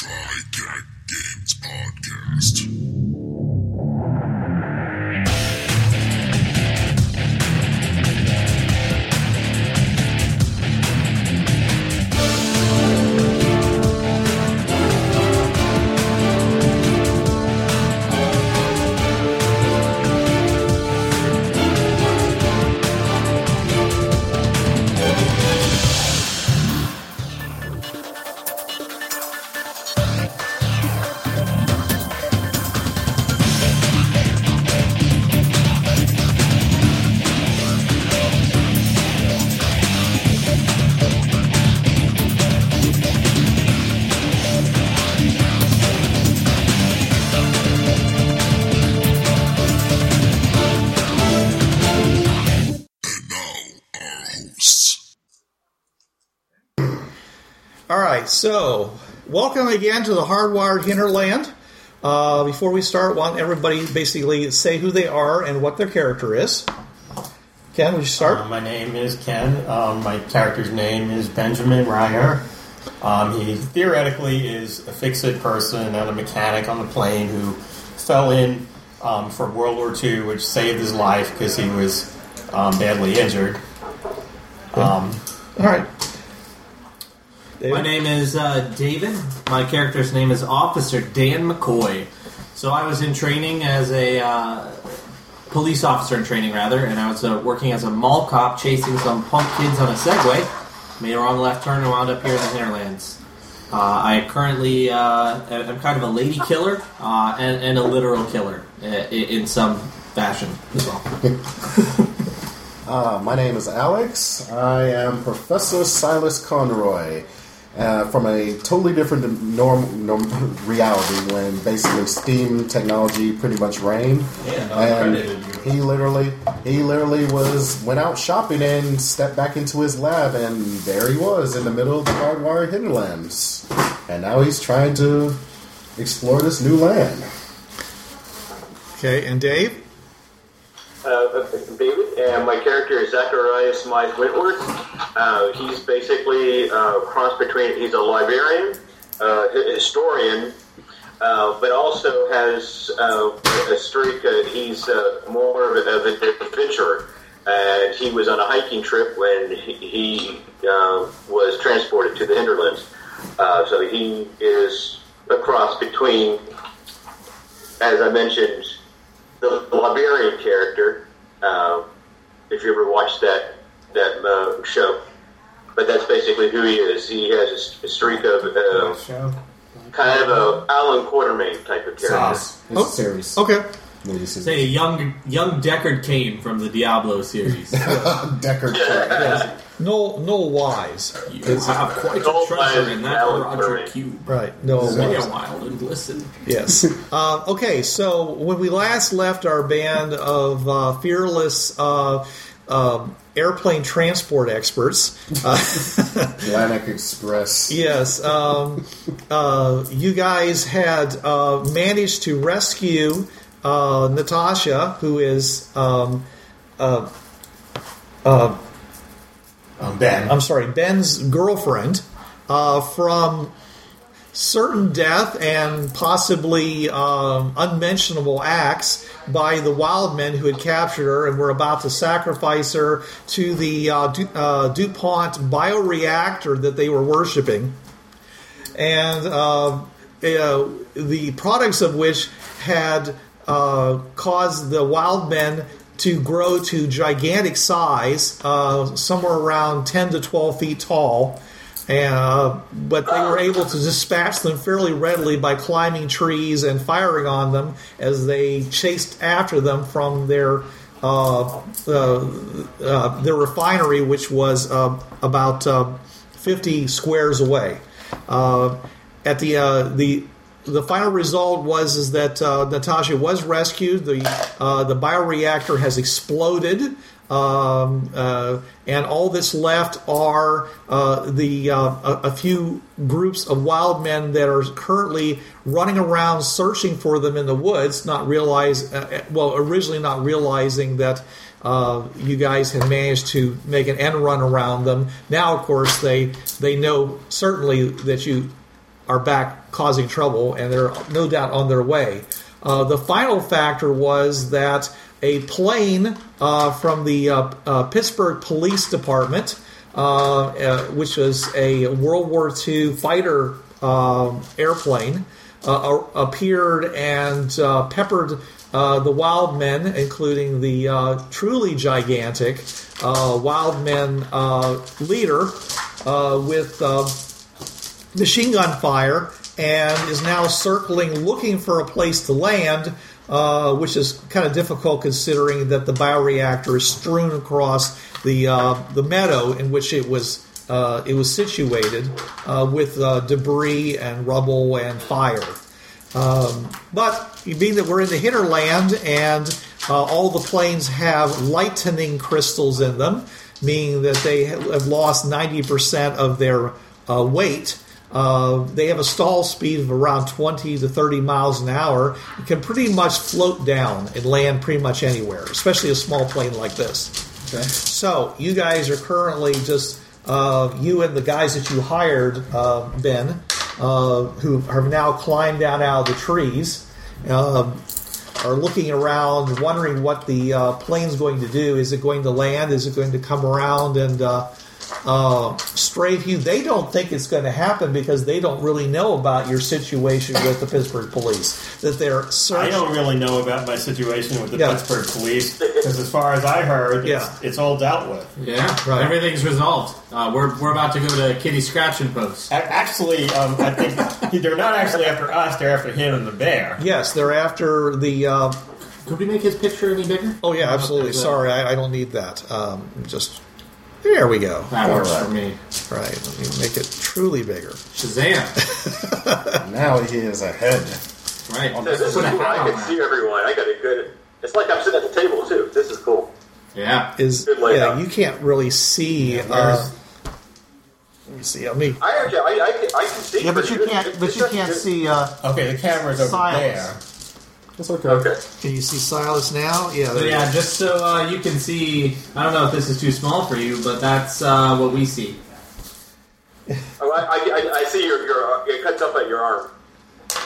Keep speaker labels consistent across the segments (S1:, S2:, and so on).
S1: Cat Games Podcast. And now, our hosts.
S2: All right, so welcome again to the Hardwired Hinterland. Uh, before we start, want everybody basically say who they are and what their character is. Ken, would you start?
S3: Uh, my name is Ken. Um, my character's name is Benjamin Ryer. Um, he theoretically is a fixed person and a mechanic on the plane who fell in um, for World War II, which saved his life because he was um, badly injured. Um,
S2: All right. David?
S4: My name is uh, David. My character's name is Officer Dan McCoy. So I was in training as a uh, police officer in training, rather, and I was uh, working as a mall cop chasing some punk kids on a Segway. Made a wrong left turn and wound up here in the hinterlands. Uh, I currently uh, am I'm kind of a lady killer uh, and, and a literal killer uh, i- in some fashion as well.
S5: Uh, my name is Alex. I am Professor Silas Conroy uh, from a totally different norm, norm reality when basically steam technology pretty much reigned.
S4: Yeah, no,
S5: and
S4: credited you.
S5: he literally, he literally was went out shopping and stepped back into his lab, and there he was in the middle of the hardwired hinterlands. And now he's trying to explore this new land.
S2: Okay, and Dave?
S6: uh, David, and my character is Zacharias Mize Wentworth. Uh, he's basically uh, cross between he's a librarian, uh, hi- historian, uh, but also has uh, a streak. Uh, he's uh, more of, a, of an adventurer, and he was on a hiking trip when he, he uh, was transported to the hinterlands. Uh, so he is a cross between, as I mentioned, the Liberian character. Uh, if you ever watched that that uh, show, but that's basically who he is. He has a s- a, streak of uh,
S3: show.
S6: kind of a Alan Quartermain type of character.
S3: Sauce.
S5: It's
S2: Oh,
S5: a series.
S2: Okay.
S5: Movie series.
S4: Say a young young Deckard Kane from the Diablo series.
S5: Deckard.
S2: No, no wise.
S4: You have quite
S6: Don't
S4: a treasure in that
S6: allow
S4: Roger
S6: Curry.
S4: Cube.
S2: Right. No
S4: Stay
S2: wise.
S4: a while and listen.
S2: Yes. Uh, okay, so when we last left our band of uh, fearless uh, um airplane transport experts,
S5: Atlantic Express.
S2: Yes, um, uh, you guys had uh, managed to rescue uh, Natasha, who is. Um,
S3: I'm um, Ben.
S2: I'm sorry, Ben's girlfriend uh, from certain death and possibly um, unmentionable acts by the wild men who had captured her and were about to sacrifice her to the uh, Du- uh, DuPont bioreactor that they were worshiping. And uh, uh, the products of which had uh, caused the wild men to grow to gigantic size, uh, somewhere around 10 to 12 feet tall. And, uh, but they were able to dispatch them fairly readily by climbing trees and firing on them as they chased after them from their uh, uh, uh, their refinery, which was uh, about uh, 50 squares away. Uh, at the uh, the the final result was is that uh, Natasha was rescued. The uh, the bioreactor has exploded, um, uh, and all that's left are uh, the uh, a, a few groups of wild men that are currently running around searching for them in the woods, not realize uh, well originally not realizing that uh, you guys have managed to make an end run around them. Now, of course, they they know certainly that you are back causing trouble, and they're no doubt on their way. Uh, the final factor was that a plane uh, from the uh, uh, Pittsburgh Police Department, uh, uh, which was a World War II fighter um, airplane, uh, a- appeared and uh, peppered uh, the wild men, including the uh, truly gigantic uh, wild men uh, leader, uh, with uh, machine gun fire and is now circling looking for a place to land, uh, which is kind of difficult considering that the bioreactor is strewn across the uh, the meadow in which it was. Uh, it was situated uh, with uh, debris and rubble and fire. Um, but being that we're in the hinterland and uh, all the planes have lightning crystals in them, meaning that they have lost 90% of their uh, weight, uh, they have a stall speed of around 20 to 30 miles an hour and can pretty much float down and land pretty much anywhere, especially a small plane like this.
S5: Okay.
S2: So you guys are currently just uh, you and the guys that you hired, uh, Ben, uh, who have now climbed down out of the trees, um, are looking around, wondering what the uh, plane's going to do. Is it going to land? Is it going to come around and uh, uh, strafe you? They don't think it's going to happen because they don't really know about your situation with the Pittsburgh police. That they're
S3: I
S2: searching.
S3: don't really know about my situation with the
S2: Yeah.
S3: Pittsburgh police because, as far as I heard, it's, it's all dealt with.
S4: Yeah,
S2: Right.
S4: everything's resolved. Uh, we're, we're about to go to Kitty Scratch and Post.
S3: A- Actually, um, I think they're not actually after us; they're after him and the bear.
S2: Yes, they're after the uh,
S4: Could we make his picture any bigger?
S2: Oh yeah, absolutely.
S4: Okay, good.
S2: Sorry, I, I don't need that. Um, just there we go.
S4: That works
S5: All right.
S4: for me.
S2: Right, let me make it truly bigger.
S4: Shazam!
S5: Now he is ahead.
S4: right.
S6: This is
S4: Put a
S6: cool.
S4: hat
S6: I
S4: on
S6: can
S4: that.
S6: see everyone. I got a good. It's like I'm sitting at the table too. This is cool.
S4: Yeah.
S2: Is
S6: Good layout.
S2: yeah, you can't really see. uh, let me see. Let me.
S6: I actually, I, I, can, I can see.
S7: Yeah, but
S6: pretty
S7: you
S6: good.
S7: can't.
S6: It's
S7: But you
S6: just-
S7: can't
S6: it's-
S7: see. Uh,
S3: Okay, the camera's over
S7: Silence.
S3: there.
S5: It's okay.
S6: Okay.
S2: Can you see Silas now? Yeah.
S4: So
S2: There
S4: yeah, just so uh, you can see, I don't know if this is too small for you, but that's uh, what we see.
S6: Oh, I, I, I- I see your, your. uh, It cuts up at your arm.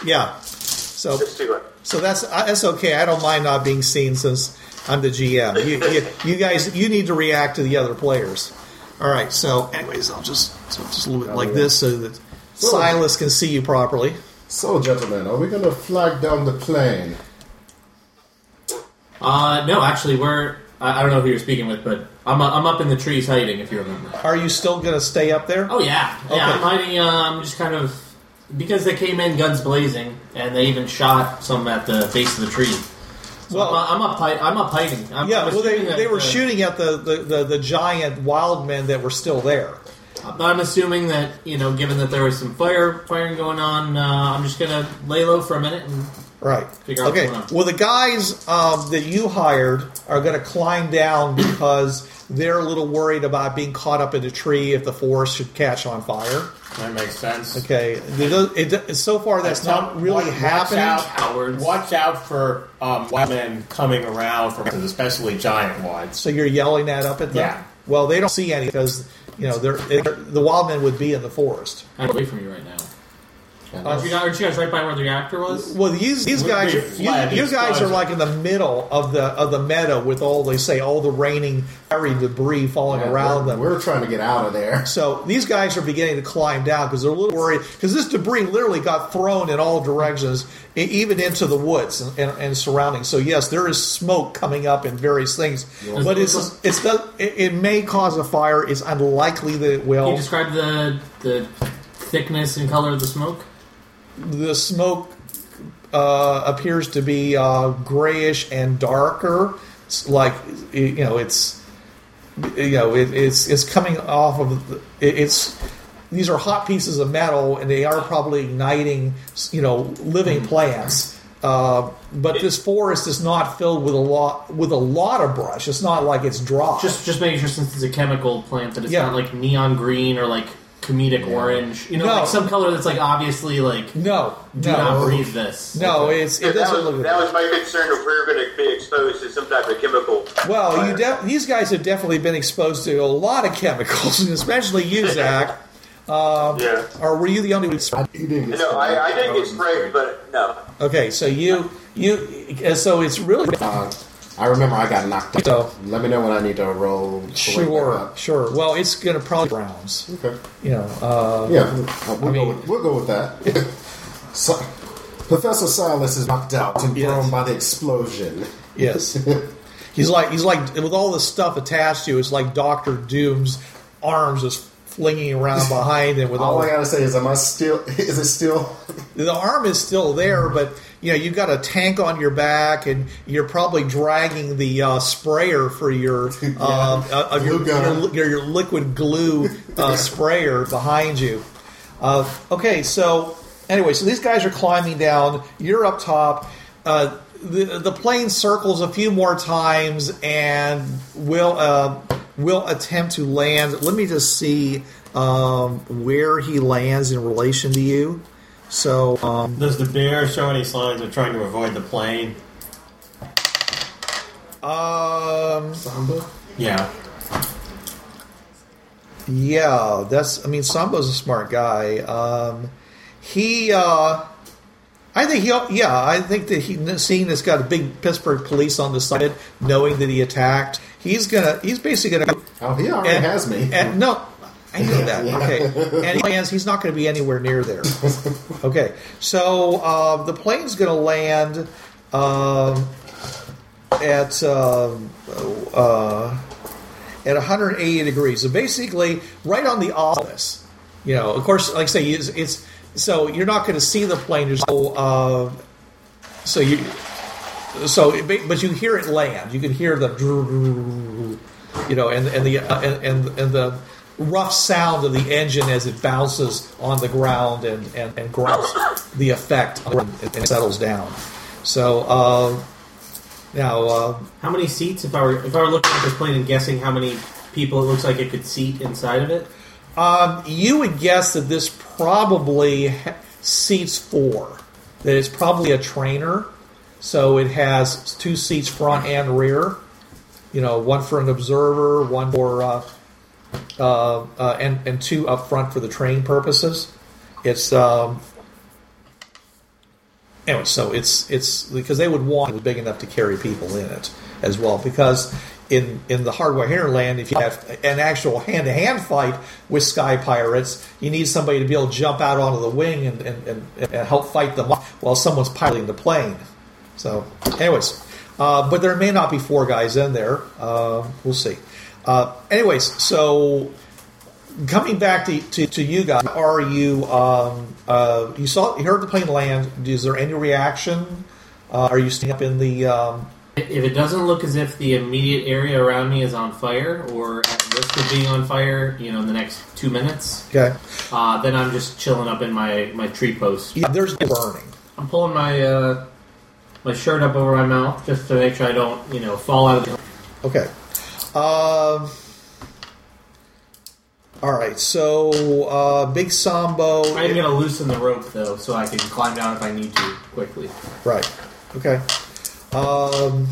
S2: yeah. So
S6: Just too much.
S2: so that's uh, that's okay. I don't mind not being seen since I'm the GM. You, you, you guys, you need to react to the other players. All right. So, anyways, I'll just so just a little bit like this so that Silas can see you properly.
S5: So, gentlemen, are we going to flag down the plane?
S4: Uh, no, actually, we're. I, I don't know who you're speaking with, but I'm, uh, I'm up in the trees hiding, if you remember.
S2: Are you still going to stay up there?
S4: Oh, yeah. Yeah,
S2: Okay.
S4: I'm hiding, um, just kind of. Because they came in guns blazing, and they even shot some at the base of the tree. So
S2: Well-
S4: I'm, I'm, up, hi- I'm up hiding. I'm,
S2: Yeah,
S4: I'm
S2: well, they,
S4: assuming that
S2: they were
S4: the-
S2: shooting at the, the, the, the giant wild men that were still there.
S4: But I'm assuming that, you know, given that there was some fire firing going on, uh, I'm just going to lay low for a minute and
S2: Right.
S4: Figure out
S2: okay.
S4: what's going on.
S2: Well, the guys um, that you hired are going to climb down because they're a little worried about being caught up in a tree if the forest should catch on fire.
S3: That makes sense.
S2: Okay. It does- it does- so far, that's not really
S3: watch,
S2: happening.
S3: Watch out,
S4: Cowards.
S3: watch out for um, wild men coming around from especially giant ones.
S2: So you're yelling that up at them.
S3: Yeah.
S2: Well, they don't see any because you know they're, they're the wild men would be in the forest.
S4: I'm away from you right now. Aren't you, guys, aren't you guys right by where the reactor was?
S2: Well, these these
S3: Would
S2: guys,
S3: be
S2: you,
S3: flat
S2: you guys are
S3: explosion.
S2: like in the middle of the of the meadow with all they say all the raining, fiery debris falling around
S5: we're,
S2: them.
S5: We're trying to get out of there.
S2: So these guys are beginning to climb down because they're a little worried because this debris literally got thrown in all directions, e- even into the woods and, and, and surrounding. So yes, there is smoke coming up in various things, but it's it's the, it, it may cause a fire. It's unlikely that it
S4: Can you
S2: will.
S4: describe the the thickness and color of the smoke?
S2: the smoke uh, appears to be uh, grayish and darker. It's like you know, it's you know, it, it's it's coming off of the, it, it's. These are hot pieces of metal, and they are probably igniting, you know, living
S4: Mm-hmm.
S2: plants. Uh, but this forest is not filled with a lot with a lot of brush. It's not like it's dry.
S4: Just just making sure since it's a chemical plant that it's
S2: Yeah.
S4: not like neon green or like comedic orange. You know,
S2: No.
S4: like some color that's like obviously like do
S2: no, no,
S4: not breathe this.
S2: no. It's
S6: Yeah,
S2: it
S6: that
S2: doesn't
S6: was,
S2: look.
S6: that was my concern if we were going to be exposed to some type of chemical.
S2: Well,
S6: fire.
S2: you de- these guys have definitely been exposed to a lot of chemicals, and especially you, Zach.
S6: yeah.
S2: Or were you the only one? who spray?
S5: You didn't get
S6: No, I, I
S5: sprayed.
S6: didn't get sprayed, but no.
S2: Okay, so you you and so it's really
S5: Uh, I remember I got knocked out.
S2: So-
S5: Let me know when I need to roll. to wake back
S2: sure
S5: up.
S2: sure. Well, it's gonna probably rounds.
S5: Okay.
S2: You know. Uh,
S5: Yeah, uh, we'll,
S2: I
S5: go
S2: mean-
S5: with, we'll go with that. so, Professor Silas is knocked out and
S2: Yes.
S5: thrown by the explosion.
S2: yes. He's like he's like with all the stuff attached to. it, It's like Doctor Doom's arms just flinging around behind him with all.
S5: All I gotta say is, am I still? Is it still?
S2: the arm is still there, but you know you've got a tank on your back, and you're probably dragging the uh, sprayer for your uh, uh, of your,
S5: Glue gun.
S2: your your- your liquid glue uh, sprayer behind you. Uh, okay, so anyway, so these guys are climbing down. You're up top. Uh, the the plane circles a few more times and will uh, will attempt to land. Let me just see um, where he lands in relation to you. So um,
S3: Does the bear show any signs of trying to avoid the plane?
S2: um,
S5: Samba?
S3: Yeah.
S2: Yeah, that's. I mean, Sambo's a smart guy. Um, he, uh, I think he. Yeah, I think that he, seeing this got a big Pittsburgh police on the side, knowing that he attacked, he's gonna. He's basically gonna.
S5: Oh, he
S2: Eh.
S5: already has me.
S2: And, no, I know that.
S5: Yeah.
S2: Okay, and he lands. He's not going to be anywhere near there. Okay, so uh, the plane's going to land um, at um, uh, at 180 degrees. So basically, right on the office. You know, of course, like I say, it's, it's so you're not going to see the plane. There's no. Uh, so you. So, it, ba- but you hear it land. You can hear the, you know, and and the uh, and and, and the rough sound of the engine as it bounces on the ground and and, and grabs the effect and it settles down. So uh, now, uh,
S4: How many seats? If I were if I were looking at this plane and guessing how many people it looks like it could seat inside of it,
S2: you would guess that this probably ha- seats four. That it's probably a trainer, so it has two seats front and rear. You know, one for an observer, one for uh, uh, uh, and and two up front for the training purposes. It's um, anyway, so it's it's because they would want it big enough to carry people in it as well. Because in in the hardware hinterland, if you have an actual hand to hand fight with sky pirates, you need somebody to be able to jump out onto the wing and and, and, and help fight them off while someone's piloting the plane. So, anyways, uh, but there may not be four guys in there. Uh, we'll see. Uh, anyways, so coming back to, to, to you guys, are you um, uh, you saw you heard the plane land? Is there any reaction? Uh, are you staying up in the? Um,
S4: if it doesn't look as if the immediate area around me is on fire or at risk of being on fire, you know, in the next two minutes,
S2: okay,
S4: uh, then I'm just chilling up in my my tree post.
S2: yeah, there's burning.
S4: I'm pulling my uh, my shirt up over my mouth just to make sure I don't you know fall out of the.
S2: Okay. Um, all right. So uh, big Sambo.
S4: I'm gonna loosen the rope though, so I can climb down if I need to quickly.
S2: Right. Okay. Um,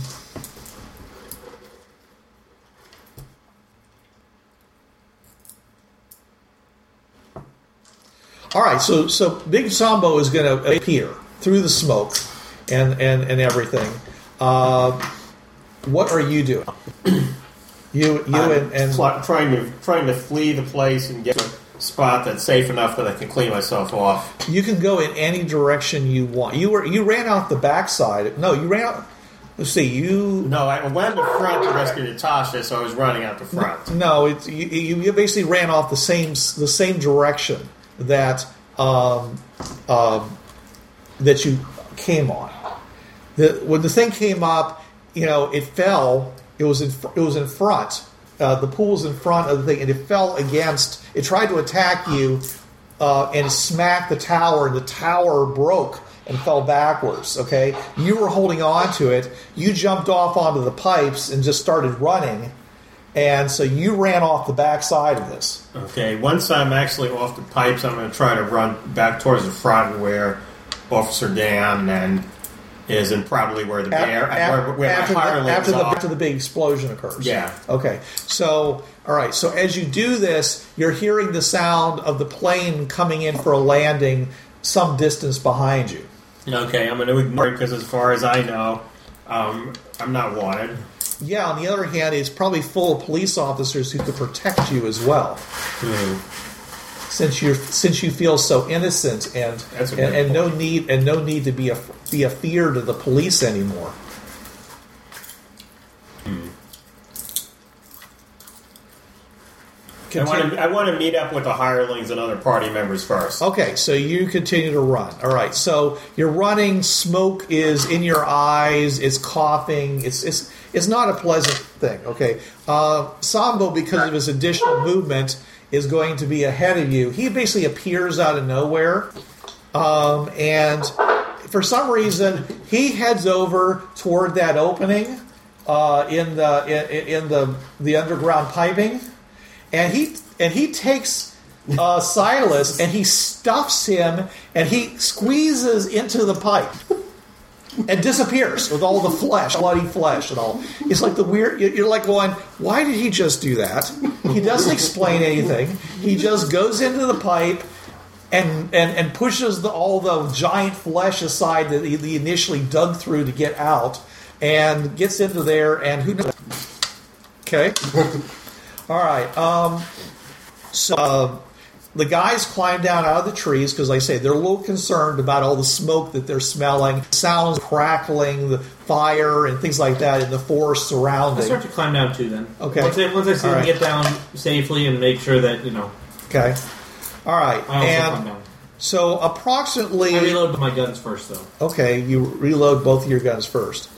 S2: all right. So so Big Sambo is going to appear through the smoke and and and everything. Uh, what are you doing? You you and, and
S3: Fly- trying to trying to flee the place and get to a spot that's safe enough that I can clean myself off.
S2: you can go in any direction you want. You were you ran out the backside. No, you ran out. Let's see. You
S3: No, I went to front to rescue Natasha, so I was running out the front.
S2: No, it's you, you you basically ran off the same the same direction that um, um, that you came on. The, when the thing came up, you know, it fell. It was in fr- it was in front. Uh, the pool's in front of the thing, and it fell against. It tried to attack you, uh, and smacked the tower, and the tower broke and fell backwards. Okay, you were holding on to it. You jumped off onto the pipes and just started running, and so you ran off the backside of this.
S3: Okay, once I'm actually off the pipes, I'm going to try to run back towards the front where Officer Dan and is and probably where the
S2: Ap-
S3: bear
S2: ap-
S3: where, where
S2: after,
S3: the
S2: the,
S3: fire
S2: after,
S3: lives
S2: the,
S3: off.
S2: after the big explosion occurs.
S3: Yeah.
S2: Okay. So, all right. So, as you do this, you're hearing the sound of the plane coming in for a landing some distance behind you.
S3: Okay, I'm going to ignore it because, as far as I know, um, I'm not wanted.
S2: Yeah. On the other hand, it's probably full of police officers who could protect you as well,
S3: Hmm.
S2: since you are since you feel so innocent and
S3: That's a
S2: and,
S3: good
S2: and no need and no need to be a be a fear to the police anymore.
S3: Hmm. I want to I want to meet up with the hirelings and other party members first.
S2: Okay, so you continue to run. All right, so you're running. Smoke is in your eyes. It's coughing. It's it's it's not a pleasant thing. Okay, uh, Sambo because of his additional movement is going to be ahead of you. He basically appears out of nowhere, um, and for some reason he heads over toward that opening uh, in the in, in the the underground piping, and he and he takes uh, Silas and he stuffs him and he squeezes into the pipe and disappears with all the flesh, bloody flesh and all. It's like the weird. you- You're like going, why did he just do that? He doesn't explain anything. He just goes into the pipe. And, and, and pushes the, all the giant flesh aside that he, he initially dug through to get out, and gets into there, and who knows? Okay, all right. Um, so uh, the guys climb down out of the trees because, like I say, they're a little concerned about all the smoke that they're smelling, sounds crackling, the fire, and things like that in the forest
S4: I
S2: surrounding.
S4: start to climb down too. Then
S2: Okay.
S4: Once I, once I see
S2: All
S4: them
S2: right.
S4: get down safely and make sure that you know,
S2: Okay. All right.
S4: I also climb
S2: And
S4: down.
S2: so
S4: I
S2: approximately.
S4: reload my guns first, though.
S2: Okay, you reload both of your guns first.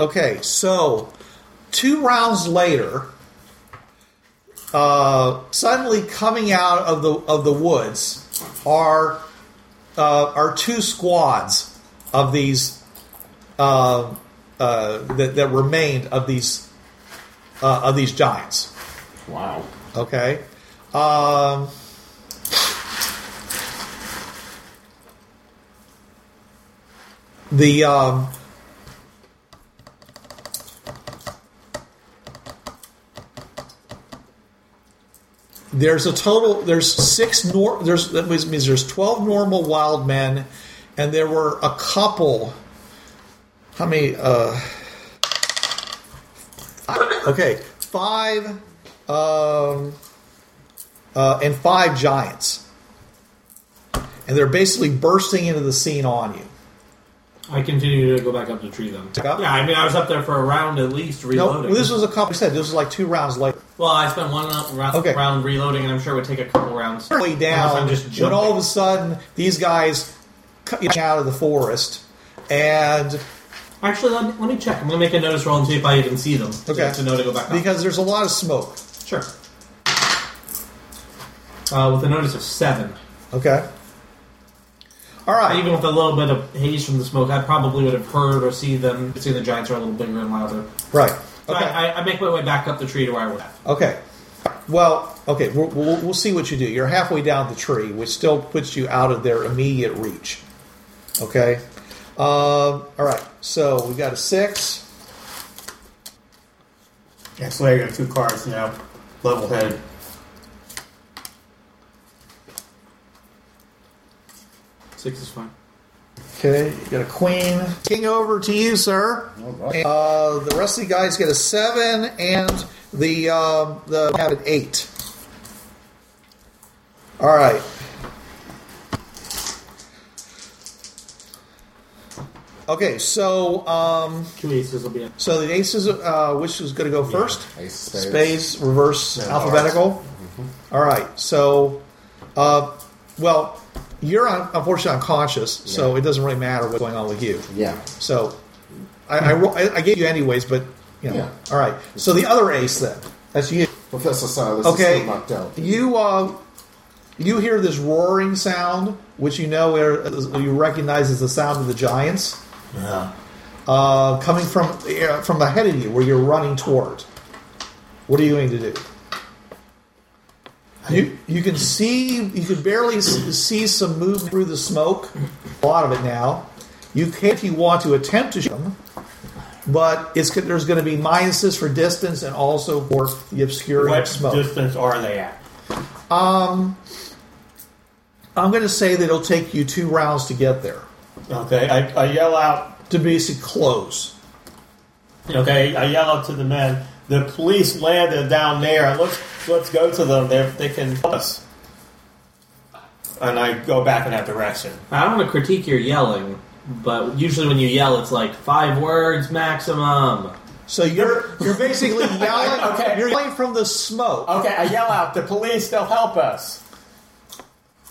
S2: Okay, so two rounds later, uh, suddenly coming out of the of the woods are uh, are two squads of these uh, uh, that that remained of these uh, of these giants.
S3: Wow.
S2: Okay. Um, the um, there's a total. There's six. Nor, there's that means means there's twelve normal wild men, and there were a couple. How many? Uh, five, okay, five um, uh, and five giants. And they're basically bursting into the scene on you.
S4: I continue to go back up the tree then.
S2: Back up?
S4: Yeah, I mean, I was up there for a round at least
S2: No,
S4: reloading.
S2: well, this was a couple. I said this was like two rounds later.
S4: Well, I spent one round- round,
S2: Okay.
S4: round reloading, and I'm sure it would take a couple rounds.
S2: Way
S4: Unless I'm
S2: down.
S4: just
S2: when
S4: jumping.
S2: all of a sudden these guys cut you out of the forest, and
S4: Actually, let, let me check. I'm gonna make a notice roll and see if I even see them.
S2: Okay.
S4: To, to know to go back up.
S2: because there's a lot of smoke.
S4: sure. Uh, with a notice of seven,
S2: Okay. All right.
S4: even with a little bit of haze from the smoke, I probably would have heard or see them. See the giants are a little bigger and louder.
S2: Right.
S4: So
S2: Okay.
S4: I, I, I make my way back up the tree to where I was at.
S2: Okay. Well, okay, we'll, we'll, we'll see what you do. You're halfway down the tree, which still puts you out of their immediate reach. Okay? Um, all right, so we got a six.
S3: Actually, I got two cards now. Level headed.
S4: Six is fine.
S2: Okay, you got a queen. King over to you, sir.
S5: All right.
S2: Uh, the rest of the guys get a seven, and the um, the have an eight. All right. Okay, so um,
S4: Two aces will be it.
S2: So the aces, uh, which is going to go first?
S5: Ace
S2: Spades, Mm-hmm.
S5: spades.
S2: reverse
S3: Yeah,
S2: alphabetical. All right. So, uh, well, you're un- unfortunately unconscious, so it doesn't really matter what's going on with you.
S5: Yeah.
S2: So, I, I, ro- I, I gave you anyways, but you know.
S5: Yeah.
S2: All right. So the other ace then, that's you.
S5: Professor Silas is
S2: Okay.
S5: still knocked out.
S2: You uh, you hear this roaring sound, which you know are, you recognize as the sound of the giants
S3: Yeah.
S2: uh, coming from uh, from ahead of you, where you're running toward. What are you going to do? You you can see you can barely s- see some movement through the smoke, a lot of it now, You can, if you want to, attempt to shoot them, but it's there's going to be minuses for distance and also for the obscuring
S3: What
S2: of smoke.
S3: distance are they at?
S2: I'm going to say that it'll take you two rounds to get there
S3: Okay, I, I yell out.
S2: to basically close.
S3: Okay, I yell out to the men. The police landed down there. Let's let's go to them. They they can help us. And I go back in that direction.
S4: I don't want to critique your yelling, but usually when you yell, it's like five words maximum.
S2: So you're you're basically yelling.
S3: Okay.
S2: You're yelling from the smoke.
S3: Okay, I yell out. The police, they'll help us.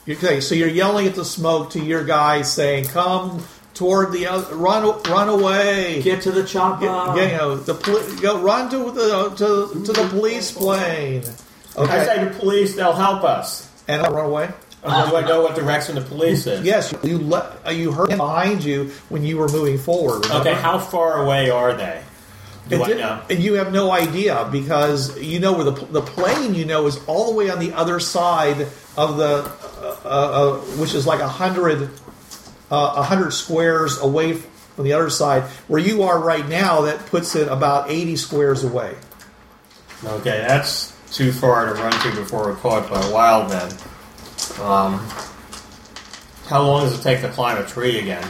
S2: Okay, so you're yelling at the smoke to your guy, saying, "Come toward the other, run, run away."
S4: Get to the chopper.
S2: Get- you know, the poli- go run to the to, to the police plane.
S3: I
S2: Okay,
S3: say the police, they'll help us.
S2: and I run away.
S3: Okay, do I know what direction the police is?
S2: Yes, you le- you heard him behind you when you were moving forward.
S3: Okay, how far away are they? Do
S2: It
S3: I
S2: did-
S3: know?
S2: And you have no idea because you know where the, pl- the plane you know is all the way on the other side of the, uh, uh, uh, which is like a hundred, uh, a hundred squares away from the other side. Where you are right now, that puts it about eighty squares away.
S3: Okay, that's too far to run to before we're caught by wild men. Um, how long does it take to climb a tree again?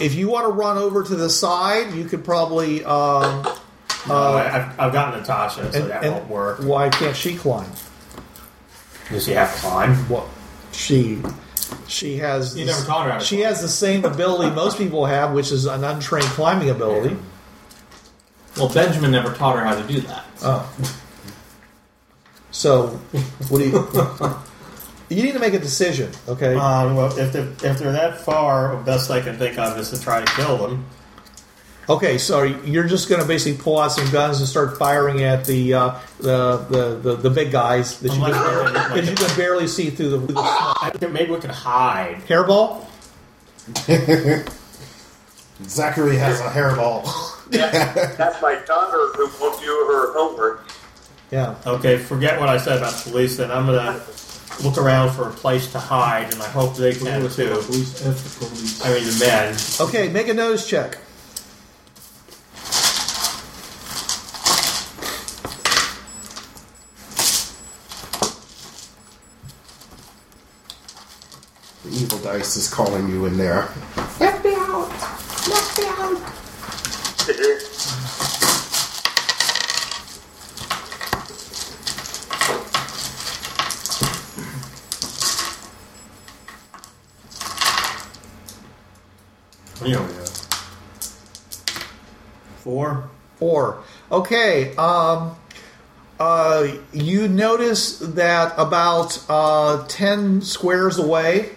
S2: If you want to run over to the side, you could probably. Um,
S3: No, Oh, I, I've, I've got Natasha, so
S2: and-
S3: that
S2: and
S3: won't work.
S2: Why can't she climb?
S3: Does she have to climb?
S2: Well, she she has
S4: You never taught her how to
S2: she
S4: climb.
S2: has the same ability most people have, which is an untrained climbing ability.
S4: Well, Benjamin never taught her how to do that.
S2: Oh. So, what do you? you need to make a decision, okay?
S3: Um, well, if they're, if they're that far, best I can think of is to try to kill them.
S2: okay, so you're just going to basically pull out some guns and start firing at the uh, the, the, the the big guys that you
S3: Unless
S2: can,
S3: they're-
S2: that you can barely see through the, through the
S3: I think maybe we could hide.
S2: hairball.
S5: Zachary has a hairball.
S6: That's my daughter who won't do her homework.
S2: Yeah.
S3: Okay, forget what I said about the police. Then I'm gonna look around for a place to hide, and I hope they can too. I mean, the men.
S2: Okay, make a nose check.
S5: The evil dice is calling you in there.
S7: Let me out! Let me out!
S3: Here we go. Four.
S2: Or okay, um, uh, you notice that about uh, ten squares away,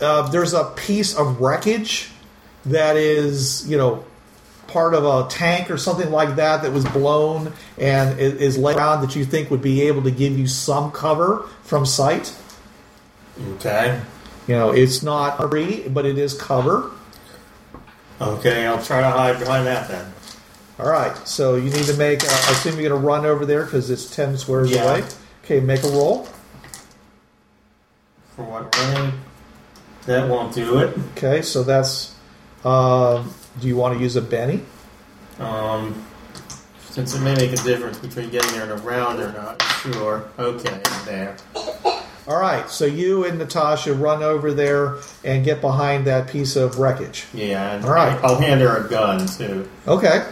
S2: uh, there's a piece of wreckage that is, you know, part of a tank or something like that that was blown and i- is laid around that you think would be able to give you some cover from sight.
S3: Okay.
S2: You know, it's not a tree, but it is cover.
S3: Okay, I'll try to hide behind that then.
S2: All right, so you need to make. Uh, I assume you're going to run over there because it's ten squares
S3: Yeah.
S2: away. Okay, make a roll.
S3: For what really? That won't do it.
S2: Okay, so that's. Uh, do you want to use a Benny?
S3: Um, since it may make a difference between getting there and around or not, sure. Okay, there.
S2: All right, so you and Natasha run over there and get behind that piece of wreckage.
S3: Yeah. and
S2: All right.
S3: I'll hand her a gun too.
S2: Okay,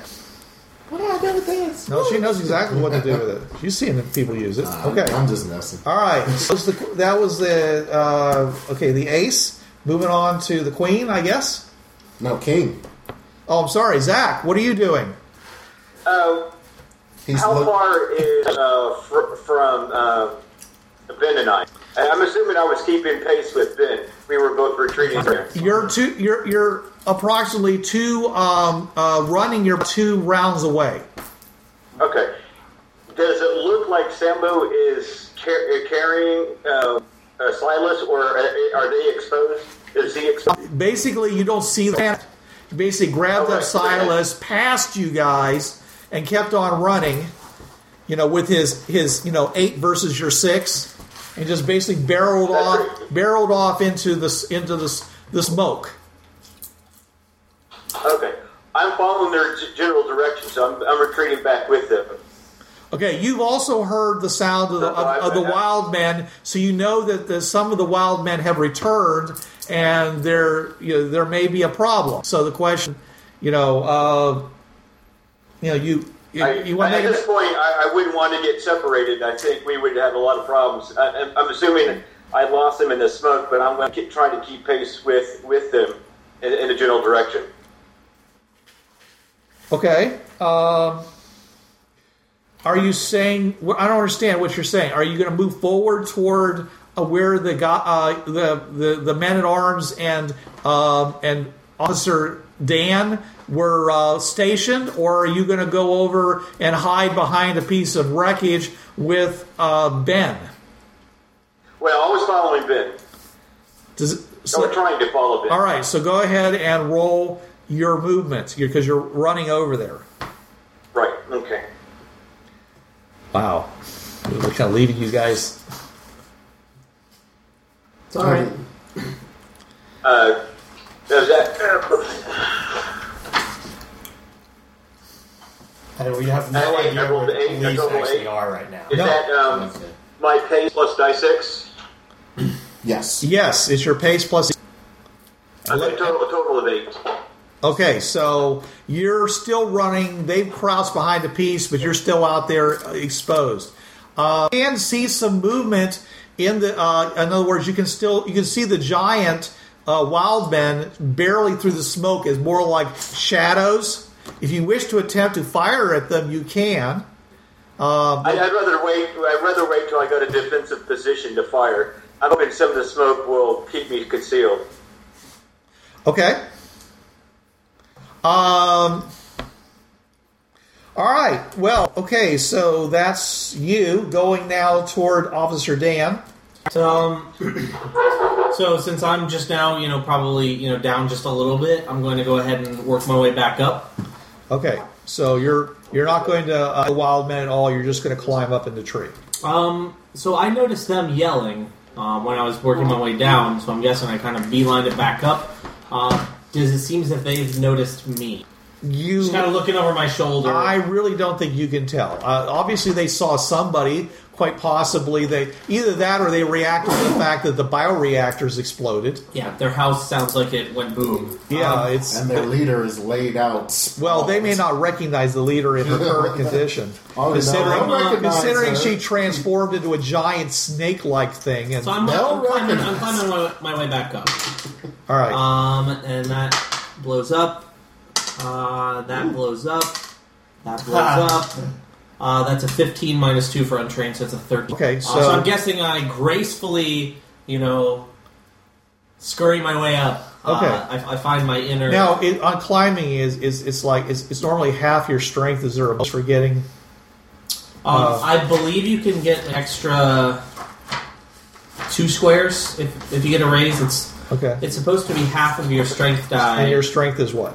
S7: What do I do with this?
S2: no, she knows exactly what to do with it. She's seen the people use it. Okay,
S5: Uh, I'm just messing.
S2: all right. So it's the- that was the uh, okay the ace. Moving on to the queen, I guess.
S5: No, King.
S2: Oh, I'm sorry, Zach. What are you doing?
S6: Uh,
S5: He's
S6: How
S5: look-
S6: far is uh, fr- from uh, Ben and I? And I'm assuming I was keeping pace with Ben. We were both retreating there.
S2: You're two. You're you're approximately two. Um, uh, running. You're two rounds away.
S6: Okay. Does it look like Sambo is car- carrying uh, uh, Silas, or uh, are they exposed? Is he exposed?
S2: Basically, you don't see that. He basically grabbed
S6: Okay.
S2: up Silas, passed you guys, and kept on running. You know, with his his you know eight versus your six, and just basically barreled
S6: That's
S2: off
S6: right.
S2: barreled off into this into this the smoke.
S6: Okay. I'm following their g- general direction, so I'm, I'm retreating back with them.
S2: Okay, you've also heard the sound of the, of, of the wild men, so you know that the, some of the wild men have returned, and there you know, there may be a problem. So the question, you know, uh, you know, you you,
S6: I,
S2: you want to
S6: at
S2: make
S6: this
S2: a,
S6: point, I, I wouldn't want to get separated. I think we would have a lot of problems. I, I'm- I'm assuming I lost them in the smoke, but I'm going to keep trying to keep pace with, with them in, in a general direction.
S2: okay. Um, are you saying? wh- I don't understand what you're saying. Are you going to move forward toward uh, where the go- uh, the the the men at arms and um, and Officer Dan were uh, stationed, or are you going to go over and hide behind a piece of wreckage with uh, Ben?
S6: Well, I was following Ben.
S2: Does it,
S6: I was trying to follow Ben.
S2: all right, so go ahead and roll your movement because you're running over there.
S6: Right, okay.
S2: Wow. We're kind of leaving you guys.
S5: Sorry.
S6: Uh, does that...
S3: And we have no
S6: I- I
S3: idea where
S6: rolled
S3: the
S6: eight, I
S3: police
S6: rolled
S3: actually
S6: eight.
S3: are right now.
S6: Is that um, my pace plus die six?
S5: Yes.
S2: Yes, it's your pace plus.
S6: Okay, total, a total of eight.
S2: Okay, so you're still running. They've crouched behind a piece, but you're still out there uh, exposed. Uh, you can see some movement in the. Uh, in other words, you can still you can see the giant uh, wild men barely through the smoke is more like shadows. If you wish to attempt to fire at them, you can.
S6: I, I'd rather wait. I'd rather wait till I got a defensive position to fire. I'm hoping some of the smoke will keep me concealed.
S2: Okay. Um. All right. Well. Okay. So that's you going now toward Officer Dan.
S4: So, um, so since I'm just now, you know, probably you know down just a little bit, I'm going to go ahead and work my way back up.
S2: Okay. So you're you're not going to uh, the wild men at all. You're just going to climb up in the tree.
S4: Um, so I noticed them yelling um, when I was working my way down. So I'm guessing I kind of beelined it back up. Uh, does it seem as if they've noticed me?
S2: You.
S4: Just kind of looking over my shoulder.
S2: I really don't think you can tell. Uh, obviously, they saw somebody. Quite possibly, they either that or they reacted to the fact that the bioreactors exploded.
S4: yeah, their house sounds like it went boom.
S2: Yeah,
S4: Um,
S2: it's
S5: And their leader is laid out.
S2: Well, they may not recognize the leader in her current condition,
S5: Oh, no,
S2: considering,
S5: they'll recognize
S2: considering
S5: her.
S2: she transformed into a giant snake-like thing. And
S4: so I'm,
S5: They'll
S4: I'm climbing, I'm
S5: recognize.
S4: climbing my, my way back up.
S2: all right,
S4: Um, and that blows up. Uh, that blows up. That blows up. Uh, that's a 15 minus 2 for untrained, so it's a 13.
S2: Okay,
S4: Uh,
S2: so-
S4: I'm guessing I gracefully, you know, scurry my way up. Uh,
S2: Okay.
S4: I, I find my inner. um,
S2: now it, on climbing is is it's like it's, it's normally half your strength. Is there a bonus for getting?
S4: Um,
S2: uh,
S4: I believe you can get an extra two squares if, if you get a raise. It's
S2: Okay,
S4: it's supposed to be half of your strength
S2: and your
S4: die.
S2: strength is what?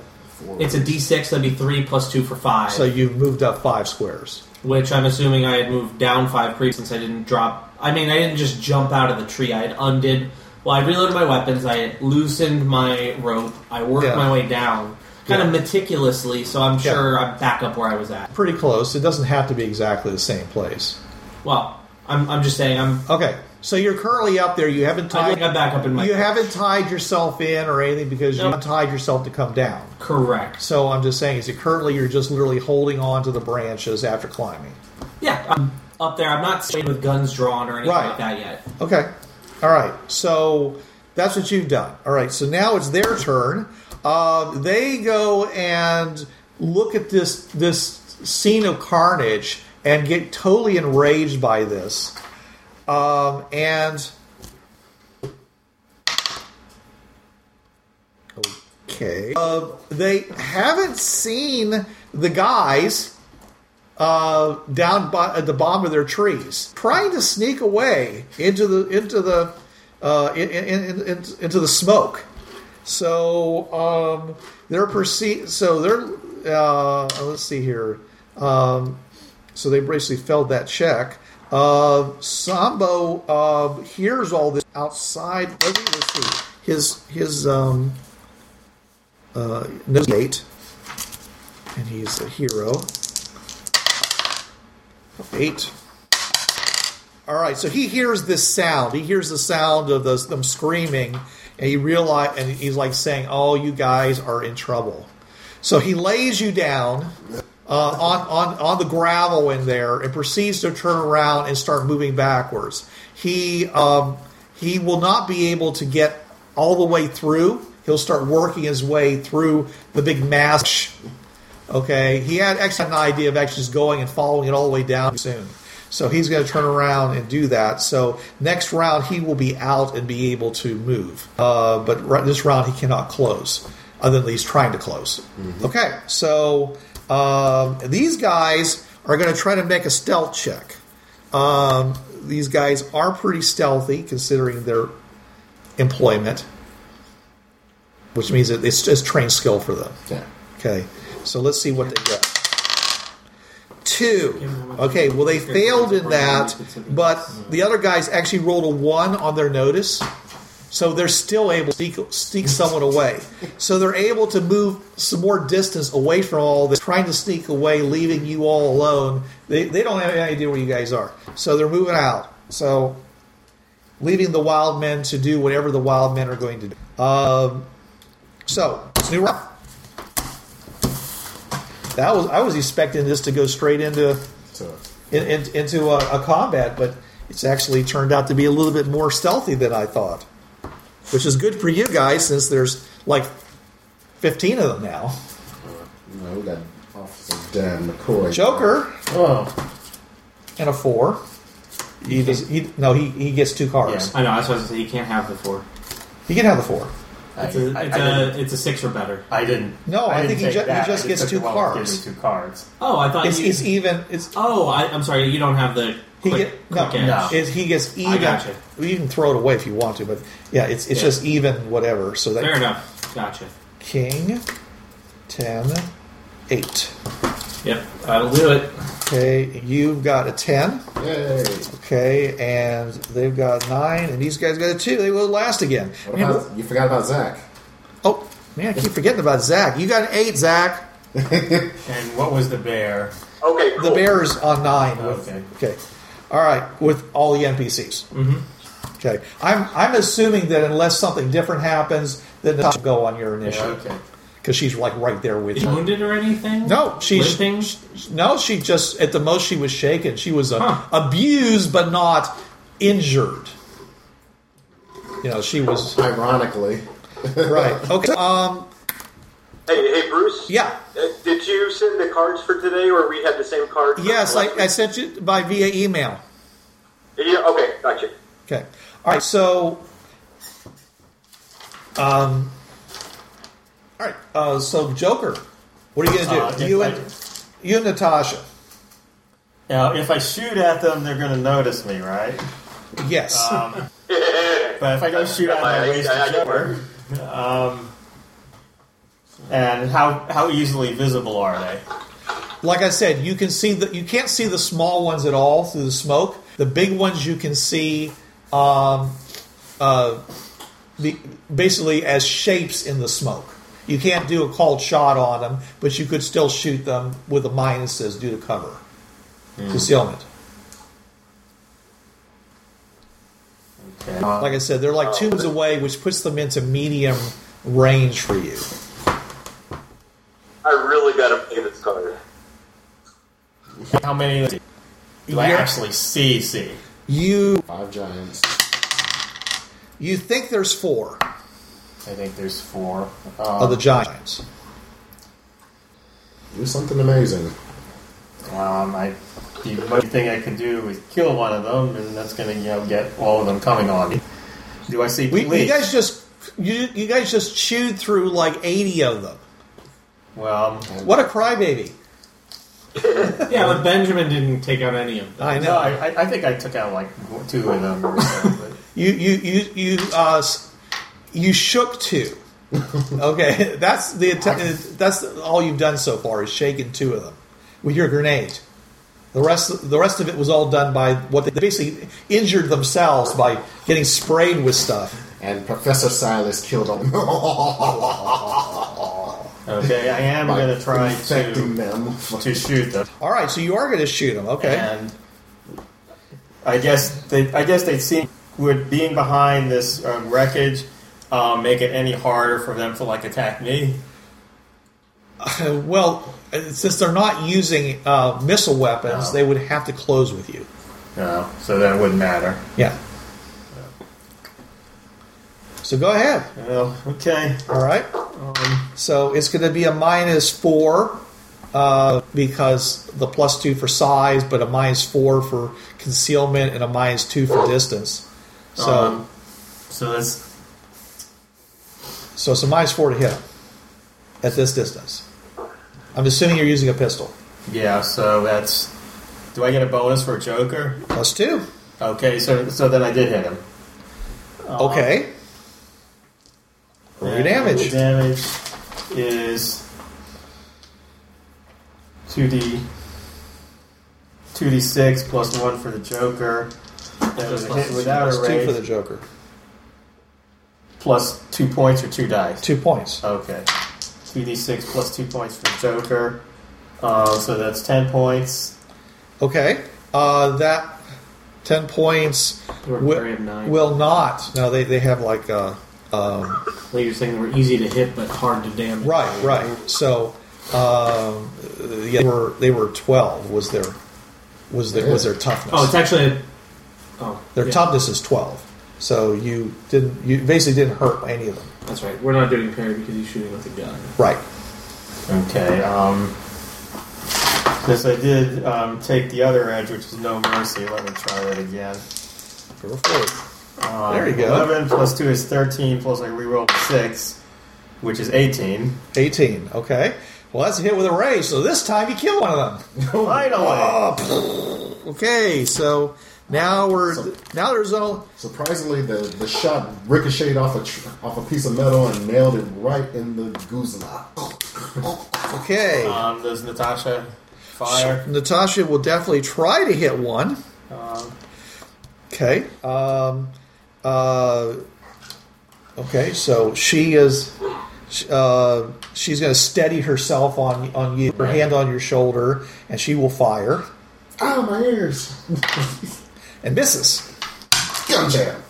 S4: It's a d6, that'd be 3 plus 2 for 5.
S2: So you've moved up five squares.
S4: which I'm assuming I had moved down five creeps since I didn't drop. I mean, I didn't just jump out of the tree. I had undid. Well, I reloaded my weapons. I had loosened my rope. I worked
S2: Yeah.
S4: my way down, kind
S2: Yeah.
S4: of meticulously. So I'm
S2: Yeah.
S4: sure I'm back up where I was at.
S2: Pretty close. It doesn't have to be exactly the same place.
S4: Well, I'm, I'm just saying I'm.
S2: Okay, so you're currently up there. You haven't
S4: I
S2: tied.
S4: think I'm back up in my
S2: you haven't tied yourself in or anything because
S4: No.
S2: you tied yourself to come down.
S4: correct.
S2: So I'm just saying, is it currently you're just literally holding on to the branches after climbing?
S4: Yeah, I'm up there. I'm not straight with guns drawn or anything
S2: Right.
S4: like that yet.
S2: Okay. All right. So that's what you've done. All right. So now it's their turn. Uh, they go and look at this this scene of carnage and get totally enraged by this. Um, and okay, uh, they haven't seen the guys uh, down by, at the bottom of their trees, trying to sneak away into the into the uh, in, in, in, in- into the smoke. So um, they're perceived. So they're uh, let's see here. Um, so they basically failed that check. Uh, Sambo uh, hears all this outside. Let's see, let's see. His his um, uh, knows eight, and he's a hero. Eight. All right, so he hears this sound. He hears the sound of those, them screaming, and he realize, and he's like saying, "Oh, you guys are in trouble." So he lays you down uh, on, on on the gravel in there and proceeds to turn around and start moving backwards. He um, he will not be able to get all the way through. He'll start working his way through the big mass. Okay, he had actually had an idea of actually just going and following it all the way down soon. So he's going to turn around and do that. So next round he will be out and be able to move. Uh, but right, this round he cannot close, other than he's trying to close. Okay, so um, these guys are going to try to make a stealth check. Um, these guys are pretty stealthy considering their employment, which means that it's just trained skill for them.
S5: Yeah.
S2: Okay, so let's see what they get. Two. Okay, well, they failed in that, but the other guys actually rolled a one on their notice, so they're still able to sneak, sneak someone away. So they're able to move some more distance away from all this, trying to sneak away, leaving you all alone. They, they don't have any idea where you guys are, so they're moving out. So leaving the wild men to do whatever the wild men are going to do. Um, so, it's new round. That was I was expecting this to go straight into
S5: So,
S2: in, in, into a, a combat, but it's actually turned out to be a little bit more stealthy than I thought, which is good for you guys since there's like fifteen of them now.
S5: you know, we got Officer Dan McCoy.
S2: Joker
S3: Oh,
S2: and a four. He does. He, no, he, he gets two cards.
S4: I know. I was supposed to say you can't have the four.
S2: He can have the four.
S3: I,
S4: It's a,
S3: I-
S4: it's
S3: I
S4: a,
S3: didn't.
S4: it's a six or better.
S3: I didn't.
S2: No, I
S3: didn't
S2: think he
S3: take
S2: ju- he
S3: that.
S2: just
S3: I
S2: gets
S3: took
S2: two
S3: the one that
S2: cards.
S3: gives you Two cards.
S4: Oh, I thought
S2: It's,
S4: you.
S2: it's even. It's
S4: oh, I, I'm sorry. You don't have the
S2: He
S4: quick,
S2: get, no,
S4: quick edge.
S3: no.
S2: It, he gets even.
S4: gotcha.
S2: You can throw it away if you want to, but yeah, it's it's
S4: Yeah.
S2: just even whatever. So that
S4: Fair enough. Gotcha.
S2: king, 10, 8.
S4: Yep, Uh, that'll do it.
S2: Okay, you've got a ten.
S5: Yay.
S2: Okay, and they've got nine, and these guys got a two. They will last again.
S5: What about, you forgot about Zach.
S2: oh man, I keep forgetting about Zach. You got an eight, Zach.
S3: And what was the bear?
S6: Okay,
S2: The
S6: cool.
S2: bear's on nine. With,
S3: Okay.
S2: Okay. All right, with all the NPCs. Mm-hmm. Okay, I'm I'm assuming that unless something different happens, then the will go on your initiative
S3: Okay.
S2: because she's like right there with
S4: Is she
S2: you.
S4: wounded or anything?
S2: No, she's
S4: Limping?
S2: no, she just at the most she was shaken. She was uh,
S4: Huh.
S2: abused but not injured. You know, she was
S5: Ironically.
S2: right. Okay. Um.
S6: Hey, hey, Bruce.
S2: Yeah.
S6: Uh, Did you send the cards for today, or we had the same card?
S2: Yes, I, I sent you by via email.
S6: Yeah. Okay. Gotcha.
S2: Okay. All right. So. Um. All right. Uh, so Joker, what are you gonna do?
S3: Uh,
S2: you
S3: if
S2: and you and Natasha.
S3: Now, if I shoot at them, they're going to notice me, right?
S2: Yes.
S3: Um, but if I go shoot at my waist
S6: I- I- I-
S3: to cover, um, and how how easily visible are they?
S2: like I said, you can see the you can't see the small ones at all through the smoke. The big ones you can see, um, uh, the basically as shapes in the smoke. You can't do a called shot on them, but you could still shoot them with the minuses due to cover, concealment.
S3: Okay.
S2: Like I said, they're like two moves away, which puts them into medium range for you.
S6: I really gotta play this card.
S3: How many do I
S2: You're-
S3: actually see? See.
S2: You
S5: Five giants.
S2: you think there's four
S3: I think there's four.
S2: of
S3: Um,
S5: Uh,
S2: the giants.
S5: Do something amazing.
S3: um, I the only thing I could do is kill one of them, and that's going to you know get all of them coming on me. Do I see
S2: We,
S3: police?
S2: you guys just you, you guys just chewed through like eighty of them.
S3: well,
S2: What a crybaby!
S4: Yeah, but Benjamin didn't take out any of them.
S2: I
S3: no,
S2: know.
S3: I, I- I think I took out like two of them. Or so, but-
S2: You you you you uh, s- you shook two. okay, that's the att- that's all you've done so far is shaken two of them with your grenade. The rest the rest of it was all done by what they, they basically injured themselves by getting sprayed with stuff.
S5: And Professor Silas killed all
S3: Okay, I am
S5: by
S3: going to try
S5: infecting
S3: to
S5: them.
S3: to shoot them,
S2: All right, so you are going to shoot him. Okay.
S3: and I guess they I guess they'd seen would being behind this um, wreckage um, make it any harder for them to like attack me.
S2: Uh, well, uh, since they're not using uh, missile weapons,
S3: No.
S2: they would have to close with you.
S3: No, so that wouldn't matter.
S2: Yeah. So go ahead.
S3: Well, okay.
S2: All right.
S3: Um,
S2: so it's going to be a minus four uh, because the plus two for size, but a minus four for concealment and a minus two for distance. So,
S3: Um, so that's
S2: so it's a minus four to hit him at this distance. I'm assuming you're using a pistol.
S3: yeah. So that's. Do I get a bonus for a Joker?
S2: Plus two.
S3: Okay, so so then I did hit him. Uh-huh.
S2: Okay. Roll your
S3: And
S2: damage.
S3: the Damage is two d two d six plus one for the Joker. That was a hit without a
S2: Plus two for the
S3: raise.
S2: Joker.
S3: Plus two points or two dice.
S2: Two points.
S3: Okay, two d six plus two points for Joker. Uh, so that's ten points.
S2: Okay. Uh, that 10 points
S4: Or
S2: wi-
S4: three of nine.
S2: will not. No, they, they have like. Uh, um,
S4: Like you're saying, they were easy to hit but hard to damage.
S2: right, right. So um, yeah, they, were, they were 12, was their, was their, was their toughness.
S4: Oh, it's actually. A, oh,
S2: their
S4: yeah,
S2: toughness is 12. So you didn't you basically didn't hurt any of them.
S4: That's right. We're not doing parry because he's shooting with a gun.
S2: Right.
S3: Okay. Um, since I did um, take the other edge, which is no mercy, let me try that again.
S2: Go forward.
S3: Um,
S2: There you go.
S3: 11 plus 2 is 13, plus I rerolled 6, which is 18.
S2: 18. Okay. Well, that's a hit with a ray, so this time you kill one of them.
S3: Finally!
S2: Oh, okay, so now we're now there's only
S5: Surprisingly, the, the shot ricocheted off a tr- off a piece of metal and nailed it right in the gooseneck.
S2: okay.
S4: Uh,
S3: Um, does Natasha fire?
S2: Natasha will definitely try to hit one.
S3: Um,
S2: Okay. Um, uh, okay. So she is. sh- Uh, she's going to steady herself on on you, her hand on your shoulder, and she will fire
S5: Ah, my ears!
S2: and misses.
S5: Gum jam.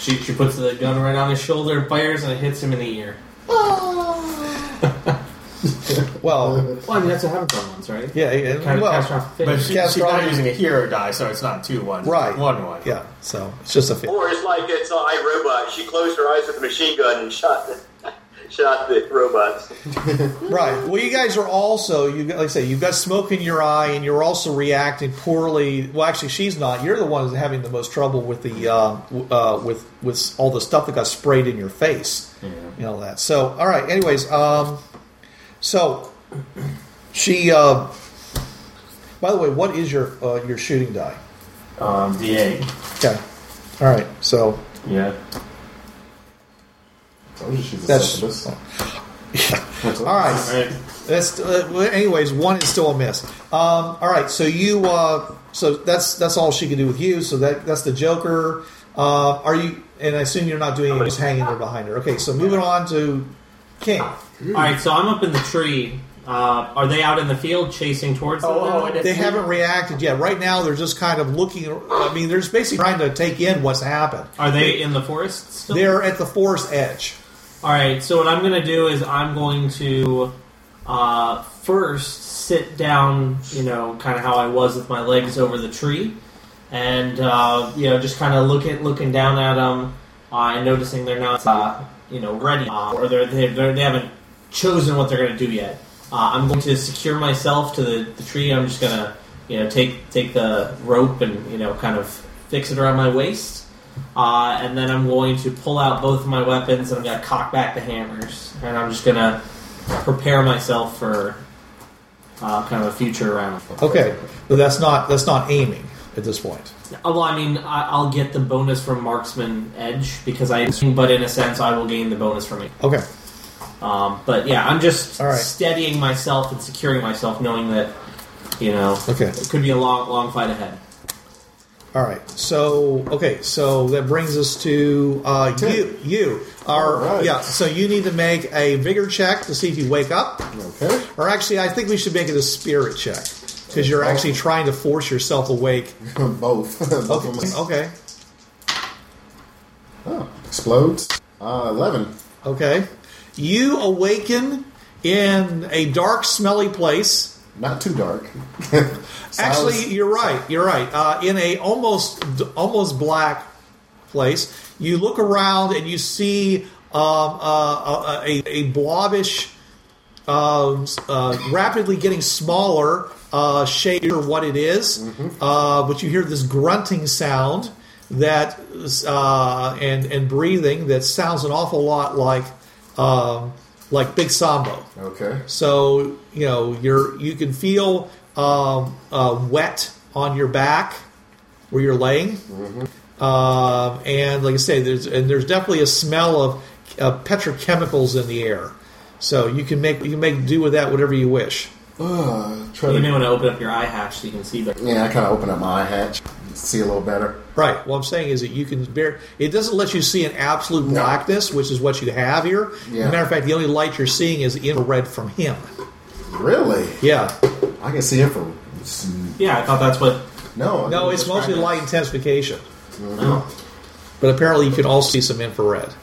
S4: She, she puts the gun right on his shoulder, fires, and it hits him in the ear.
S2: Well,
S4: Well, I mean, that's what happens on ones, right?
S2: yeah. and-
S4: Kind of
S2: well,
S4: catastrophic
S3: but
S4: finish.
S3: she,
S2: Yeah,
S3: she's not
S2: probably-
S3: using a hero die, so it's not 2 1.
S2: Right.
S3: 1 1.
S2: yeah. So it's just a fit.
S6: Or it's like it's uh, iRobot. She closed her eyes with a machine gun and shot shot the robots.
S2: Right. Well, you guys are also you got- like I say you've got smoke in your eye, and you're also reacting poorly. Well, actually, she's not. You're the one who's having the most trouble with the uh, w- uh, with with all the stuff that got sprayed in your face. You know that. So, all right. Anyways, um, so she. Uh, by the way, what is your uh, your shooting die?
S3: Um, D8.
S2: Okay. All right. So
S3: Yeah.
S5: Told you she's a
S2: That's-
S5: succubus.
S2: all right.
S3: Alright.
S2: That's uh, well, anyways. One is still a miss. Um, all right, so you uh, so that's that's all she can do with you. So that that's the Joker. Uh, are you? And I assume you're not doing it. Just hanging there behind her. Okay, so moving on to King.
S4: All right, so I'm up in the tree. Uh, are they out in the field chasing towards them?
S3: Oh, oh, and
S2: They haven't reacted yet. Right now, they're just kind of looking. I mean, they're just basically trying to take in what's happened.
S4: Are they in the forest still?
S2: They're at the forest edge.
S4: All right. So what I'm going to do is I'm going to uh, first sit down. You know, kind of how I was with my legs over the tree, and uh, you know, just kind of looking looking down at them uh, and noticing they're not uh, you know ready uh, or they're, they're, they're they haven't chosen what they're going to do yet. Uh, I'm going to secure myself to the, the tree. I'm just going to you know take take the rope and you know kind of fix it around my waist. Uh, and then I'm going to pull out both of my weapons and I'm going to cock back the hammers. And I'm just going to prepare myself for uh, kind of a future round.
S2: Okay, but that's not that's not aiming at this point.
S4: Uh, Well, I mean, I, I'll get the bonus from marksman edge because I, but in a sense, I will gain the bonus from it.
S2: Okay,
S4: Um, but yeah, I'm just
S2: All right.
S4: steadying myself and securing myself, knowing that you know
S2: Okay.
S4: it could be a long, long fight ahead.
S2: All right. So okay. So that brings us to uh, you. You are
S5: All right.
S2: yeah. So you need to make a vigor check to see if you wake up,
S5: Okay.
S2: or actually, I think we should make it a spirit check because you're actually
S5: Oh.
S2: trying to force yourself awake.
S5: Both. Both of them.
S2: Okay. Okay.
S5: Oh, explodes. Uh, 11.
S2: Okay. You awaken in a dark, smelly place.
S5: Not too dark.
S2: Actually, you're right. You're right. Uh, in a almost almost black place, you look around and you see um, uh, a, a a blobbish, um, s- uh, rapidly getting smaller uh, shape or what it is. Uh, but you hear this grunting sound that is, uh, and and breathing that sounds an awful lot like um, like Big Sambo.
S5: okay.
S2: So you know you're you can feel um, uh, wet on your back where you're laying, um, and like I say, there's and there's definitely a smell of uh, petrochemicals in the air. So you can make you can make do with that whatever you wish.
S5: Uh, try
S4: You may
S5: to,
S4: want to open up your eye hatch so you can see better.
S5: yeah, I kind of open up my eye hatch, see a little better.
S2: Right. What I'm saying is that you can bear. It doesn't let you see an absolute blackness, which is what you have here. As
S5: Yeah.
S2: a matter of fact, the only light you're seeing is infrared from him.
S5: Really?
S2: Yeah.
S5: I can see it from.
S4: Yeah, I thought that's what.
S5: No. I
S2: No,
S5: can
S2: it's
S5: describe
S2: mostly
S5: it.
S2: light intensification. But apparently, you can also see some infrared.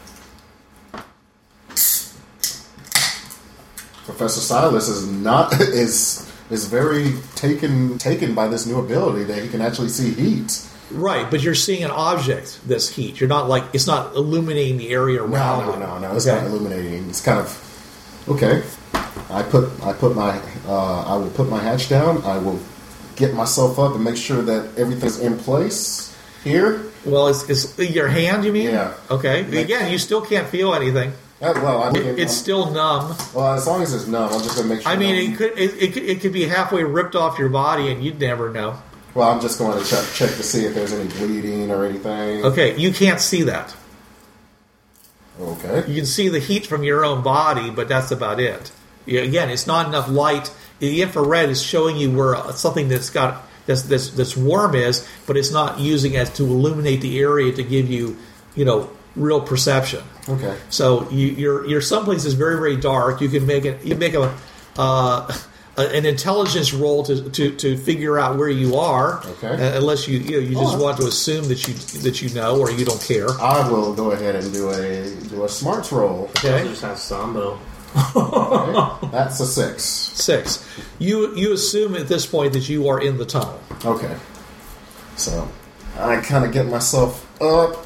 S5: Professor Silas is not is is very taken taken by this new ability that he can actually see heat.
S2: Right, but you're seeing an object that's heat. You're not like it's not illuminating the area
S5: No,
S2: around.
S5: no,
S2: it.
S5: no, no. It's
S2: Okay.
S5: not illuminating. It's kind of okay. I put I put my uh, I will put my hatch down. I will get myself up and make sure that everything's in place here.
S2: Well, it's, it's your hand. You mean?
S5: Yeah.
S2: Okay.
S5: Like-
S2: Again, you still can't feel anything.
S5: Uh, well, I mean,
S2: It's still numb.
S5: well as long as it's numb, I'm just gonna make sure.
S2: I mean,
S5: I'm-
S2: it could it, it, could- it could be halfway ripped off your body, and you'd never know.
S5: well, I'm just going to check check to see if there's any bleeding or anything.
S2: Okay, you can't see that.
S5: Okay.
S2: You can see the heat from your own body, but that's about it. Yeah, Again, it's not enough light. The infrared is showing you where uh, something that's got that's that's, that's warm is, but it's not using as to illuminate the area to give you, you know, real perception.
S5: Okay.
S2: So you, you're you're someplace that's very very dark. You can make it you make a, uh, a an intelligence roll to, to, to figure out where you are.
S5: Okay.
S2: uh, unless you you know you just
S5: Oh,
S2: want to assume that you that you know or you don't care.
S5: I will go ahead and do a do a smarts roll.
S4: I
S2: Okay.
S4: just have Sambo.
S5: Okay. That's a six.
S2: Six. You you assume at this point that you are in the tunnel.
S5: Okay. So I kind of get myself up,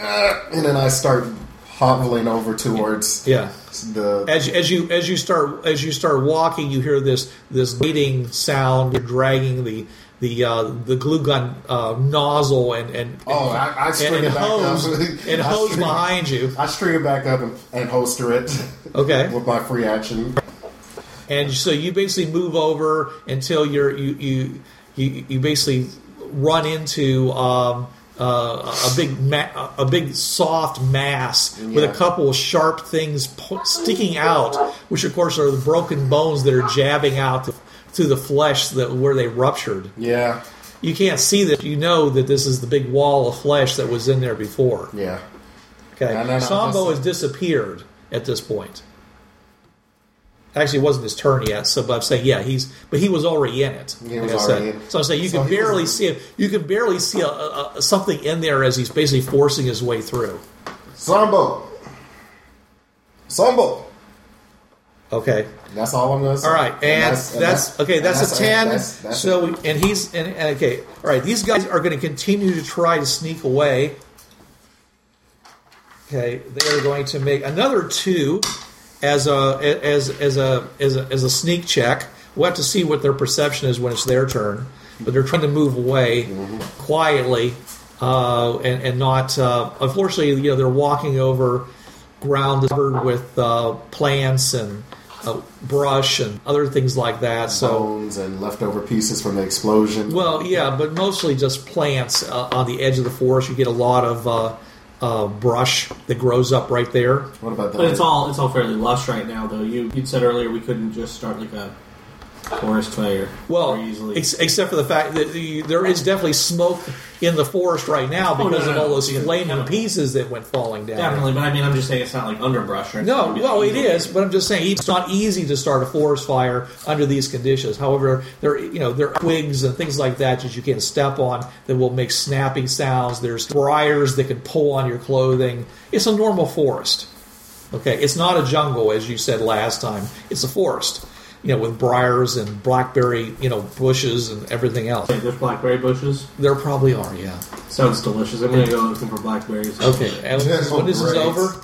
S5: uh, and then I start hobbling over towards
S2: Yeah.
S5: the.
S2: As, as you as you start as you start walking, you hear this this grating sound. You're dragging the the uh, the glue gun uh, nozzle and and
S5: Oh, I, I
S2: and,
S5: string
S2: and
S5: it back
S2: hose
S5: up.
S2: and
S5: I
S2: hose
S5: string-
S2: behind you.
S5: I string it back up and, and holster it
S2: Okay,
S5: with my free action.
S2: and so you basically move over until you're you you you, you basically run into um, uh, a big ma- a big soft mass with a
S5: Yeah.
S2: couple of sharp things po- sticking out, which of course are the broken bones that are jabbing out th- through the flesh that where they ruptured.
S5: Yeah,
S2: You can't see that. You know that this is the big wall of flesh that was in there before.
S5: yeah.
S2: Okay.
S5: No, no, no,
S2: Sambo
S5: just-
S2: has disappeared at this point. Actually, it wasn't his turn yet. So, but I'm saying, yeah, he's but he was already in it.
S5: He was
S2: I said.
S5: already in.
S2: So I'm saying you
S5: So
S2: can
S5: he was-
S2: barely see it. You can barely see a, a, a- something in there as he's basically forcing his way through.
S5: Sambo, Sambo.
S2: Okay.
S5: That's all I'm gonna say.
S2: All right, and, that's,
S5: and
S2: okay.
S5: and
S2: That's, a ten.
S5: that's- that's-
S2: so and he's and, and okay. All right, these guys are going to continue to try to sneak away. Okay, they are going to make another two as a as as a as a, as a sneak check. We'll have to see what their perception is when it's their turn, but they're trying to move away quietly uh, and and not. Uh, unfortunately, you know they're walking over ground that's covered with uh, plants and uh, brush and other things like that. So.
S5: bones and leftover pieces from the explosion.
S2: Well, yeah, but mostly just plants uh, on the edge of the forest. You get a lot of uh, uh, brush that grows up right there.
S5: what about that?
S4: But it's all it's all fairly lush right now, though. You you would said earlier we couldn't just start like a forest fire.
S2: Well,
S4: Or easily.
S2: ex- except for the fact that the, there is definitely smoke in the forest right now
S4: Oh, no,
S2: because
S4: no,
S2: of
S4: no.
S2: all those
S4: Because of the
S2: flaming
S4: chemicals.
S2: pieces that went falling down.
S4: Definitely, but I mean, I'm just saying it's not like underbrush or
S2: No,
S4: anything.
S2: well, it is, but I'm just saying it's not easy to start a forest fire under these conditions. However, there, you know, there are twigs and things like that that you can step on that will make snapping sounds. There's briars that can pull on your clothing. It's a normal forest. Okay, it's not a jungle as you said last time. It's a forest, you know, with briars and blackberry, you know, bushes and everything else.
S4: There's blackberry bushes.
S2: There probably are, yeah.
S4: Sounds delicious. I'm gonna go looking for blackberries.
S2: Okay, and when this is
S5: Great.
S2: over, all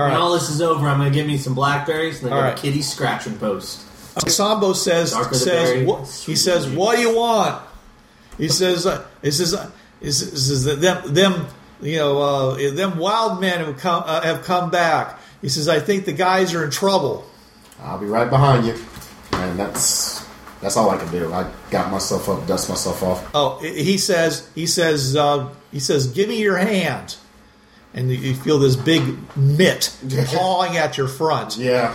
S4: When
S2: right.
S4: all this is over, I'm gonna give me some blackberries and then
S2: All
S4: get
S2: right.
S4: a kitty scratching post.
S2: Sambo says
S4: Darker the
S2: says
S4: berry,
S2: what he
S4: sweeter
S2: says.
S4: the juice.
S2: What do you want? He says. Uh, he says. Uh, he says, he says that them them you know uh, them wild men who come uh, have come back. He says. I think the guys are in trouble.
S5: I'll be right behind you. And that's that's all I can do. I got myself up, dust myself off.
S2: Oh, he he says. He says. Uh, he says. Give me your hand. And you- you feel this big mitt pawing at your front.
S5: Yeah,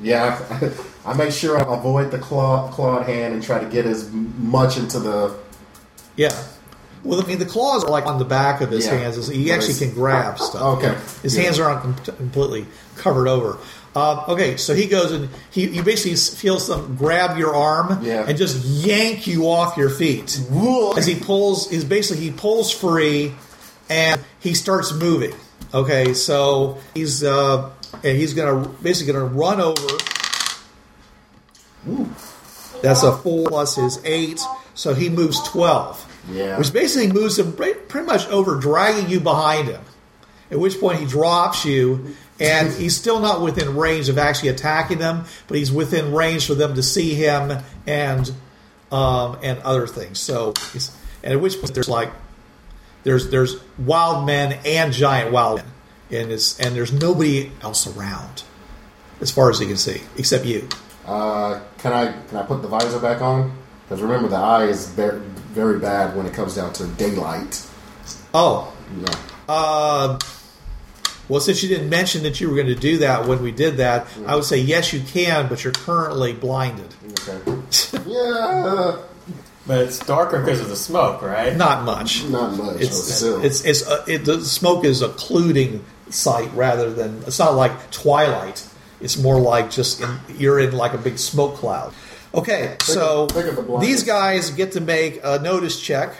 S5: yeah. I make sure I avoid the claw, clawed hand and try to get as much into the.
S2: Yeah. Well, I mean, the claws are like on the back of his
S5: Yeah.
S2: hands. He
S5: Well,
S2: actually
S5: it's-
S2: can grab stuff.
S5: Okay.
S2: His
S5: Yeah.
S2: hands aren't com- completely covered over. Uh, okay, so he goes and he, he basically s- feels them grab your arm
S5: Yeah.
S2: and just yank you off your feet.
S5: Whoa.
S2: As he pulls, is basically he pulls free and he starts moving. Okay, so he's uh, and he's gonna basically gonna run over. That's a four plus his eight, so he moves twelve.
S5: Yeah.
S2: which basically moves him pre- pretty much over, dragging you behind him. At which point he drops you, and he's still not within range of actually attacking them, but he's within range for them to see him and um, and other things. So, he's, and at which point there's like there's there's wild men and giant wild men, and it's and there's nobody else around as far as you can see except you.
S5: Uh, can I can I put the visor back on? Because remember, the eye is very, very bad when it comes down to daylight.
S2: Oh,
S5: Yeah.
S2: Uh, well, since you didn't mention that you were going to do that when we did that, I would say yes, you can, but you're currently blinded.
S5: Okay. yeah.
S3: But it's darker because of the smoke, right?
S2: Not much.
S5: Not much. but
S2: It's
S5: still.
S2: it's it's uh, it, the smoke is occluding sight rather than it's not like twilight. It's more like just in, you're in like a big smoke cloud. Okay, so
S5: of- think of the blindness.
S2: these guys get to make a notice check,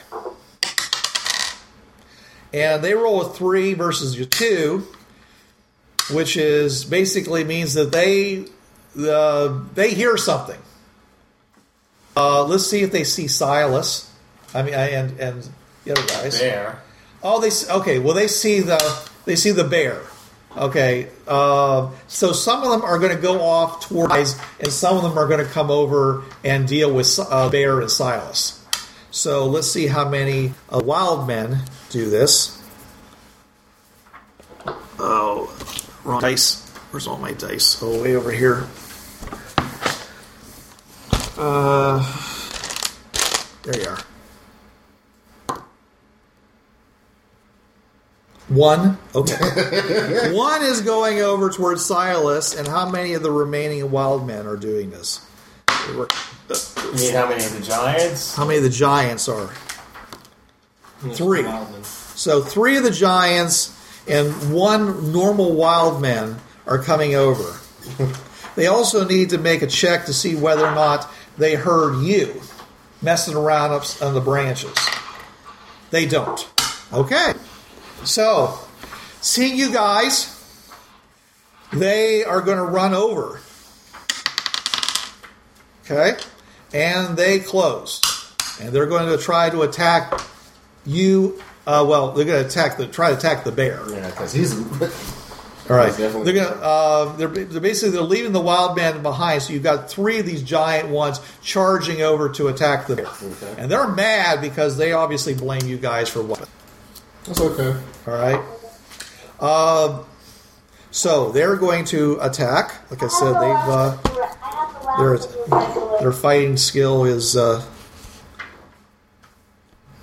S2: and they roll a three versus your two, which is basically means that they uh, they hear something. Uh, let's see if they see Silas. I mean, I- and and the other guys.
S3: There.
S2: Oh, they s- okay. Well, they see the they see the bear. Okay, Um so some of them are going to go off toward guys, and some of them are going to come over and deal with Si- uh, Bear and Silas. So let's see how many uh, wild men do this. Oh, wrong dice. Where's all my dice? Oh, way over here. Uh, there you are. One. Okay. One is going over towards Silas, and how many of the remaining wild men are doing this?
S3: You mean how many of the giants?
S2: How many of the giants are? Three. So three of the giants and one normal wild man are coming over. they also need to make a check to see whether or not they heard you messing around up on the branches. They don't. Okay. So, seeing you guys, they are going to run over. Okay? And they close. And they're going to try to attack you. Uh, well, they're going to attack the try to attack the bear.
S5: yeah, because he's
S2: All right.
S5: He's definitely-
S2: They're gonna. Uh, they're, they're basically they're leaving the wild man behind. So you've got three of these giant ones charging over to attack the bear, and they're mad because they obviously blame you guys for what.
S5: That's okay.
S2: All right. Um, so they're going to attack. Like I said, they've uh, their their fighting skill is uh,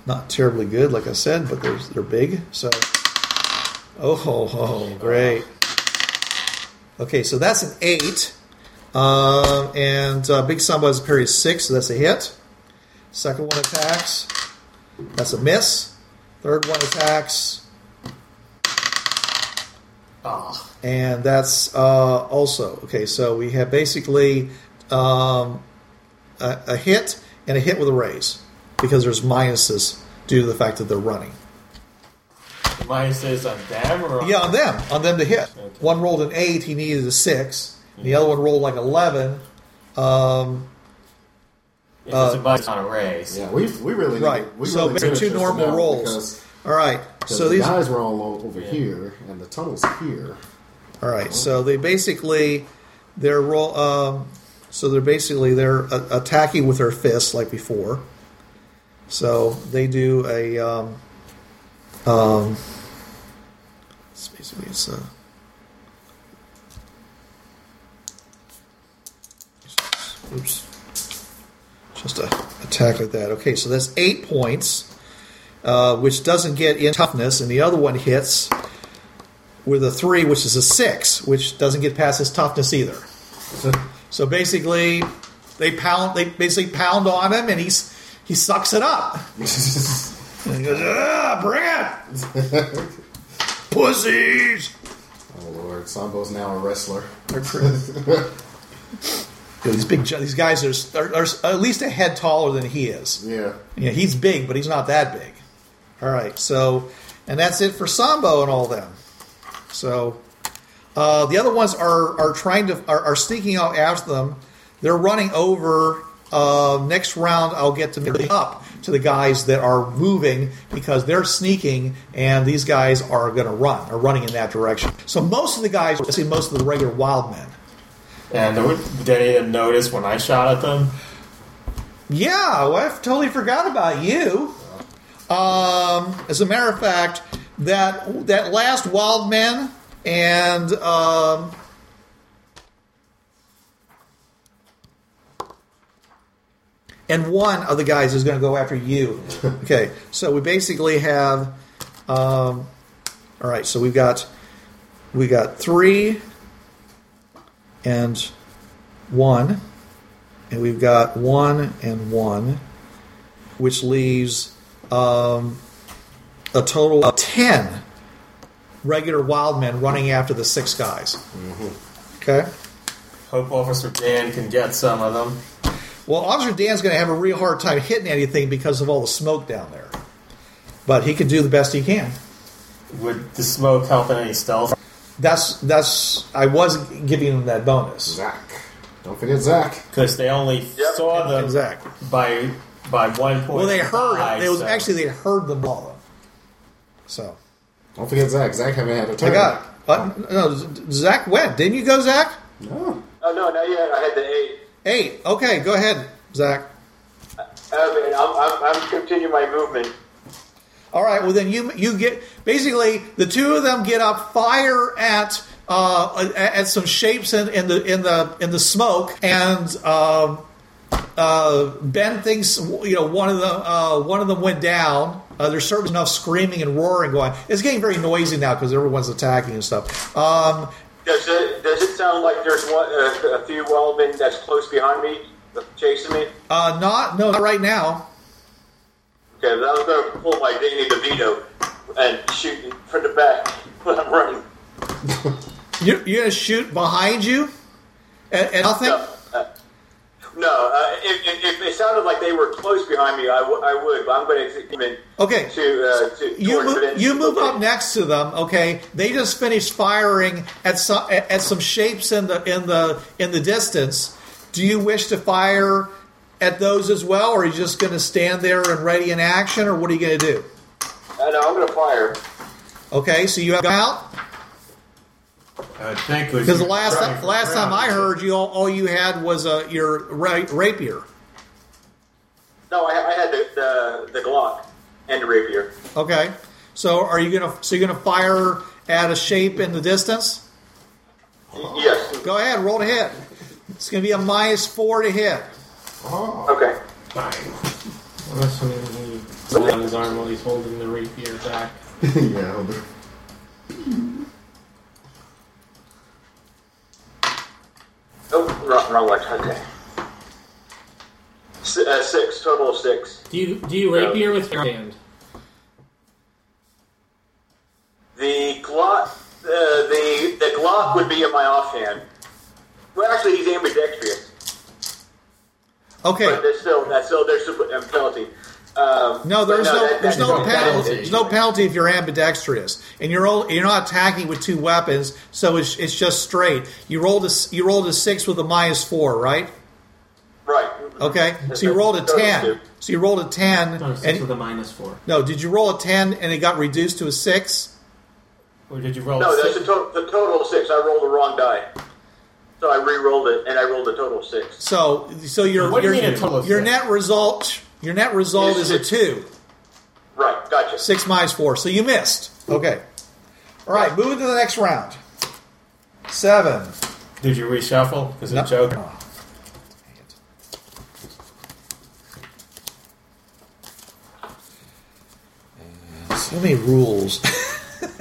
S2: not terribly good. Like I said, but they're they're big. So oh, ho, ho, great. Okay, so that's an eight. Uh, and uh, Big Samba is parry six, so that's a hit. Second one attacks. That's a miss. Third one attacks. And that's uh, also okay. So we have basically um, a, a hit and a hit with a raise because there's minuses due to the fact that they're running.
S3: Minus is on them or on-
S2: Yeah, on them, on them to hit. One rolled an eight, he needed a six. The other one rolled like eleven. Um,
S3: If it's
S2: uh,
S3: a minus on a raise.
S5: Yeah, we we really
S2: right.
S5: We
S2: so
S5: really
S2: they're
S5: finished
S2: two
S5: this
S2: normal
S5: now
S2: rolls.
S5: because-
S2: all right.
S5: because
S2: So
S5: the
S2: these.
S5: guys were all o- over here, and the tunnel's here.
S2: All right. So they basically they're roll. Um, so they're basically they're a- attacking with their fists like before. So they do a. Um, um, it's basically it's a. Oops. Just a attack like that. Okay, so that's eight points, uh, which doesn't get in toughness, and the other one hits with a three, which is a six, which doesn't get past his toughness either. So basically, they pound. They basically pound on him, and he's he sucks it up.
S5: Oh,
S2: And he goes, "Ah, bring it, pussies!"
S5: Oh Lord, Sambo's now a wrestler.
S2: They're pretty- Dude, these big, ju- these guys are, are, are at least a head taller than he is.
S5: Yeah,
S2: Yeah, he's big, but he's not that big. All right, so, and that's it for Sambo and all them. So, uh, the other ones are are trying to are, are sneaking out after them. They're running over. Uh, next round, I'll get to make up to the guys that are moving because they're sneaking, and these guys are going to run, are running in that direction. So most of the guys, I see most of the regular wild men.
S3: And there would- did any of them notice when I shot at them?
S2: Yeah, well, I totally forgot about you. Um, as a matter of fact, that that last Wild Man and um, and one of the guys is going to go after you. Okay, so we basically have. Um, all right, so we've got we got three and one and we've got one and one, which leaves um, a total of ten regular wild men running after the six guys.
S3: Mm-hmm.
S2: Okay.
S3: Hope Officer Dan can get some of them.
S2: Well, Officer Dan's going to have a real hard time hitting anything because of all the smoke down there, but he can do the best he can.
S3: Would the smoke help in any stealth?
S2: That's that's I was giving him that bonus.
S5: Zach. Don't forget Zach.
S3: Because they only
S6: Yep.
S3: saw them
S2: Exactly.
S3: by by one point.
S2: Well, they heard.
S3: Five,
S2: It was
S3: so-
S2: actually they heard them all. So.
S5: Don't forget Zach. Zach haven't had a turn.
S2: I got what? No, Z- Zach went. Didn't you go, Zach?
S5: No.
S6: Oh no, not yet. I had the eight.
S2: Eight. Okay, go ahead, Zach.
S6: Okay, Um, I'm, I'm, I'm continuing my movement.
S2: All right. Well, then you you get basically the two of them get up, fire at uh, at at some shapes in, in the in the in the smoke, and um, uh, Ben thinks you know one of them uh, one of them went down. Uh, there's certainly enough screaming and roaring going. It's getting very noisy now because everyone's attacking and stuff. Um,
S6: Does it does it sound like there's one uh, a few wildmen that's close behind me chasing me?
S2: uh, not no, not right now.
S6: Okay, I was gonna pull my Danny DeVito and shoot from the back when I'm running.
S2: You're, you're gonna shoot behind you, and, and nothing.
S6: No, uh, no uh, if, if, if it sounded like they were close behind me, I, w- I would. But I'm going to come in
S2: Okay.
S6: to uh, to
S2: You
S6: towards
S2: move,
S6: Vince.
S2: you move up next to them, okay? They just finished firing at some at at some shapes in the in the in the distance. Do you wish to fire at those as well, or are you just going to stand there and ready in action, or what are you going to do?
S6: Uh, no, I'm going to fire.
S2: Okay, so you have out
S3: I would think we
S2: because the
S3: should
S2: last
S3: try for
S2: last time I
S3: round.
S2: heard you, all, all you had was uh, your ra- rapier.
S6: No, I, I had the, the the Glock and the rapier.
S2: Okay, so are you going to so you're going to fire at a shape in the distance? Oh.
S6: Yes.
S2: Go ahead, roll to hit. It's going to be a minus four to hit.
S6: Okay.
S3: Unless I mean, he on his arm while he's holding the rapier back.
S5: yeah. hold it.
S6: Oh, wrong, wrong one. Okay. S- uh, six total of six.
S8: Do you do you rapier with your hand?
S6: The Glock, uh, the the Glock would be in my offhand. Well, actually, he's ambidextrous,
S2: Okay.
S6: but there's still that's still there's some um, penalty. Um,
S2: No,
S6: but
S2: there's no,
S6: that-
S2: there's
S6: that-
S2: no penalty.
S4: penalty.
S2: There's no penalty if you're ambidextrous, and you're all, you're not attacking with two weapons, so it's, it's just straight. You rolled a s- you rolled a six with a minus four, right?
S6: Right.
S2: Okay, so you rolled a ten. So you rolled a ten,
S4: No, Oh, six with
S2: and
S4: a minus four.
S2: no, did you roll a ten and it got reduced to a six?
S3: Or did you roll
S6: No,
S3: a
S6: that's
S3: six?
S6: a to- the total of six. I rolled the wrong die, so I re-rolled it and I rolled a total of six.
S2: So so your
S3: What do you
S2: your-
S3: mean a total of
S2: your
S3: six?
S2: net result your net result is a two.
S6: Right. Gotcha.
S2: Six minus four. So you missed. Okay. All right. Moving to the next round. Seven. Oh,
S3: Did you reshuffle? Because
S2: No.
S3: a joke.
S2: So many rules.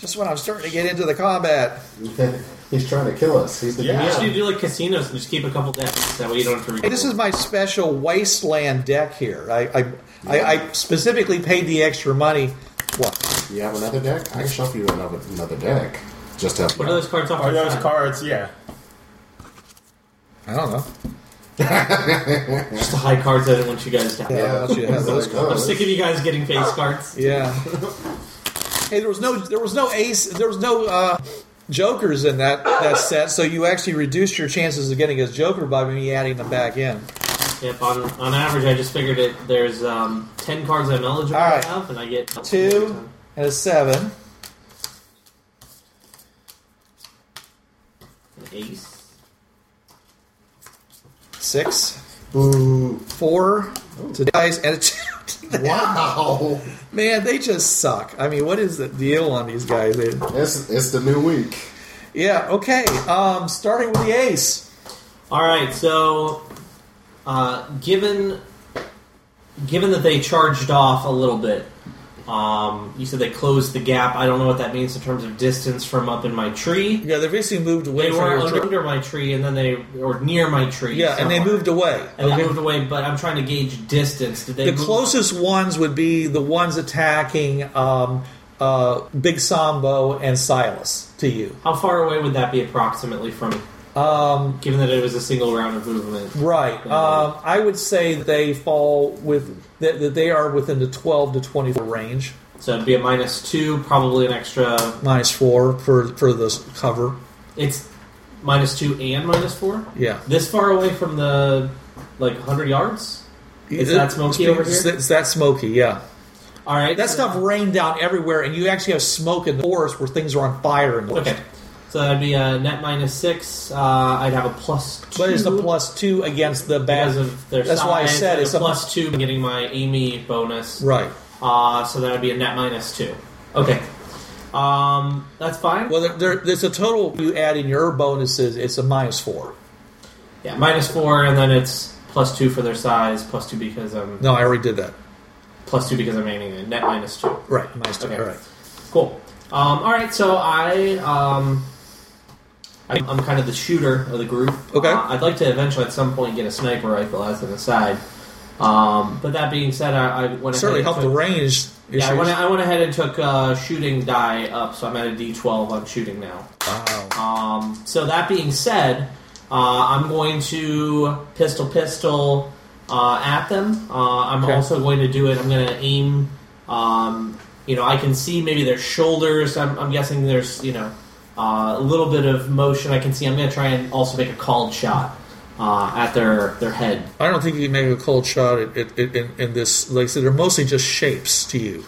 S2: Just when I'm starting to get into the combat.
S5: He's trying to kill us. He's the
S3: Yeah.
S4: You
S5: yeah.
S4: should do like casinos and just keep a couple decks. That way you don't have to.
S2: Hey, this is my special wasteland deck here. I I, I, I specifically paid the extra money. What?
S5: You have another deck? I can shuffle you another another deck. Just have
S4: What are Oh, those cards off?
S3: Are
S4: to the
S3: those
S4: side?
S3: cards? Yeah.
S2: I don't know.
S4: Just the high cards. I didn't want you guys to have.
S2: Yeah, I thought you had
S5: It's
S2: those
S5: like,
S4: I'm
S5: oh,
S4: sick of you guys getting face cards.
S2: Yeah. hey, there was no there was no ace there was no uh, jokers in that that set, so you actually reduced your chances of getting a joker by me adding them back in.
S4: Yep. On, on average, I just figured it. There's um, ten cards I'm eligible
S2: All right.
S4: to have, and I get
S2: Two and a seven.
S4: An ace.
S2: Six.
S5: Ooh.
S2: Four to dice and a two.
S5: Wow.
S2: Man, they just suck. I mean, what is the deal on these guys? They-
S5: It's, it's the new week.
S2: yeah, okay. Um, starting with the ace.
S4: All right, so uh, given given that they charged off a little bit, um, you said they closed the gap. I don't know what that means in terms of distance from up in my tree.
S2: Yeah, they basically moved away
S4: They
S2: from
S4: were
S2: your
S4: under,
S2: tr-
S4: my tree, and then they or near my tree.
S2: Yeah, and they
S4: somewhere.
S2: moved away.
S4: And
S2: Okay.
S4: they moved away, but I'm trying to gauge distance. Did they
S2: The
S4: move-
S2: closest ones would be the ones attacking um, uh, Big Sambo and Silas to you.
S4: How far away would that be approximately from? me?
S2: Um,
S4: Given that it was a single round of movement.
S2: right. Um, I would say they fall with that, that they are within the 12 to 24 range,
S4: So it'd be a minus two, probably an extra.
S2: minus four for for this cover.
S4: It's minus two and minus four.
S2: Yeah.
S4: This far away from the like 100 yards? Is that smoky over
S2: It's,
S4: here?
S2: it's that smoky, yeah.
S4: All right.
S2: That
S4: so-
S2: stuff rained down everywhere, and you actually have smoke in the forest where things are on fire. And
S4: Okay. So that'd be a net minus six. Uh, I'd have a plus two.
S2: But it's the plus two against the bad.
S4: because of their
S2: That's why I
S4: size,
S2: said
S4: and
S2: it's
S4: a
S2: a
S4: plus two by getting my Amy bonus.
S2: Right.
S4: Uh, so that'd be a net minus two. Okay. Um, that's fine.
S2: Well, there, there, there's a total you add in your bonuses. It's a minus four.
S4: yeah, minus four, and then it's plus two for their size, plus two because I'm
S2: No, I already did that.
S4: plus two because I'm aiming it. Net minus two.
S2: Right, minus two.
S4: Okay.
S2: All right.
S4: Cool. Um, all right, so I, um, I, I'm kind of the shooter of the group.
S2: Okay.
S4: Uh, I'd like to eventually, at some point, get a sniper rifle as an aside. Um, but that being said, I, I went
S2: Certainly
S4: ahead
S2: help
S4: and
S2: the
S4: took,
S2: range.
S4: Yeah, I
S2: issues.
S4: went, I went ahead and took uh, shooting die up, so I'm at a D12 on shooting now.
S2: Wow.
S4: Um, so that being said, uh, I'm going to pistol pistol uh, at them. Uh, I'm
S2: Okay.
S4: also going to do it. I'm going to aim. Um, you know, I can see maybe their shoulders. I'm, I'm guessing there's you know uh, a little bit of motion. I can see. I'm going to try and also make a called shot uh, at their their head.
S2: I don't think you can make a cold shot at, at, at, in, in this. Like I said, they're mostly just shapes to you.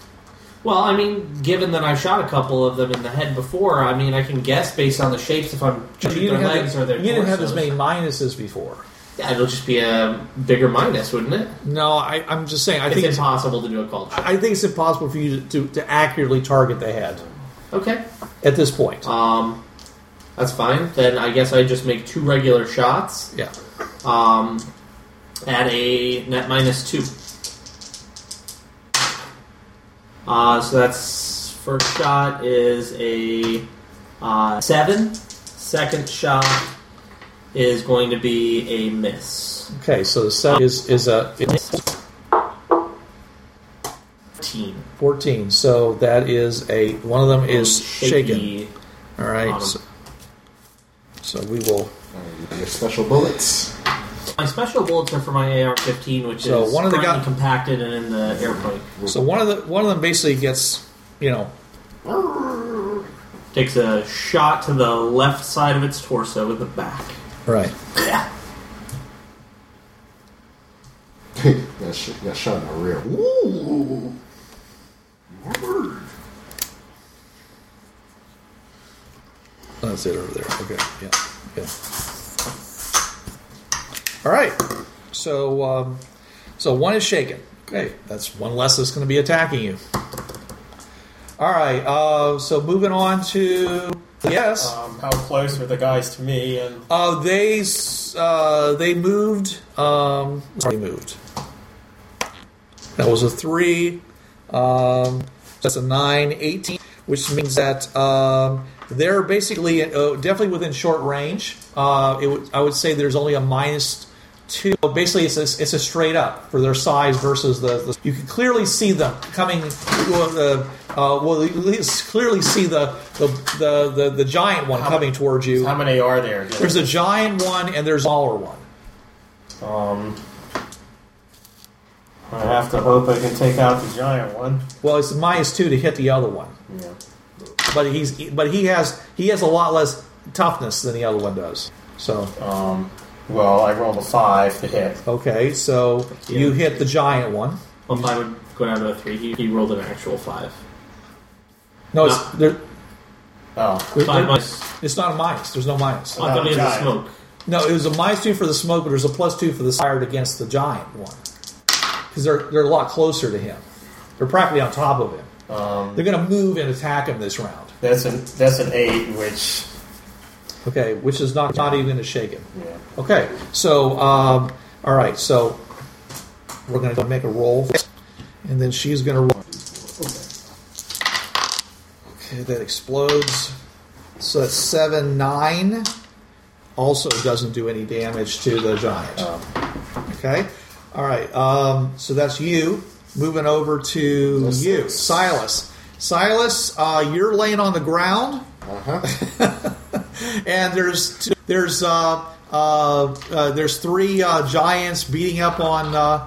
S4: Well, I mean, given that I shot a couple of them in the head before, I mean, I can guess based on the shapes if I'm
S2: You
S4: shooting their
S2: didn't, have,
S4: legs
S2: the-
S4: or their
S2: you didn't have as
S4: torsos.
S2: many minuses before.
S4: Yeah, it'll just be a bigger minus, wouldn't it?
S2: No, I, I'm just saying. I
S4: It's
S2: think it's,
S4: impossible to do a called shot.
S2: I think it's impossible for you to, to, to accurately target the head
S4: Okay.
S2: at this point.
S4: Um, that's fine. Then I guess I just make two regular shots
S2: yeah.
S4: um, at a net minus two. Uh, so that's first shot is a uh, seven. Second shot is going to be a miss.
S2: Okay, so the seven is is a is
S4: Team
S2: fourteen. So that is a one of them is shaken.
S4: shaky.
S2: All right.
S4: bottom.
S2: So, so we will.
S5: Your special bullets.
S4: My special bullets are for my AR-15, which
S2: So
S4: is
S2: one of the
S4: currently
S2: guy-
S4: compacted and in the airplane.
S2: So one of the one of them basically gets you know
S4: Takes a shot to the left side of its torso with the back.
S2: right.
S5: got, sh- got shot in the rear. Ooh. Word.
S2: Oh, That's it over there. Okay. Yeah. Yeah. All right. So um, so one is shaken. Okay. That's one less that's going to be attacking you. All right. Uh, so moving on to yes.
S3: Um, how close are the guys to me? And
S2: Uh, they s- uh, they moved. Um, sorry, they moved. That was a three. Um, that's a nine, 18, which means that um, they're basically uh, definitely within short range. Uh, it would I would say there's only a minus two. Basically, it's a, it's a straight up for their size versus the. the you can clearly see them coming. Well, the, uh, well, you can clearly see the the, the, the, the giant one coming towards you.
S3: how many are there?
S2: There's a giant one and there's a smaller one.
S3: Um, I have to hope I can take out the giant one.
S2: Well, it's minus two to hit the other one,
S3: Yeah.
S2: but he's but he has he has a lot less toughness than the other one does. So
S3: Um, well, I rolled a five to hit.
S2: okay, so you hit the giant one.
S4: Well, if I would go down to a three, he, he rolled an actual five.
S2: No, it's there,
S3: Oh,
S2: there-
S4: Five
S2: there-
S4: minus.
S2: it's not a minus. There's no minus.
S4: I thought he had the
S3: giant.
S4: smoke.
S2: No, it was a minus two for the smoke, but there's a plus two for the fired against the giant one because they're they're a lot closer to him. They're practically on top of him.
S3: um,
S2: They're going to move and attack him this round.
S3: that's an that's an eight, which
S2: Okay, which is not not even going to shake him.
S3: yeah.
S2: Okay, so um, all right, so we're gonna go make a roll, and then she's gonna roll. Okay, that explodes. So that's seven nine. Also doesn't do any damage to the giant. Okay, all right. Um, so that's you. Moving over to you, Silas. Silas, uh, you're laying on the ground
S5: Uh-huh.
S2: and there's t- there's uh, uh, uh, there's three uh, giants beating up on uh,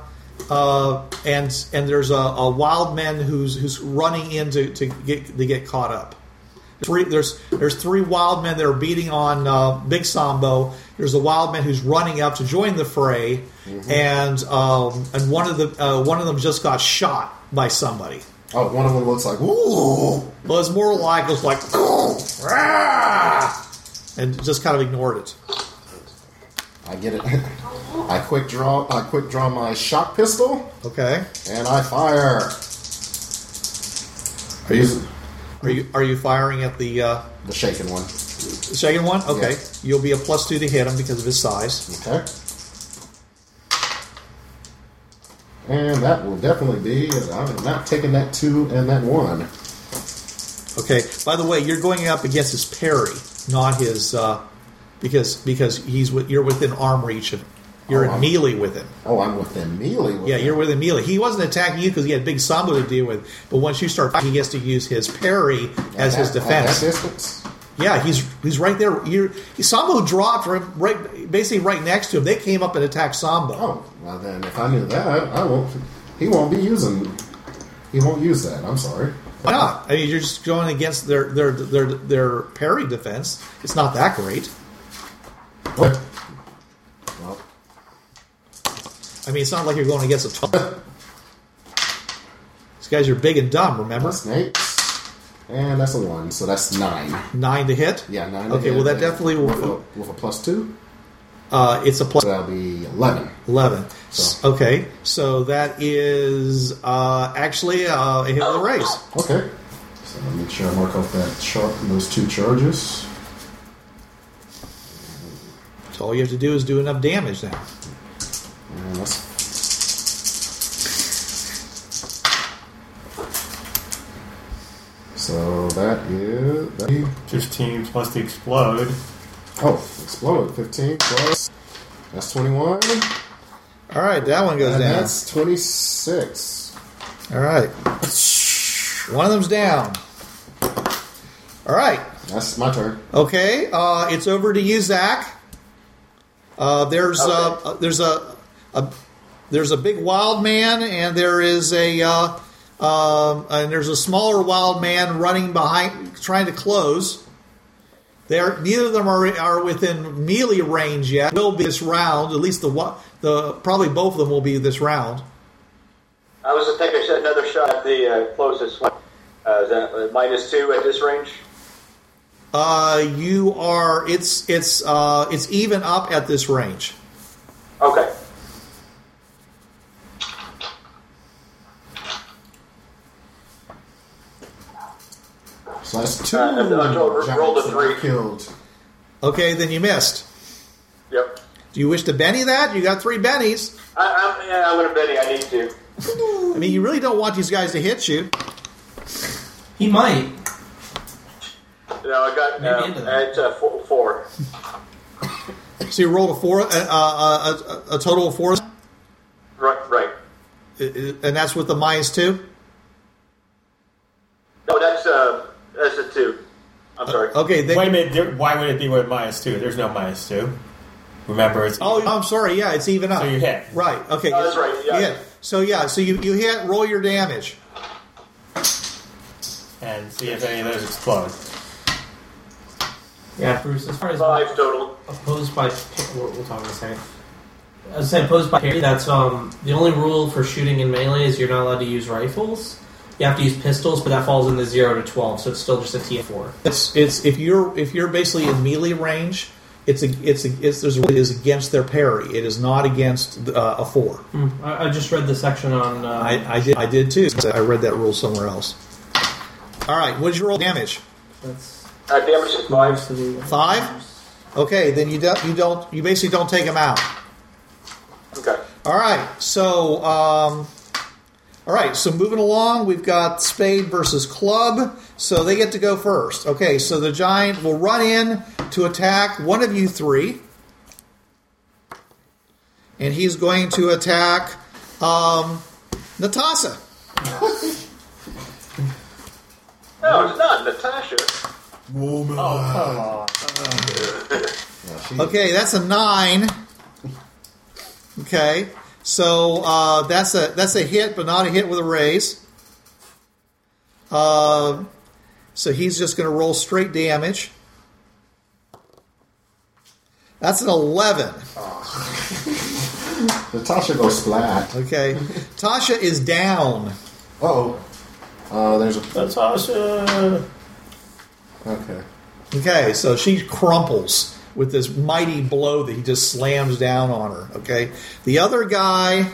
S2: uh, and and there's a, a wild man who's who's running in to, to get to get caught up. Three, there's there's three wild men that are beating on uh, Big Sambo. There's a wild man who's running up to join the fray, and um, and one of the uh, one of them just got shot by somebody.
S5: Oh, one of them looks like ooh.
S2: Well, it's more like it's like "Rah!" and just kind of ignored it.
S5: I get it. I quick draw. I quick draw my shock pistol
S2: Okay.
S5: and I fire. Are you
S2: Are you are you firing at the uh,
S5: the shaken one?
S2: the second one? Okay,
S5: Yeah.
S2: you'll be a plus two to hit him because of his size.
S5: Okay. And that will definitely be. I'm not taking that two and that one.
S2: Okay. By the way, you're going up against his parry, not his uh, because because he's with, you're within arm reach of you're
S5: Oh,
S2: in
S5: I'm-
S2: melee with him.
S5: Oh, I'm within melee. With
S2: Yeah,
S5: him.
S2: you're within melee. He wasn't attacking you because he had big sambo to deal with, but once you start, fighting, he gets to use his parry
S5: At
S2: as his
S5: that- oh, at
S2: defense.
S5: that distance.
S2: Yeah, he's he's right there. You're, Sambo dropped right, right, basically right next to him. They came up and attacked Sambo.
S5: Oh, well then, if I knew that, I won't. He won't be using. He won't use that. I'm sorry.
S2: Why not? I mean, you're just going against their their their their parry defense. It's not that great.
S5: What? Well,
S2: I mean, it's not like you're going against a twelve. These guys are big and dumb. Remember,
S5: that's an eight, and that's a one, so that's nine.
S2: nine to hit.
S5: Yeah, nine.
S2: Okay,
S5: again,
S2: well that
S5: and
S2: definitely
S5: with
S2: will.
S5: a, with a plus two.
S2: Uh, it's a plus
S5: So that'll be eleven.
S2: eleven.
S5: So-
S2: Okay, so that is uh, actually uh, a hit with a raise.
S5: Okay. So let me make sure I mark off that char- those two charges.
S2: So all you have to do is do enough damage now.
S5: And that's so that is that.
S3: Fifteen plus to explode.
S5: Oh, exploded. 15 plus. That's 21. And
S2: All right, that one goes down.
S5: that's 26.
S2: All right. One of them's down. All right.
S5: That's my turn.
S2: Okay. Uh, it's over to you, Zach. Uh, there's
S6: Okay.
S2: uh, there's a, a there's a big wild man, and there is a uh, um, and there's a smaller wild man running behind, trying to close. They're, neither of them are, are within melee range yet. Will be this round. At least the one- the probably both of them will be this round.
S6: I was going to take a sh- another shot at the uh, closest one. Uh, is that uh, minus two at this range?
S2: Uh, you are it's it's uh, it's even up at this range.
S6: Okay.
S5: So that's two.
S6: Uh, no, I rolled-
S5: giants
S6: rolled a
S5: that I
S6: three.
S5: Killed.
S2: Okay, then you missed.
S6: Yep.
S2: Do you wish to Benny that? You got three Bennies.
S6: I, I'm, yeah, I'm going to bet I need to.
S2: I mean, you really don't want these guys to hit you.
S4: He might.
S6: No, I got
S4: Maybe
S6: uh,
S4: into that.
S6: at uh, four, four.
S2: So you rolled a four, uh, uh, a, a total of four, uh,
S6: Right, right.
S2: uh, and that's with the minus two.
S6: No, that's uh, that's a two. I'm sorry.
S4: Uh,
S2: Okay,
S3: Wait a
S2: then.
S3: minute. there- Why would it be with minus two? There's no minus two. Remember, it's
S2: Oh, I'm sorry. Yeah, it's even up.
S3: So you hit.
S2: Right. Okay.
S6: Oh, that's right, yeah.
S2: You hit. So yeah. So you you hit. Roll your damage.
S3: and see if any of those explode.
S4: Yeah, Bruce. As far as
S6: Five total.
S4: opposed by we'll, we'll talk in a second. I was saying opposed by parry. That's um the only rule for shooting in melee is you're not allowed to use rifles. You have to use pistols, but that falls in the zero to twelve, so it's still just a TF4.
S2: It's it's if you're if you're basically in melee range, it's a it's a it's there's it is against their parry. It is not against uh, a four.
S4: Hmm, I, I just read the section on. Uh,
S2: I, I did I did too. I read that rule somewhere else. All right. What's your roll damage?
S4: that's
S6: Uh, damage is five.
S4: close to the-
S2: Five? Okay, then you don't you don't you basically don't take them out.
S6: Okay.
S2: All right, so um, all right, so moving along, we've got Spade versus Club, so they get to go first. Okay, so the giant will run in to attack one of you three, and he's going to attack um, Natasha.
S6: No, it's not Natasha.
S5: Woman.
S3: Oh,
S2: Okay, that's a nine. Okay, so uh, that's a that's a hit, but not a hit with a raise. Uh, so he's just going to roll straight damage. That's an eleven.
S5: Natasha goes splat.
S2: Okay, Tasha is down.
S5: Oh. Uh, there's a.
S3: come on. Natasha.
S5: Okay.
S2: Okay, so she crumples with this mighty blow that he just slams down on her. Okay, the other guy,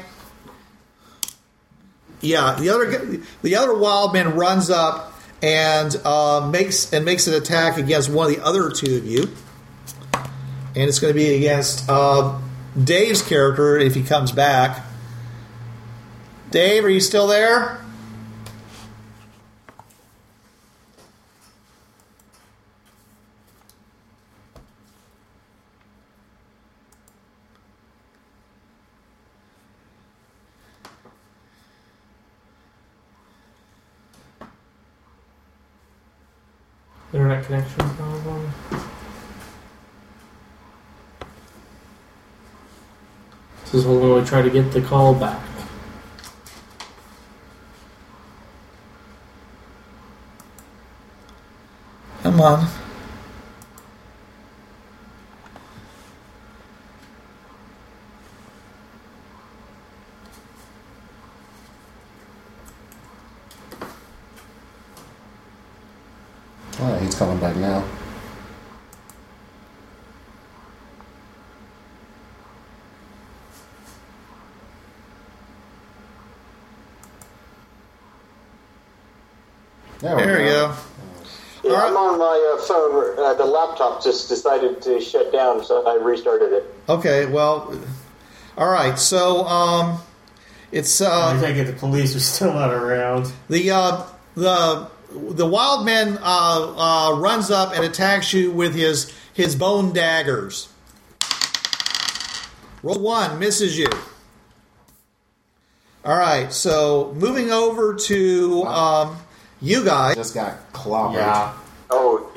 S2: yeah, the other gu- the other wild man runs up and uh, makes and makes an attack against one of the other two of you, and it's going to be against uh, Dave's character if he comes back. Dave, are you still there?
S4: Internet connection problem. This is when we try to get the call back.
S2: Come on.
S5: Alright, he's coming back now. we
S2: There you go.
S6: Yeah,
S2: All right.
S6: I'm on my uh, phone. Uh, the laptop just decided to shut down, so I restarted it.
S2: Okay, well, all right. So um, it's
S3: I
S2: uh,
S3: take it the police are still not around.
S2: the uh, the the wild man uh, uh, runs up and attacks you with his his bone daggers. Roll one, misses you. All right, so moving over to um, you guys.
S5: Just got clobbered.
S3: Yeah.
S6: Oh,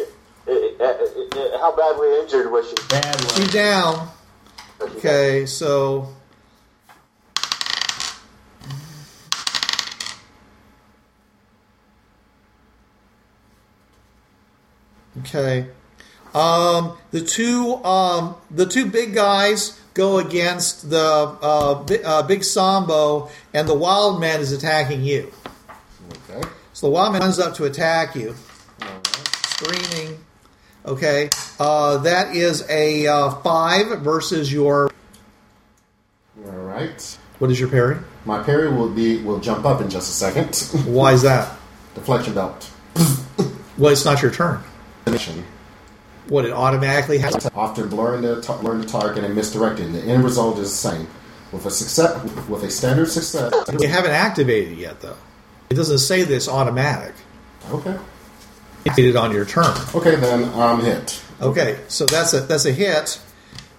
S6: eh, eh, eh, eh, how badly injured was she?
S3: Bad
S2: You
S3: luck.
S2: down. Okay, so. Okay. Um, the two um, the two big guys go against the uh, bi- uh, big Sambo, and the wild man is attacking you.
S5: Okay.
S2: So the wild man runs up to attack you, screaming. Okay, uh, that is a uh, five versus your
S5: All right.
S2: What is your parry?
S5: My parry will be will jump up in just a second.
S2: Why is that?
S5: Deflection belt.
S2: Well, it's not your turn.
S5: Deflection.
S2: What it automatically has.
S5: Often blurring the ta- blurring the target and misdirecting. The end result is the same. With a success, with a standard success.
S2: You haven't activated it yet, though. It doesn't say this automatic.
S5: Okay.
S2: It's it on your turn.
S5: Okay, then I'm hit.
S2: Okay, so that's a that's a hit.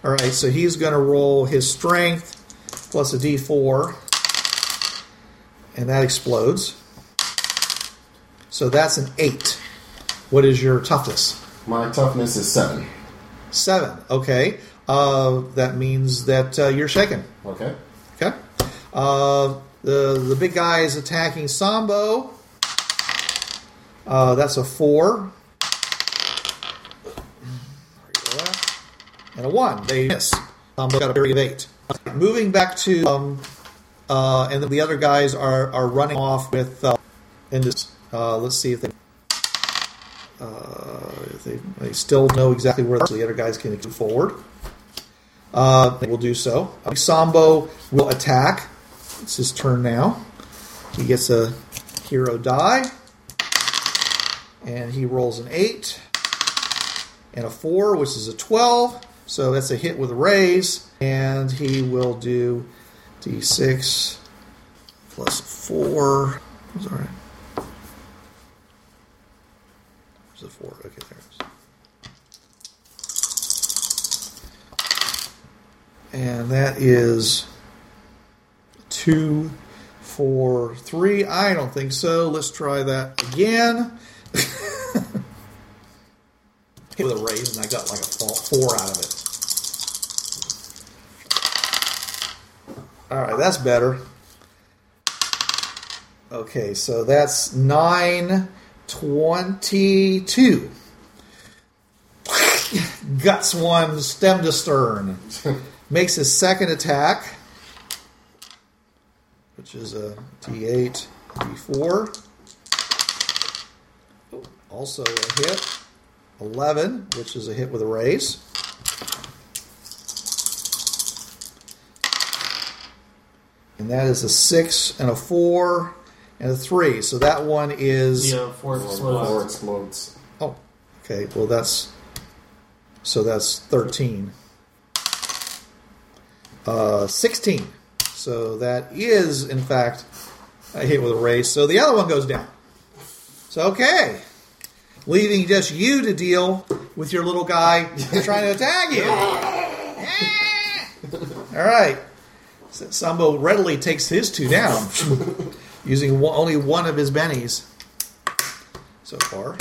S2: All right, so he's going to roll his strength plus a d4, and that explodes. So that's an eight. What is your toughness?
S5: My toughness is seven.
S2: Seven. Okay, uh, that means that uh, you're shaken.
S5: Okay.
S2: Okay. Uh, the the big guy is attacking Sambo. Uh, that's a four. And a one. They miss. Sambo got a period of eight. Moving back to um, uh, and the other guys are are running off with. Uh, and just, uh, let's see if they. Uh, if they, they still know exactly where so the other guys can move forward. Uh, they will do so. Uh, Sambo will attack. It's his turn now. He gets a hero die. And he rolls an 8 and a 4, which is a 12. So that's a hit with a raise. And he will do d6 plus 4. It's all right. There's a 4. Okay, there it is. And that is two, four, three. I don't think so. Let's try that again. Hit with a raise, and I got like a fo- four out of it. All right, that's better. Okay, so that's nine twenty-two. Guts one, stem to stern makes his second attack, which is a D8, D4. Also a hit, 11, which is a hit with a raise. And that is a 6 and a 4 and a 3. So that one is.
S4: Yeah, four
S5: Or
S4: explodes.
S5: explodes.
S2: Oh, okay. Well, that's so that's thirteen. Uh, sixteen. So that is, in fact, a hit with a raise. So the other one goes down. So okay, leaving just you to deal with your little guy trying to attack you. All right. So Sambo readily takes his two down, using one, only one of his bennies so far.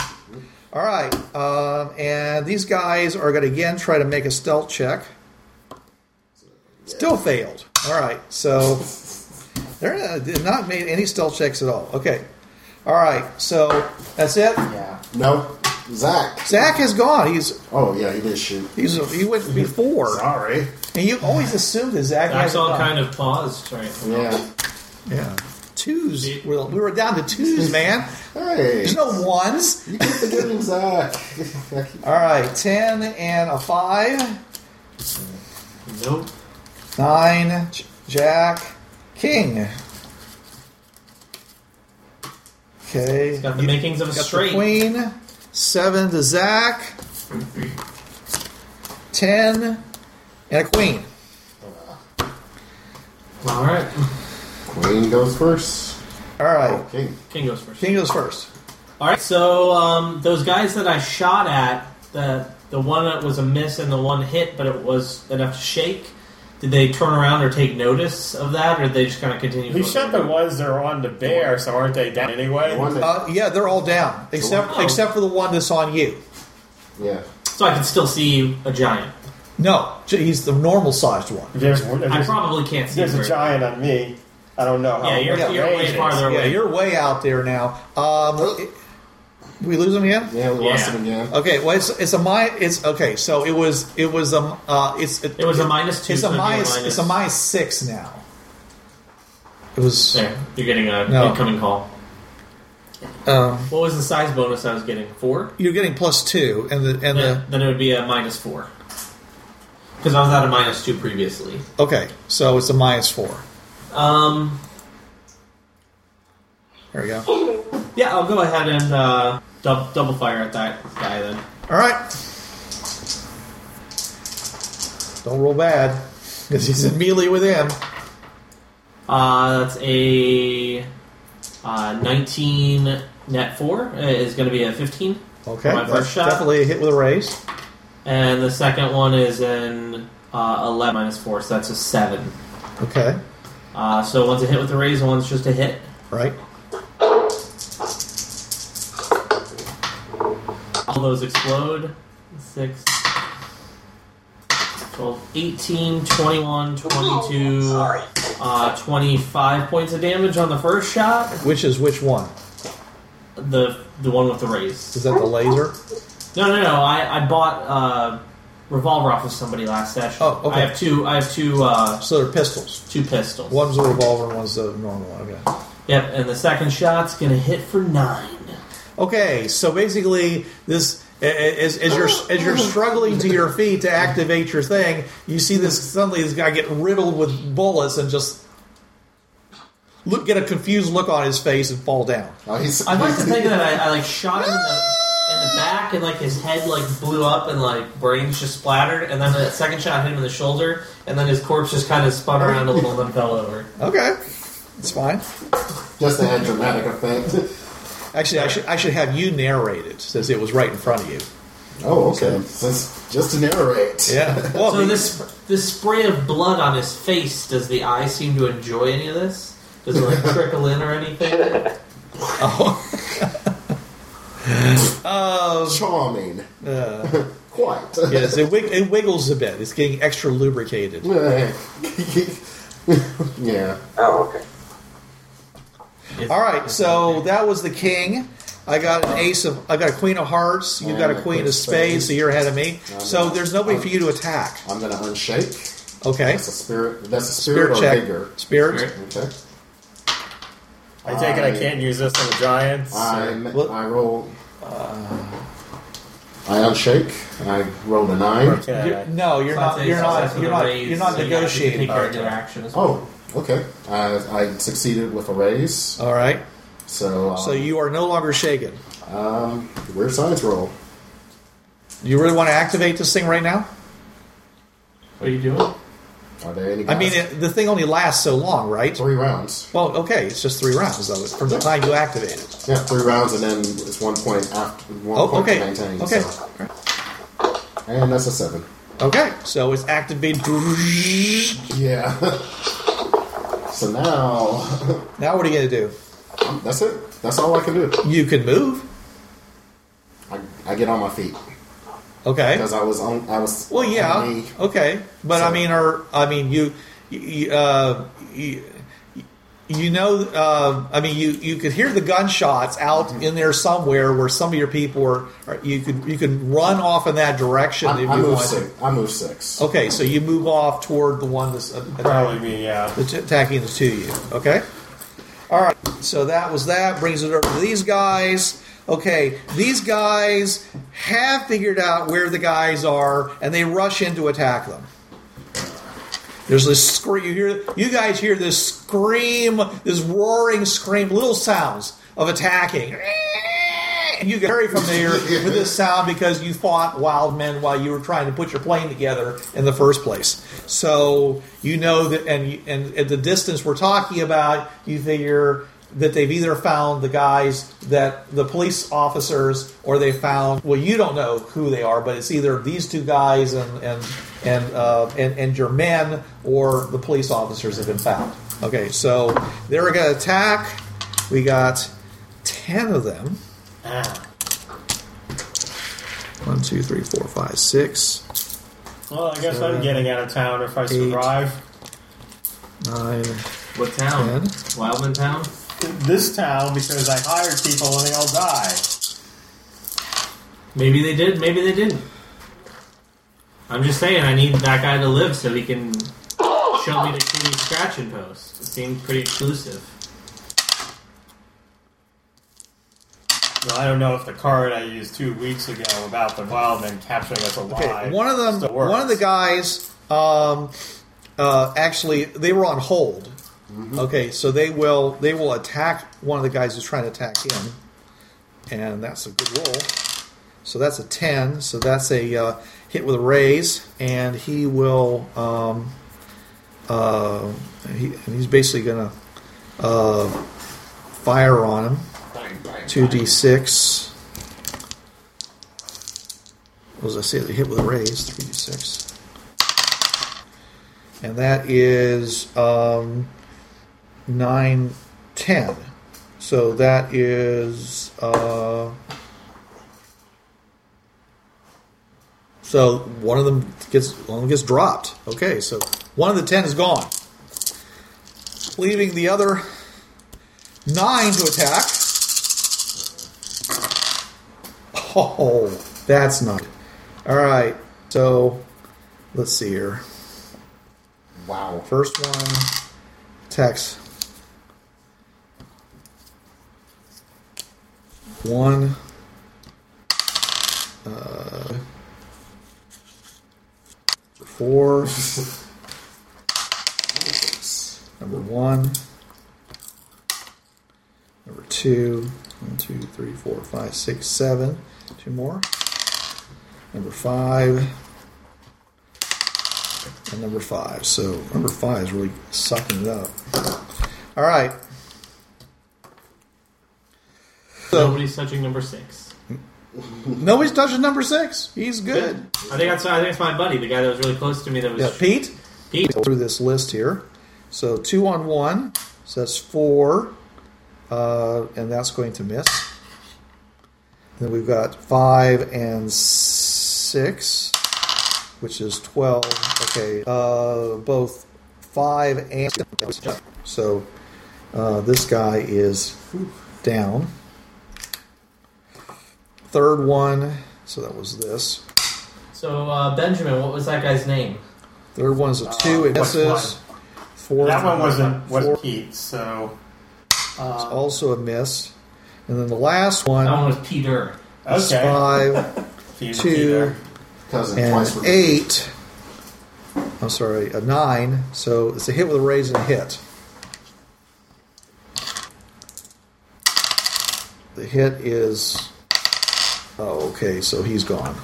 S2: All right, um, and these guys are going to again try to make a stealth check. Still failed. All right, so they're uh, did not made any stealth checks at all. Okay, all right, so that's it.
S3: Yeah.
S5: No. Zach.
S2: Zach is gone. He's
S5: Oh yeah, he did shoot.
S2: he's he went before,
S5: Sorry.
S2: and you always assumed that Zach.
S4: That's
S2: hasn't
S4: all
S2: gone.
S4: kind of paused right now.
S5: Yeah.
S2: yeah. Twos. Well, we were down to twos, man.
S5: Hey.
S2: There's no ones.
S5: You keep forgetting Zach.
S2: All right, ten and a five.
S4: Nope.
S2: Nine, J- Jack, King. Okay.
S4: Got the makings of a
S2: Got the
S4: straight.
S2: queen. Seven to Zach. Ten, and a queen.
S4: All right.
S5: Queen goes first.
S2: All right.
S5: Okay.
S4: King goes first.
S2: King goes first.
S4: All right, so um, those guys that I shot at, the the one that was a miss and the one hit, but it was enough to shake. Did they turn around or take notice of that, or did they just kind of continue?
S3: He
S4: going
S3: shot the
S4: forward?
S3: ones that are on the bear, so aren't they down anyway?
S5: The one that-
S2: Uh, yeah, they're all down except
S4: Wow.
S2: except for the one that's on you.
S5: yeah.
S4: So I can still see a giant.
S2: No, j- he's the normal sized one.
S3: There's,
S4: I
S3: there's,
S4: probably can't see.
S3: there's a
S4: very-
S3: giant on me. I don't know how
S4: Yeah, you're,
S3: what
S4: you're
S3: range
S4: way
S3: is.
S4: farther
S2: Yeah,
S4: away.
S2: you're way out there now. Um, it- we lose him again.
S5: Yeah, we
S4: Yeah.
S5: lost
S4: Uh,
S5: him again.
S2: Okay, well, it's it's a my it's okay. So it was it was um uh it's
S4: It was a minus two.
S2: It's
S4: so
S2: a
S4: it'd be
S2: minus, It's a minus six now. It was.
S4: There, you're getting a
S2: No.
S4: incoming call.
S2: Um,
S4: What was the size bonus I was getting? Four.
S2: you're getting plus two, and the and
S4: Then- Then it would be a minus four. Because I was at a minus two previously.
S2: the okay, so it's a minus four.
S4: Um,
S2: There we go. All
S4: yeah, I'll go ahead and uh, dub- double fire at that guy then.
S2: right. Don't roll bad because he's in melee with him.
S4: Uh, that's a uh, 19 net 4 uh, is going to be a 15.
S2: Okay,
S4: My first
S2: that's
S4: shot.
S2: definitely a hit with a raise.
S4: And the second one is an uh, 11 minus 4, so that's a 7.
S2: Okay,
S4: Uh, so one's a hit with a raise, and one's just a hit.
S2: right.
S4: All those explode. 6, 12, 18, 21, 22, uh, 25 points of damage on the first shot.
S2: Which is which one?
S4: The, the one with the raise.
S2: Is that the laser?
S4: No, no, no. I, I bought uh, revolver off of somebody last session.
S2: Oh, okay.
S4: I have two. I have two. Uh,
S2: So they're pistols.
S4: two pistols.
S2: One's a revolver, and one's a normal one. Okay.
S4: Yep. And the second shot's gonna hit for nine.
S2: Okay, so basically, this as, as you're as you're struggling to your feet to activate your thing, you see this suddenly this guy get riddled with bullets and just look get a confused look on his face and fall down.
S5: Oh, he's,
S4: I'd like to think that I, I like shot him in the in the back, and like his head like blew up, and like brains just splattered, and then the second shot hit him in the shoulder, and then his corpse just kind of spun around a little, and then fell over.
S2: Okay, it's fine.
S5: just to add dramatic effect.
S2: Actually, I should I should have you narrate it since it was right in front of you.
S5: Oh, okay. Since just to narrate.
S2: Yeah. Well,
S4: So this this spray of blood on his face. Does the eye seem to enjoy any of this? Does it like trickle in or anything?
S5: Charming. Quite.
S2: yes, it, wig, it wiggles a bit. It's getting extra lubricated.
S5: yeah.
S6: Oh, okay.
S2: All right, so that was the king. I got an ace of, I got a queen of hearts. You got a Oh, queen of spades, so you're ahead of me. So there's nobody for you to attack.
S5: I'm gonna unshake.
S2: Okay,
S5: That's a spirit. That's a spirit,
S2: spirit
S5: or
S2: check.
S5: vigor.
S2: Spirit.
S5: Okay.
S3: I take it I can't use this on the giants.
S5: I'm,
S2: What?
S5: I roll. uh, I unshake. I roll a nine.
S3: Can I-
S2: You're- no, you're not. You're not. You're not. You're not
S4: negotiating.
S2: negotiating.
S5: Oh, okay. I, I succeeded with a raise.
S2: All right,
S5: So, uh,
S2: so you are no longer shaken.
S5: um, weird science roll.
S2: Do you really want to activate this thing right now?
S4: What are you doing?
S5: Are there any? Guys?
S2: I mean, it, the thing only lasts so long, right?
S5: three rounds.
S2: Well, okay, it's just three rounds though from the time you activate it.
S5: Yeah, three rounds, and then it's one point after one
S2: Oh,
S5: point
S2: okay,
S5: to maintain.
S2: okay,
S5: so- and that's a seven.
S2: okay. So it's activated.
S5: Yeah. so now,
S2: Now what are you gonna do?
S5: that's it. That's all I can do.
S2: You can move.
S5: I, I get on my feet
S2: Okay.
S5: because I was on. I was.
S2: Well, yeah,
S5: only-
S2: okay, but I
S5: So-
S2: mean, or I mean, you, you, uh, you, you know, uh, I mean, you you could hear the gunshots out
S5: Mm-hmm.
S2: in there somewhere where some of your people were. Or you could you could run off in that direction
S5: I,
S2: if
S5: I
S2: you
S5: move
S2: want. to.
S5: six. I move six.
S2: Okay, so you move off toward the one that's uh,
S3: Probably me, yeah.
S2: that's attacking the two of you. Okay, all right. So that was that. Brings it over to these guys. Okay, these guys have figured out where the guys are, and they rush in to attack them. There's this scream. You hear you guys hear this scream, this roaring scream, little sounds of attacking. And you get very familiar with this sound because you fought wild men while you were trying to put your plane together in the first place. So you know that, and and at the distance we're talking about, you figure that they've either found the guys that the police officers or they found well you don't know who they are but it's either these two guys and and and uh, and, and your men or the police officers have been found okay so they're gonna attack we got 10 of them
S3: Ah.
S2: one two three four five six
S3: Well, I guess i I'm getting out of town if I survive.
S2: nine
S4: What town?
S2: ten
S4: Wildman Town?
S3: This town because I hired people and they all die.
S4: Maybe they did, maybe they didn't. I'm just saying, I need that guy to live so he can show me the shitty scratching post. It seemed pretty exclusive.
S3: Well, I don't know if the card I used two weeks ago about the wild men capturing us alive.
S2: Okay, one of them,
S3: still works.
S2: one of the guys, um, uh, actually, they were on hold. Okay, so they will they will attack one of the guys who's trying to attack him, and that's a good roll. So that's a ten. So that's a uh, hit with a raise, and he will. Um, uh, he, and he's basically gonna uh, fire on him. Two d six. What was I say? They hit with a raise, 3d6. And that is um, 9, 10. So that is. Uh, so one of them gets one of them gets dropped. Okay, so one of the 10 is gone. Leaving the other 9 to attack. Oh, that's not. All right. So, let's see here.
S5: Wow.
S2: First one, text. One. Uh, four. number one. Number two. One, two, three, four, five, six, seven. Two more. Number five and number five. So number five is really sucking it up. All right. So
S4: Nobody's touching number six.
S2: nobody's touching number six. He's good.
S4: I think that's I think it's my buddy, the guy that was really close to me. That was
S2: Yeah, Pete.
S4: Pete.
S2: Through this list here, so two on one, so that's four, uh, and that's going to miss. Then we've got five and six, which is twelve. Okay, uh, both five and so uh, this guy is down. Third one, so that was this.
S4: So uh, Benjamin, what was that guy's name?
S2: Third one's a two. it
S3: which
S2: misses. Fourth
S3: Uh, that one wasn't wasn't
S2: fourth
S3: Pete, so
S2: is also a miss. And then the last one
S4: That one was Peter.
S2: is
S3: Oh, okay.
S2: five
S3: Pete-
S2: two,
S3: Peter.
S5: Cousin
S2: and
S5: twice with
S2: eight. I'm sorry, a nine. So it's a hit with a raise and a hit. The hit is. Oh, okay. So he's gone.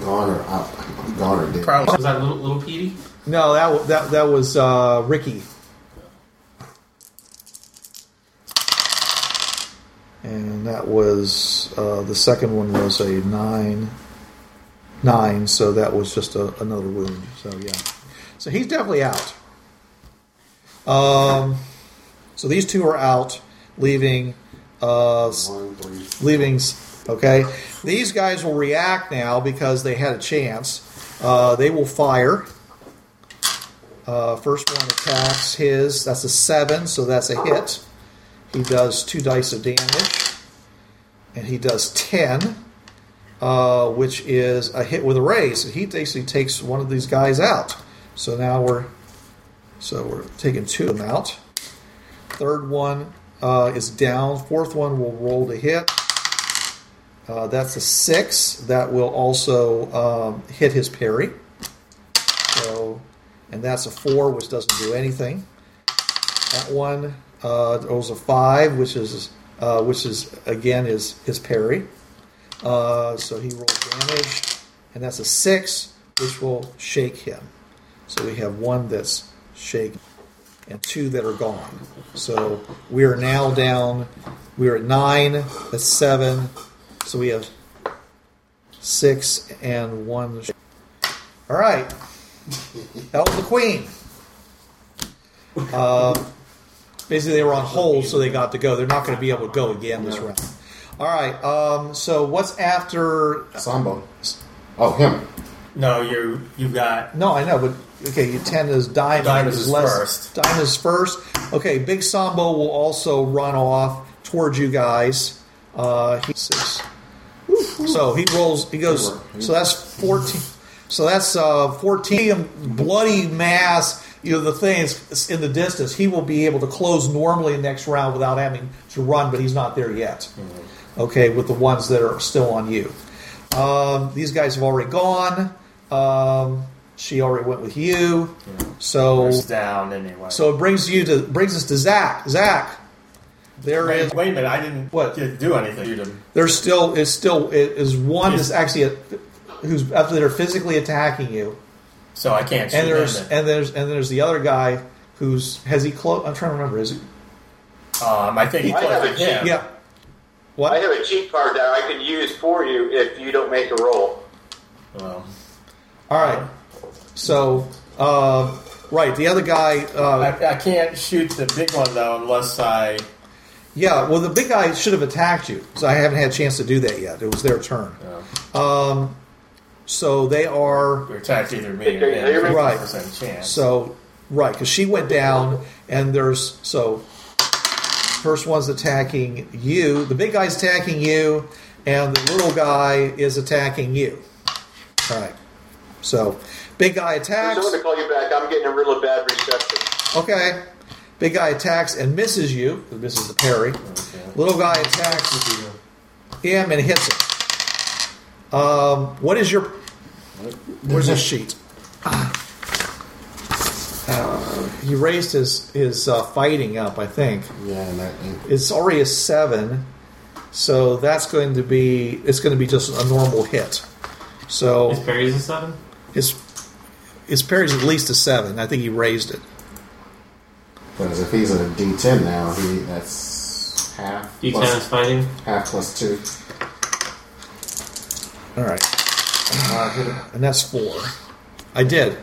S5: Gone or out. Gone or dead.
S3: Probably
S4: Was that little little Petey?
S2: No, that wa- that that was uh, Ricky. And that was uh, the second one was a nine, nine. So that was just a, another wound. So yeah, so he's definitely out. Um, so these two are out, leaving uh, s-
S5: One, three.
S2: leavings. Okay, these guys will react now because they had a chance. Uh, they will fire. Uh, first one attacks his. That's a seven, so that's a hit. He does two dice of damage, and he does ten, uh, which is a hit with a raise. He basically takes one of these guys out. So now we're so we're taking two of them out. Third one uh, is down. Fourth one will roll to hit. Uh, that's a six. That will also um, hit his parry. So, and that's a four, which doesn't do anything. That one uh, was a five, which is uh, which is again is his parry. Uh, so he rolls damage, and that's a six, which will shake him. So we have one that's shaking. and two that are gone. So we are now down. We are at nine, a seven. So we have six and one. All right. That was the queen. Uh, basically, they were on hold, so they got to go. They're not going to be able to go again this round. All right. Um, so what's after?
S5: Sambo. Oh, him.
S3: No, you you got
S2: No, I know, but okay. You ten is diamond.
S3: Diamond is
S2: less-
S3: first.
S2: Diamond is first. Okay. Big Sambo will also run off towards you guys. Uh, he six. So he rolls. He goes. So that's fourteen. So that's uh, fourteen. Bloody mass. You know the thing is is in the distance. He will be able to close normally next round without having to run, but he's not there yet.
S3: Mm-hmm.
S2: Okay, with the ones that are still on you. Um, these guys have already gone. Um, she already went with you. So
S3: first down anyway.
S2: so it brings you to brings us to Zach. Zach, there is
S3: wait, wait a minute, I didn't
S2: What?
S3: get- do anything. You didn't.
S2: there's still is still is one
S3: Yes.
S2: that's actually a, who's after they're physically attacking you,
S3: So I can't shoot
S2: and there's
S3: him.
S2: and there's and there's the other guy who's has he close? I'm trying to remember. Is he?
S3: um, I think he
S6: I have
S3: closed-
S6: a
S3: yeah.
S2: Yeah. What?
S6: I have a cheat card that I can use for you if you don't make a roll.
S3: Well,
S2: All right. So uh, right, the other guy. Uh,
S3: I, I can't shoot the big one though unless I.
S2: yeah. Well, the big guy should have attacked you, so I haven't had a chance to do that yet. It was their turn. Um,
S3: Uh,
S2: So they are.
S3: or attack either me or
S6: Okay,
S3: him.
S6: you're
S2: right.
S3: Percent chance.
S2: So, right, because she went down, and there's so first one's attacking you. The big guy's attacking you, and the little guy is attacking you. All right. So, big guy
S6: I'm
S2: attacks.
S6: going to call you back. I'm getting a really bad reception.
S2: Okay. Big guy attacks and misses you. This is the parry. Little guy attacks him and hits him. Um, what is your? Where's his sheet? Uh, he raised his his uh, fighting up. I think
S5: Yeah, and that ain't
S2: it's already a seven, so that's going to be it's going to be just a normal hit. So
S4: Is Perry's a seven?
S2: his his parry's at least a seven. I think he raised it.
S5: Because if he's a D10 now, he that's half
S4: D10 is
S5: plus,
S4: fighting.
S5: half plus two.
S2: All right. And that's four. I did.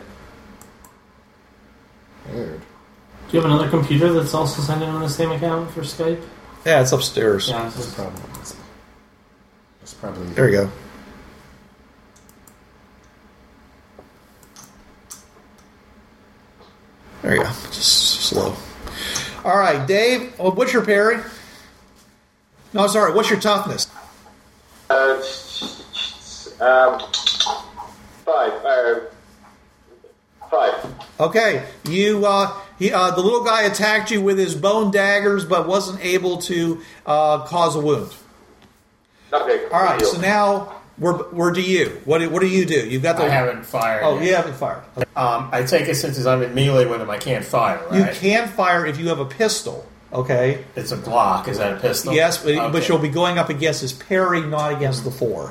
S5: Weird.
S4: Do you have another computer that's also signed in on the same account for Skype?
S2: Yeah, it's upstairs.
S4: Yeah, this is-
S5: Probably. It's probably
S2: There you go. There you go. Just slow. All right, Dave. oh, What's your parry? No, sorry. What's your toughness?
S6: Uh, um, five. Uh, five.
S2: Okay, you. Uh, he, uh, the little guy attacked you with his bone daggers, but wasn't able to uh, cause a wound.
S6: Okay.
S2: All right.
S6: deal.
S2: So now we're we're to you. What do- what do you do? You've got the.
S3: I haven't fired.
S2: oh,
S3: yet.
S2: you haven't fired. Okay.
S3: Um, I take it since I'm in melee with him, I can't fire.
S2: You
S3: Right?
S2: can fire if you have a pistol. Okay.
S3: It's a block. Is that a pistol?
S2: Yes, but, but
S3: Okay.
S2: you'll be going up against his parry, not against the four.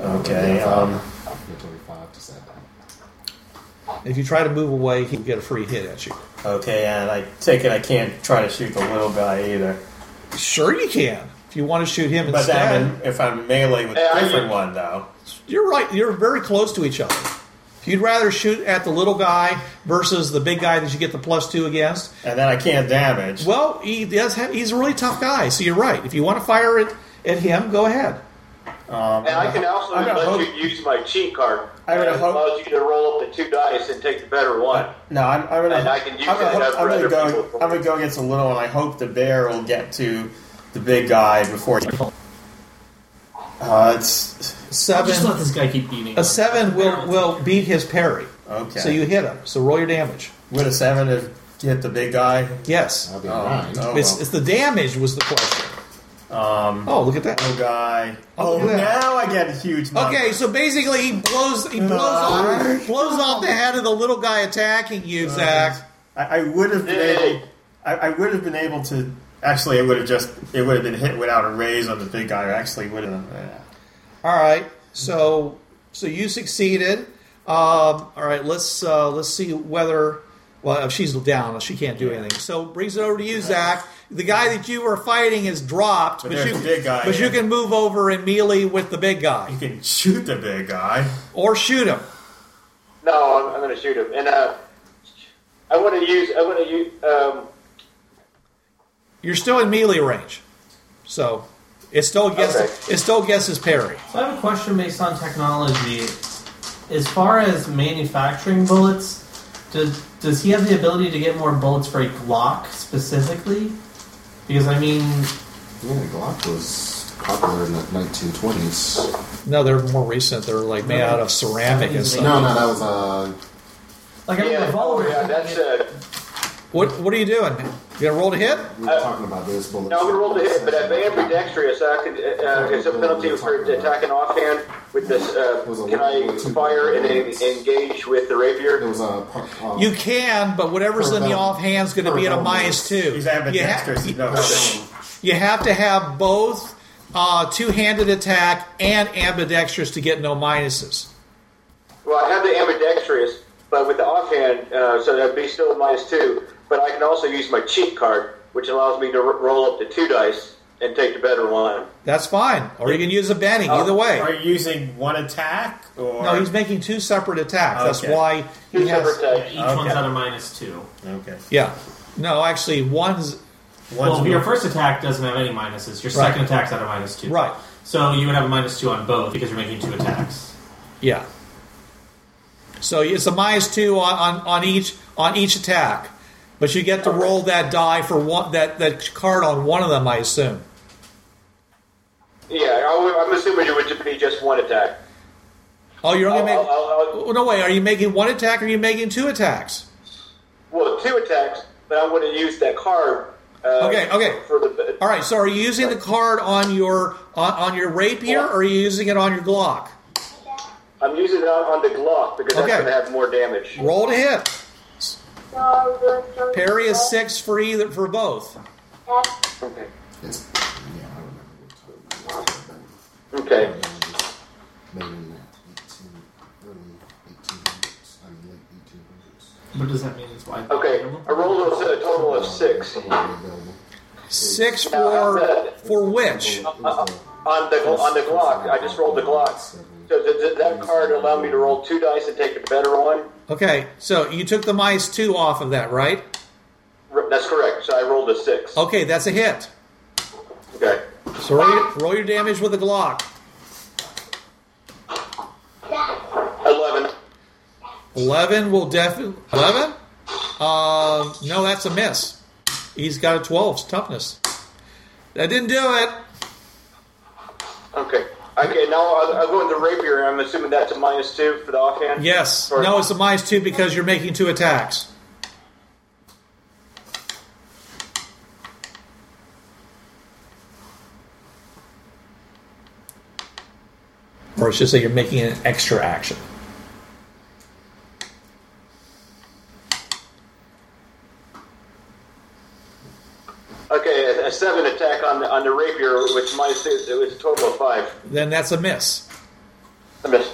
S3: Okay. Um,
S5: Twenty-five to seven.
S2: If you try to move away, he'll get a free hit at you.
S3: okay, and I take it I can't try to shoot the little guy either.
S2: Sure, you can. If you want to shoot him
S3: But
S2: instead,
S3: then if I'm melee with
S6: Hey,
S3: a
S6: I
S3: different
S6: can-
S3: one though,
S2: you're right. You're very close to each other. If you'd rather shoot at the little guy versus the big guy that you get the plus two against,
S3: and then I can't damage.
S2: well, he does have, he's a really tough guy. So you're right. If you want to fire it at him, go ahead.
S3: Um,
S6: And I can also
S3: I'm
S6: let
S3: gonna hope-
S6: you use my cheat card.
S3: I'm gonna
S6: It
S3: hope-
S6: allows you to roll up the two dice and take the better one.
S3: no, I'm, I'm gonna.
S6: And I can use
S3: I'm
S6: that
S3: gonna, hope-
S6: for
S3: I'm gonna
S6: other
S3: go.
S6: people.
S3: I'm gonna go against the little one. I hope the bear will get to the big guy before. He, uh, it's
S2: Seven.
S4: Just let this guy keep beating.
S2: A seven will, will beat his parry.
S3: okay.
S2: So you hit him. So roll your damage.
S3: Would a seven have get the big guy?
S2: Yes.
S5: That'll be
S3: Oh,
S5: nine.
S3: oh,
S2: It's,
S3: well.
S2: it's the damage was the question. Um, oh, look at that.
S3: Little guy. Oh,
S2: Look at that.
S3: now I get a huge. Number.
S2: Okay, so basically he blows he blows
S3: Uh,
S2: off blows off the head of the little guy attacking you,
S3: Uh,
S2: Zach.
S3: I, I would have been
S6: Yay.
S3: able. I, I would have been able to. Actually, I would have just. It would have been hit without a raise on the big guy. I actually would have. Yeah.
S2: All right, so so you succeeded. Um, all right, let's uh, let's see whether Well, she's down. She can't do anything. So brings it over to you, Zach. The guy that you were fighting is dropped, but,
S3: But there's
S2: you,
S3: a big guy,
S2: but you
S3: yeah.
S2: can move over and melee with the big guy
S3: You can shoot the big guy.
S2: or shoot him.
S6: No, I'm, I'm going to shoot him. And uh, I want to use. I want to use. Um,
S2: You're still in melee range, so it still gets
S6: Okay.
S2: it still gets his parry.
S4: So I have a question based on technology. As far as manufacturing bullets, does does he have the ability to get more bullets for a Glock specifically? Because I mean,
S5: Yeah, the Glock was popular in the 1920s.
S2: No, they're more recent. They're like made out of ceramic and stuff.
S5: No, no, that was uh,
S4: like I mean,
S6: yeah,
S4: revolvers.
S6: yeah, that's uh,
S2: What What are you doing? You gonna roll to hit?
S5: we were talking about this bullet.
S6: No, I'm going to roll the hit, but I may am ambidextrous. I could, uh, uh, it's a penalty for attacking offhand with this. Uh, can I fire and en- engage with the
S5: It
S6: rapier?
S5: was a uh,
S2: You can, but whatever's in the
S5: Perfect.
S2: offhand's going to be at a
S5: Perfect.
S2: minus two.
S3: He's
S2: You ha-
S3: ambidextrous. You know,
S2: You have to have both uh, two-handed attack and ambidextrous to get no minuses.
S6: Well, I have the ambidextrous, but with the offhand, uh, so that'd be still minus two. But I can also use my cheat card, which allows me to r- roll up to two dice and take the better one.
S2: That's fine, or you can use a Benny. Either
S3: Are
S2: way.
S3: you using one attack or
S2: No, he's making two separate attacks. That's
S3: Okay.
S2: why he
S6: Two
S2: has.
S6: separate attacks.
S4: Each
S3: Okay.
S4: one's at a minus two.
S3: okay?
S2: Yeah. No, actually, one's
S3: One's
S4: well, your first attack doesn't have any minuses. Your
S2: Right.
S4: second attack's at a minus two.
S2: right.
S4: So you would have a minus two on both because you're making two attacks.
S2: Yeah. So it's a minus two on, on, on each on each attack, but you get to roll that die for one that that card on one of them. I assume.
S6: Yeah, I w- I'm assuming it would ju- be just one attack.
S2: Oh, you're only
S6: I'll,
S2: making.
S6: I'll, I'll,
S2: Oh, no way. Are you making one attack? or Are you making two attacks?
S6: well, two attacks, but I'm going to use that card. Uh,
S2: Okay, okay.
S6: For the,
S2: All right. So are you using the card on your on, on your rapier, or are you using it on your Glock?
S6: I'm using it on, on the Glock because
S2: Okay.
S6: that's going to have more damage.
S2: Roll to hit. Parry is six for either for both.
S6: Okay.
S5: It's, yeah, I remember we were talking about
S6: Okay.
S5: that. Maybe in the 18, early 1800s, I mean, late
S4: What does that mean? It's wide.
S6: Okay. I rolled a, a total of
S5: 1800s.
S6: six
S2: Six for for which?
S6: on the on the Glock. I just rolled the Glock. So th- th- that card allowed me to roll two dice and take the better one.
S2: Okay. So you took the minus two off of that, right?
S6: R- That's correct. So I rolled a six.
S2: Okay, that's a hit.
S6: Okay.
S2: So roll your, roll your damage with a Glock.
S6: Eleven.
S2: Eleven will definitely eleven. Uh, no, that's a miss. He's got a twelve toughness. That didn't do it.
S6: Okay. Okay. Now I'll, I'll go with the rapier. I'm assuming that's a minus two for the offhand.
S2: Yes.
S6: Or-
S2: No, it's a minus two because you're making two attacks. Or it's just that you're making an extra action.
S6: Okay. A, a seven attack on the on the rapier with minus two. It was a total of five.
S2: Then that's a miss.
S6: I missed.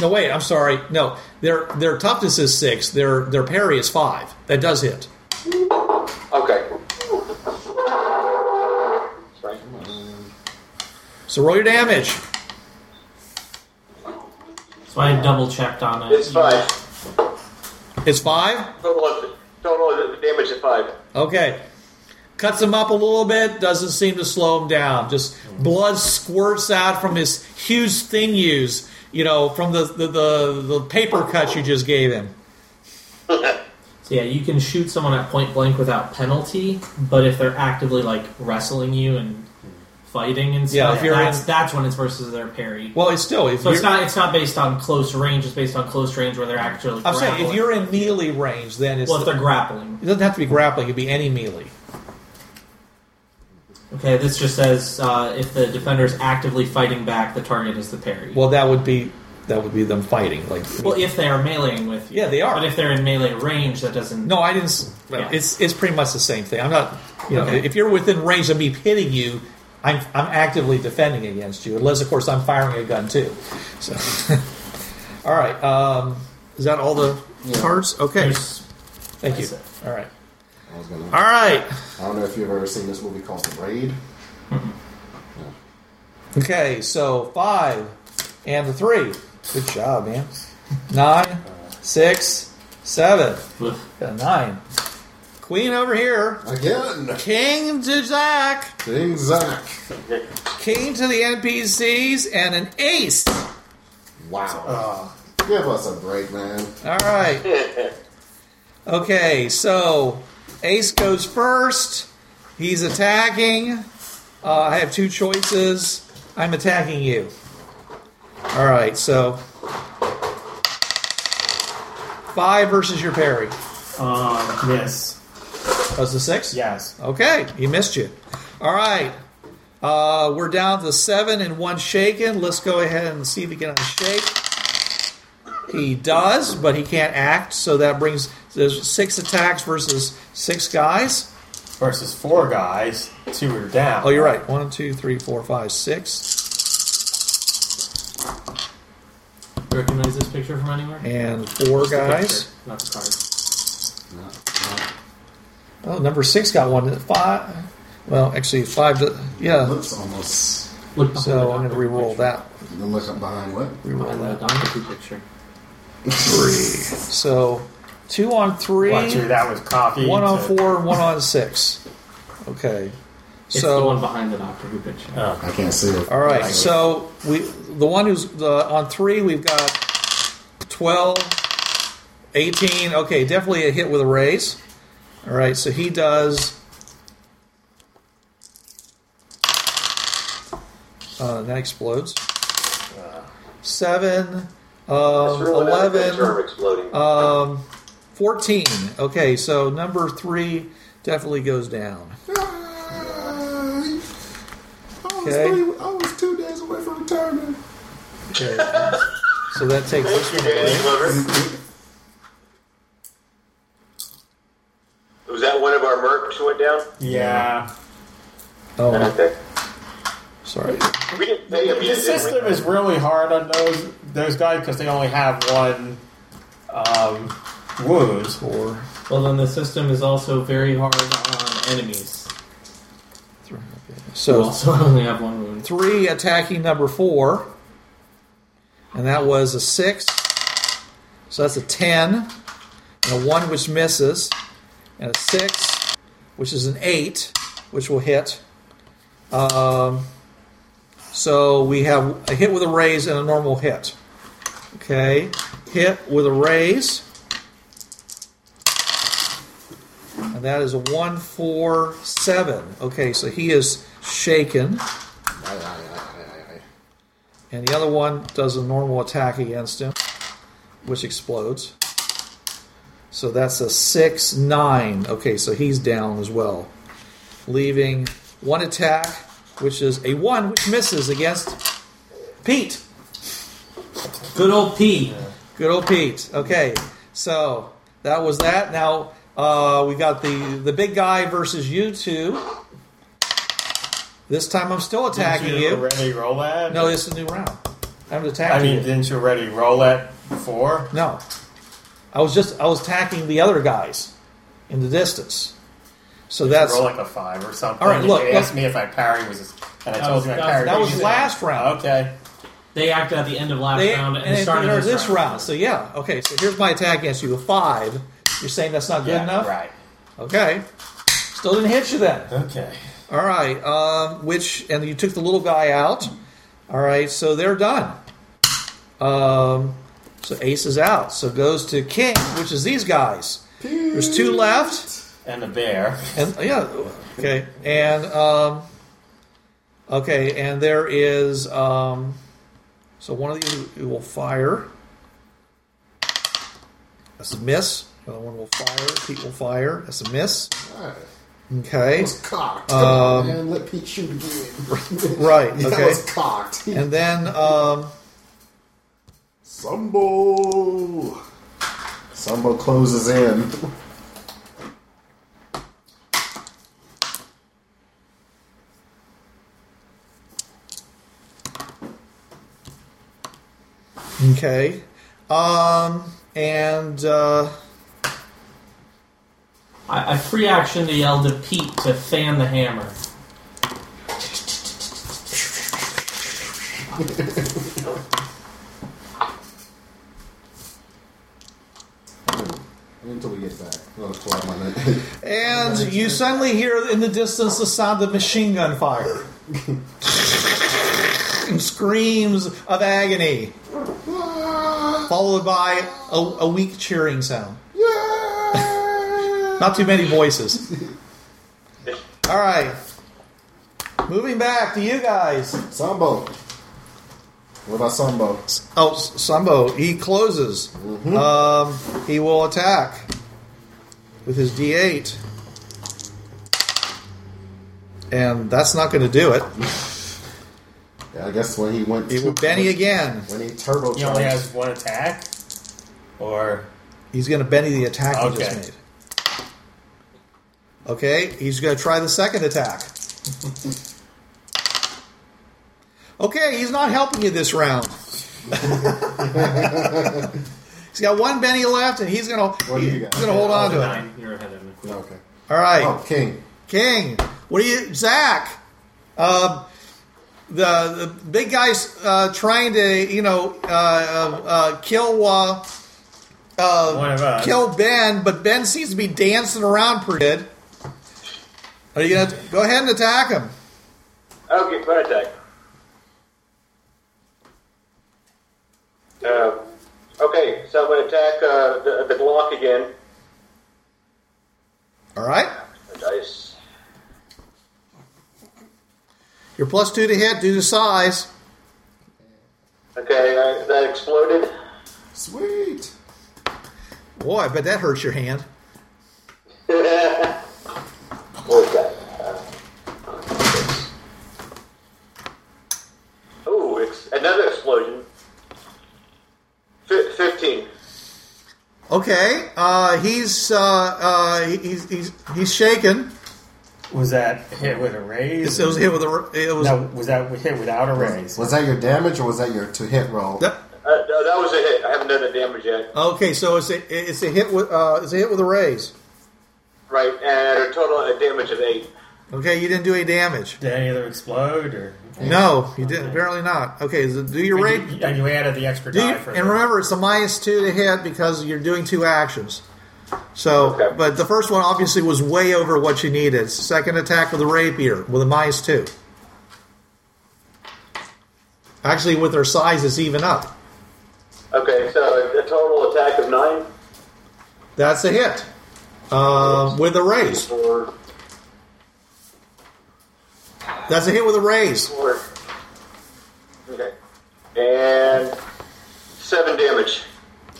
S2: No, wait. I'm sorry. No, their their toughness is six. Their their parry is five. That does hit.
S6: Okay. Sorry.
S2: So roll your damage.
S4: So I double checked on it.
S6: It's five.
S2: It's five.
S6: Total of total of damage is five.
S2: Okay. Cuts him up a little bit, doesn't seem to slow him down. Just blood squirts out from his huge sinews, you know, from the, the, the, the paper cut you just gave him.
S4: So yeah, you can shoot someone at point blank without penalty, but if they're actively like wrestling you and fighting and
S2: Yeah,
S4: stuff,
S2: if you're
S4: that's
S2: in-
S4: that's when it's versus their parry.
S2: Well, it's still, if
S4: so it's
S2: you're,
S4: not it's not based on close range. It's based on close range where they're
S2: I'm
S4: actually. grappling.
S2: saying if you're in melee range, then it's,
S4: well, if they're grappling.
S2: it doesn't have to be grappling, it could be any melee.
S4: Okay, this just says uh, if the defender is actively fighting back, the target is the parry.
S2: Well, that would be, that would be them fighting. Like,
S4: Well, if they are meleeing with you.
S2: Yeah, they are.
S4: But if they're in melee range, that doesn't.
S2: No, I didn't. s-
S4: Yeah.
S2: It's it's pretty much the same thing. I'm not. You know,
S4: Okay.
S2: if you're within range of me hitting you, I'm I'm actively defending against you, unless of course I'm firing a gun too. So, All right. Um, is that all the
S5: Yeah.
S2: cards? Okay.
S4: There's-
S2: Thank you.
S4: that's
S2: All right.
S5: I was gonna.
S2: All right.
S5: I don't know if you've ever seen this movie called The Raid.
S2: Okay. So five and the three. Good job, man. Nine, six, seven.
S4: Ugh.
S2: Got a nine. Queen over here.
S5: Again,
S2: King to Jack.
S5: King Zach.
S2: King to the NPCs and an ace.
S5: Wow.
S2: uh,
S5: Give us a break, man.
S2: All right. Okay, so Ace goes first. He's attacking. Uh, I have two choices. I'm attacking you. All right, so five versus your parry.
S3: Um, yes.
S2: That's the six.
S3: Yes.
S2: Okay, he missed you. All right. Uh, we're down to seven and one shaken. Let's go ahead and see if he can unshake. He does, but he can't act, so that brings there's six attacks versus six guys.
S3: Versus four guys, two are down.
S2: Oh, you're right. One, two, three, four, five, six,
S4: You recognize this picture from anywhere?
S2: and four
S4: Just the
S2: guys.
S4: picture, Not the card.
S2: Oh, number six got one. Five. Well, actually, five. To, yeah.
S5: Looks almost.
S4: Look behind
S2: So
S4: the
S2: I'm going to
S4: doctor
S2: re-roll
S4: picture.
S2: that.
S5: You look up behind what?
S2: Re-roll
S4: Behind
S2: that.
S4: the doctor picture.
S2: Three. So two on three.
S3: Watcher, that was cocky.
S2: One on
S3: to-
S2: four, one on six. Okay.
S4: It's
S2: so
S4: the one behind the Doctor Who picture.
S3: Oh,
S5: I can't see it.
S2: all right. So we the one who's the on three we've got 12, 18. Okay, definitely a hit with a raise. All right. So he does. Uh, that explodes. Seven, um,
S6: That's really not a good
S2: 11,
S6: term, exploding.
S2: um, 14. Okay, so number three definitely goes down.
S5: I was,
S2: Okay.
S5: three, I was two days away from retirement.
S2: Okay. so that takes
S6: Thank you, Danny Glover. Was that one of our mercs who went down?
S3: yeah.
S2: Oh,
S6: Okay.
S2: sorry.
S6: We didn't pay him
S3: The
S6: yet, did we?
S3: system is really hard on those those guys because they only have one um, wound.
S2: Four,
S4: Well, then the system is also very hard on enemies.
S2: three. okay.
S4: who
S2: So
S4: also only have one wound.
S2: three attacking number four, and that was a six. So that's a ten, and a one which misses, and a six, which is an eight, which will hit. Um, so we have a hit with a raise and a normal hit. Okay, hit with a raise. And that is a 147. Okay, so he is shaken.
S5: I, I, I, I, I.
S2: And the other one does a normal attack against him, which explodes. So that's a 6 9. Okay, so he's down as well. Leaving one attack, which is a 1, which misses against Pete.
S4: Good old P.
S2: Good old Pete. Okay, so that was that. Now uh, we got the the big guy versus you two. This time I'm still attacking
S3: Didn't
S2: you.
S3: already roll that?
S2: No, it's a new round. I'm
S3: I
S2: attacking
S3: mean,
S2: you.
S3: didn't you already roll that before?
S2: No, I was just I was attacking the other guys in the distance. So that's
S3: roll like a five or something.
S2: All right,
S3: You
S2: look,
S3: asked
S2: look.
S3: me if I parry was, a- and I told
S4: was-
S3: you I
S4: that was-
S3: parried.
S2: that was
S3: You said-
S2: last round.
S3: Okay.
S4: They act at the end of last
S2: They,
S4: round and,
S2: and
S4: the
S2: it-
S4: start of
S2: they're
S4: this,
S2: this round. So yeah, okay. So here's my attack against you: a five. You're saying that's not good
S3: yeah.
S2: enough?
S3: Right.
S2: Okay. Still didn't hit you then.
S3: Okay.
S2: All right. Um, which and you took the little guy out. All right. So they're done. Um, so Ace is out. So goes to King, which is these guys. There's two left,
S3: And the bear.
S2: and oh, yeah, okay, and um, okay, and there is um, so one of these who will fire. That's a miss. The other one will fire. Pete will fire. That's a miss.
S5: All right.
S2: Okay.
S5: That was cocked. Come on, man. Let Pete shoot again.
S2: Um, Right,
S5: that
S2: okay.
S5: was cocked.
S2: And then um,
S5: Sumbo. Sumbo closes in.
S2: Okay. Um, and uh,
S4: I, I free action to yell to Pete to fan the hammer.
S5: Until we get back. Another 12 minutes.
S2: and you suddenly hear in the distance the sound of machine gun fire. and screams of agony, followed by a, a weak cheering sound. Not too many voices. All right. Moving back to you guys.
S5: Sambo. What about Sambo?
S2: Oh, S- Sambo, he closes.
S5: Mm-hmm.
S2: Um, he will attack with his D8. And that's not going to do it.
S5: Yeah, I guess when he went
S2: He will Benny again.
S5: When he turbo
S3: He only has one attack? Or.
S2: He's going to Benny the attack he
S3: Okay.
S2: just made. Okay, he's going to try the second attack. Okay, he's not helping you this round. he's got one Benny left, and he's going to
S5: What do
S2: he's
S5: you
S2: going
S5: got?
S2: to hold on to it.
S4: Nine. You're ahead of me.
S5: Okay.
S2: All right,
S5: Oh, King.
S2: King. What do you, Zach? Uh, the, the big guy's uh, trying to, you know, uh, uh, uh, kill uh,
S3: One of us.
S2: kill Ben, but Ben seems to be dancing around pretty good. Are you gonna go ahead and attack him?
S6: Okay, fun attack. Uh, okay, so I'm going to attack uh, the, the Glock again.
S2: All right,
S6: Dice.
S2: you're plus two to hit due to size.
S6: Okay, uh, that exploded.
S5: Sweet.
S2: Boy, I bet that hurts your hand.
S6: What was that? Uh, oh, it's another explosion. F- 15.
S2: Okay, uh, he's, uh, uh, he- he's he's he's shaken.
S3: Was that hit with a raise?
S2: It was hit with a it was
S3: no, was that hit without a raise?
S5: Was that your damage or was that your to hit roll?
S2: that-
S6: Uh, no, that was a hit. I haven't done the damage yet.
S2: okay. So it's a it's a hit with uh, it's a hit with a raise.
S6: Right, and a total uh, damage of 8.
S2: Okay, you didn't do any damage.
S3: Did any of them explode? Or
S2: No, you didn't. Apparently not. Okay, so do your raid.
S3: And you, and you added the extra
S2: Do you-
S3: die for
S2: and
S3: the-
S2: remember, it's a minus two to hit because you're doing two actions. So,
S6: Okay.
S2: but the first one obviously was way over what you needed. Second attack with a rapier with a minus two. Actually, with their size, it's even up.
S6: Okay, so a total attack of 9.
S2: That's a hit uh, with a raise.
S6: Four,
S2: That's a hit with a raise.
S6: four. Okay. And 7 damage.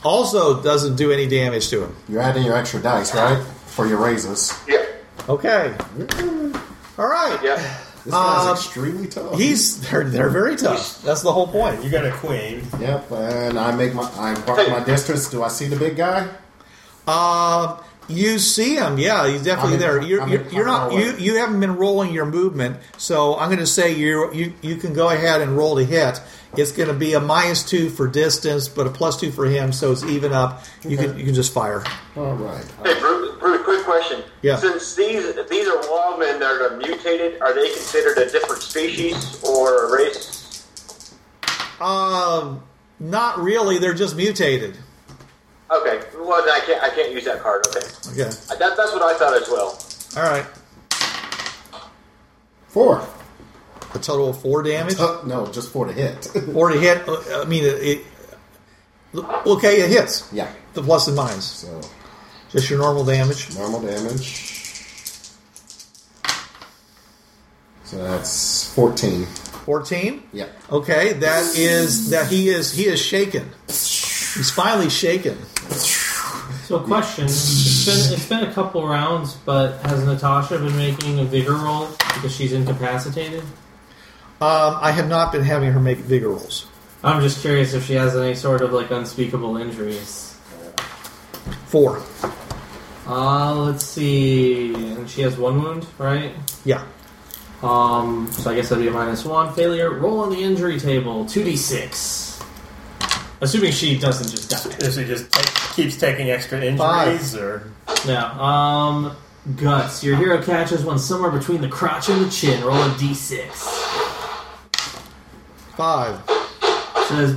S2: Also, doesn't do any damage to him.
S5: You're adding your extra dice, right? For your raises.
S6: Yeah,
S2: Okay. Mm. All right.
S6: yeah.
S5: This guy's
S2: Um,
S5: extremely tough.
S2: He's they're, they're very tough. That's the whole point.
S3: You got a queen.
S5: Yep, and I make my I mark my distance. Do I see the big guy?
S2: Um, you see him, yeah. He's definitely
S5: I'm in-
S2: there. You're,
S5: I'm
S2: you're,
S5: in
S2: you're not.
S5: power.
S2: You, you haven't been rolling your movement, so I'm going to say you you you can go ahead and roll to hit. It's going to be a minus two for distance, but a plus two for him, so it's even up. You can you can just fire.
S5: All right.
S6: Hey, Bruce, Bruce, quick question.
S2: Yeah.
S6: Since these these are wildmen that are mutated, are they considered a different species or a race?
S2: Um, not really. They're just mutated.
S6: Okay. Well, then I can't I can't use that card. Okay.
S2: Okay.
S6: That, that's what I thought as well.
S2: All right.
S5: Four.
S2: A total of four damage.
S5: Uh, no, just four to hit.
S2: Or to hit. Uh, I mean, it, it, okay, it hits.
S5: yeah.
S2: The plus and minus,
S5: So
S2: just your normal damage.
S5: normal damage. So that's fourteen.
S2: Fourteen.
S5: Yep.
S2: Okay, that is that he is he is shaken. He's finally shaken.
S4: So, question: it's been, it's been a couple rounds, but has Natasha been making a vigor roll because she's incapacitated?
S2: Um, I have not been having her make vigor rolls.
S4: I'm just curious if she has any sort of like unspeakable injuries.
S2: Four.
S4: Uh, let's see. And she has one wound, right?
S2: Yeah.
S4: Um, so I guess that'd be a minus one failure. Roll on the injury table, two d six.
S8: Assuming she doesn't just die.
S3: If she just ta- keeps taking extra injuries,
S2: Five.
S3: or
S8: No. Um, guts. Your hero catches one somewhere between the crotch and the chin. Roll a d6.
S2: Five.
S8: Says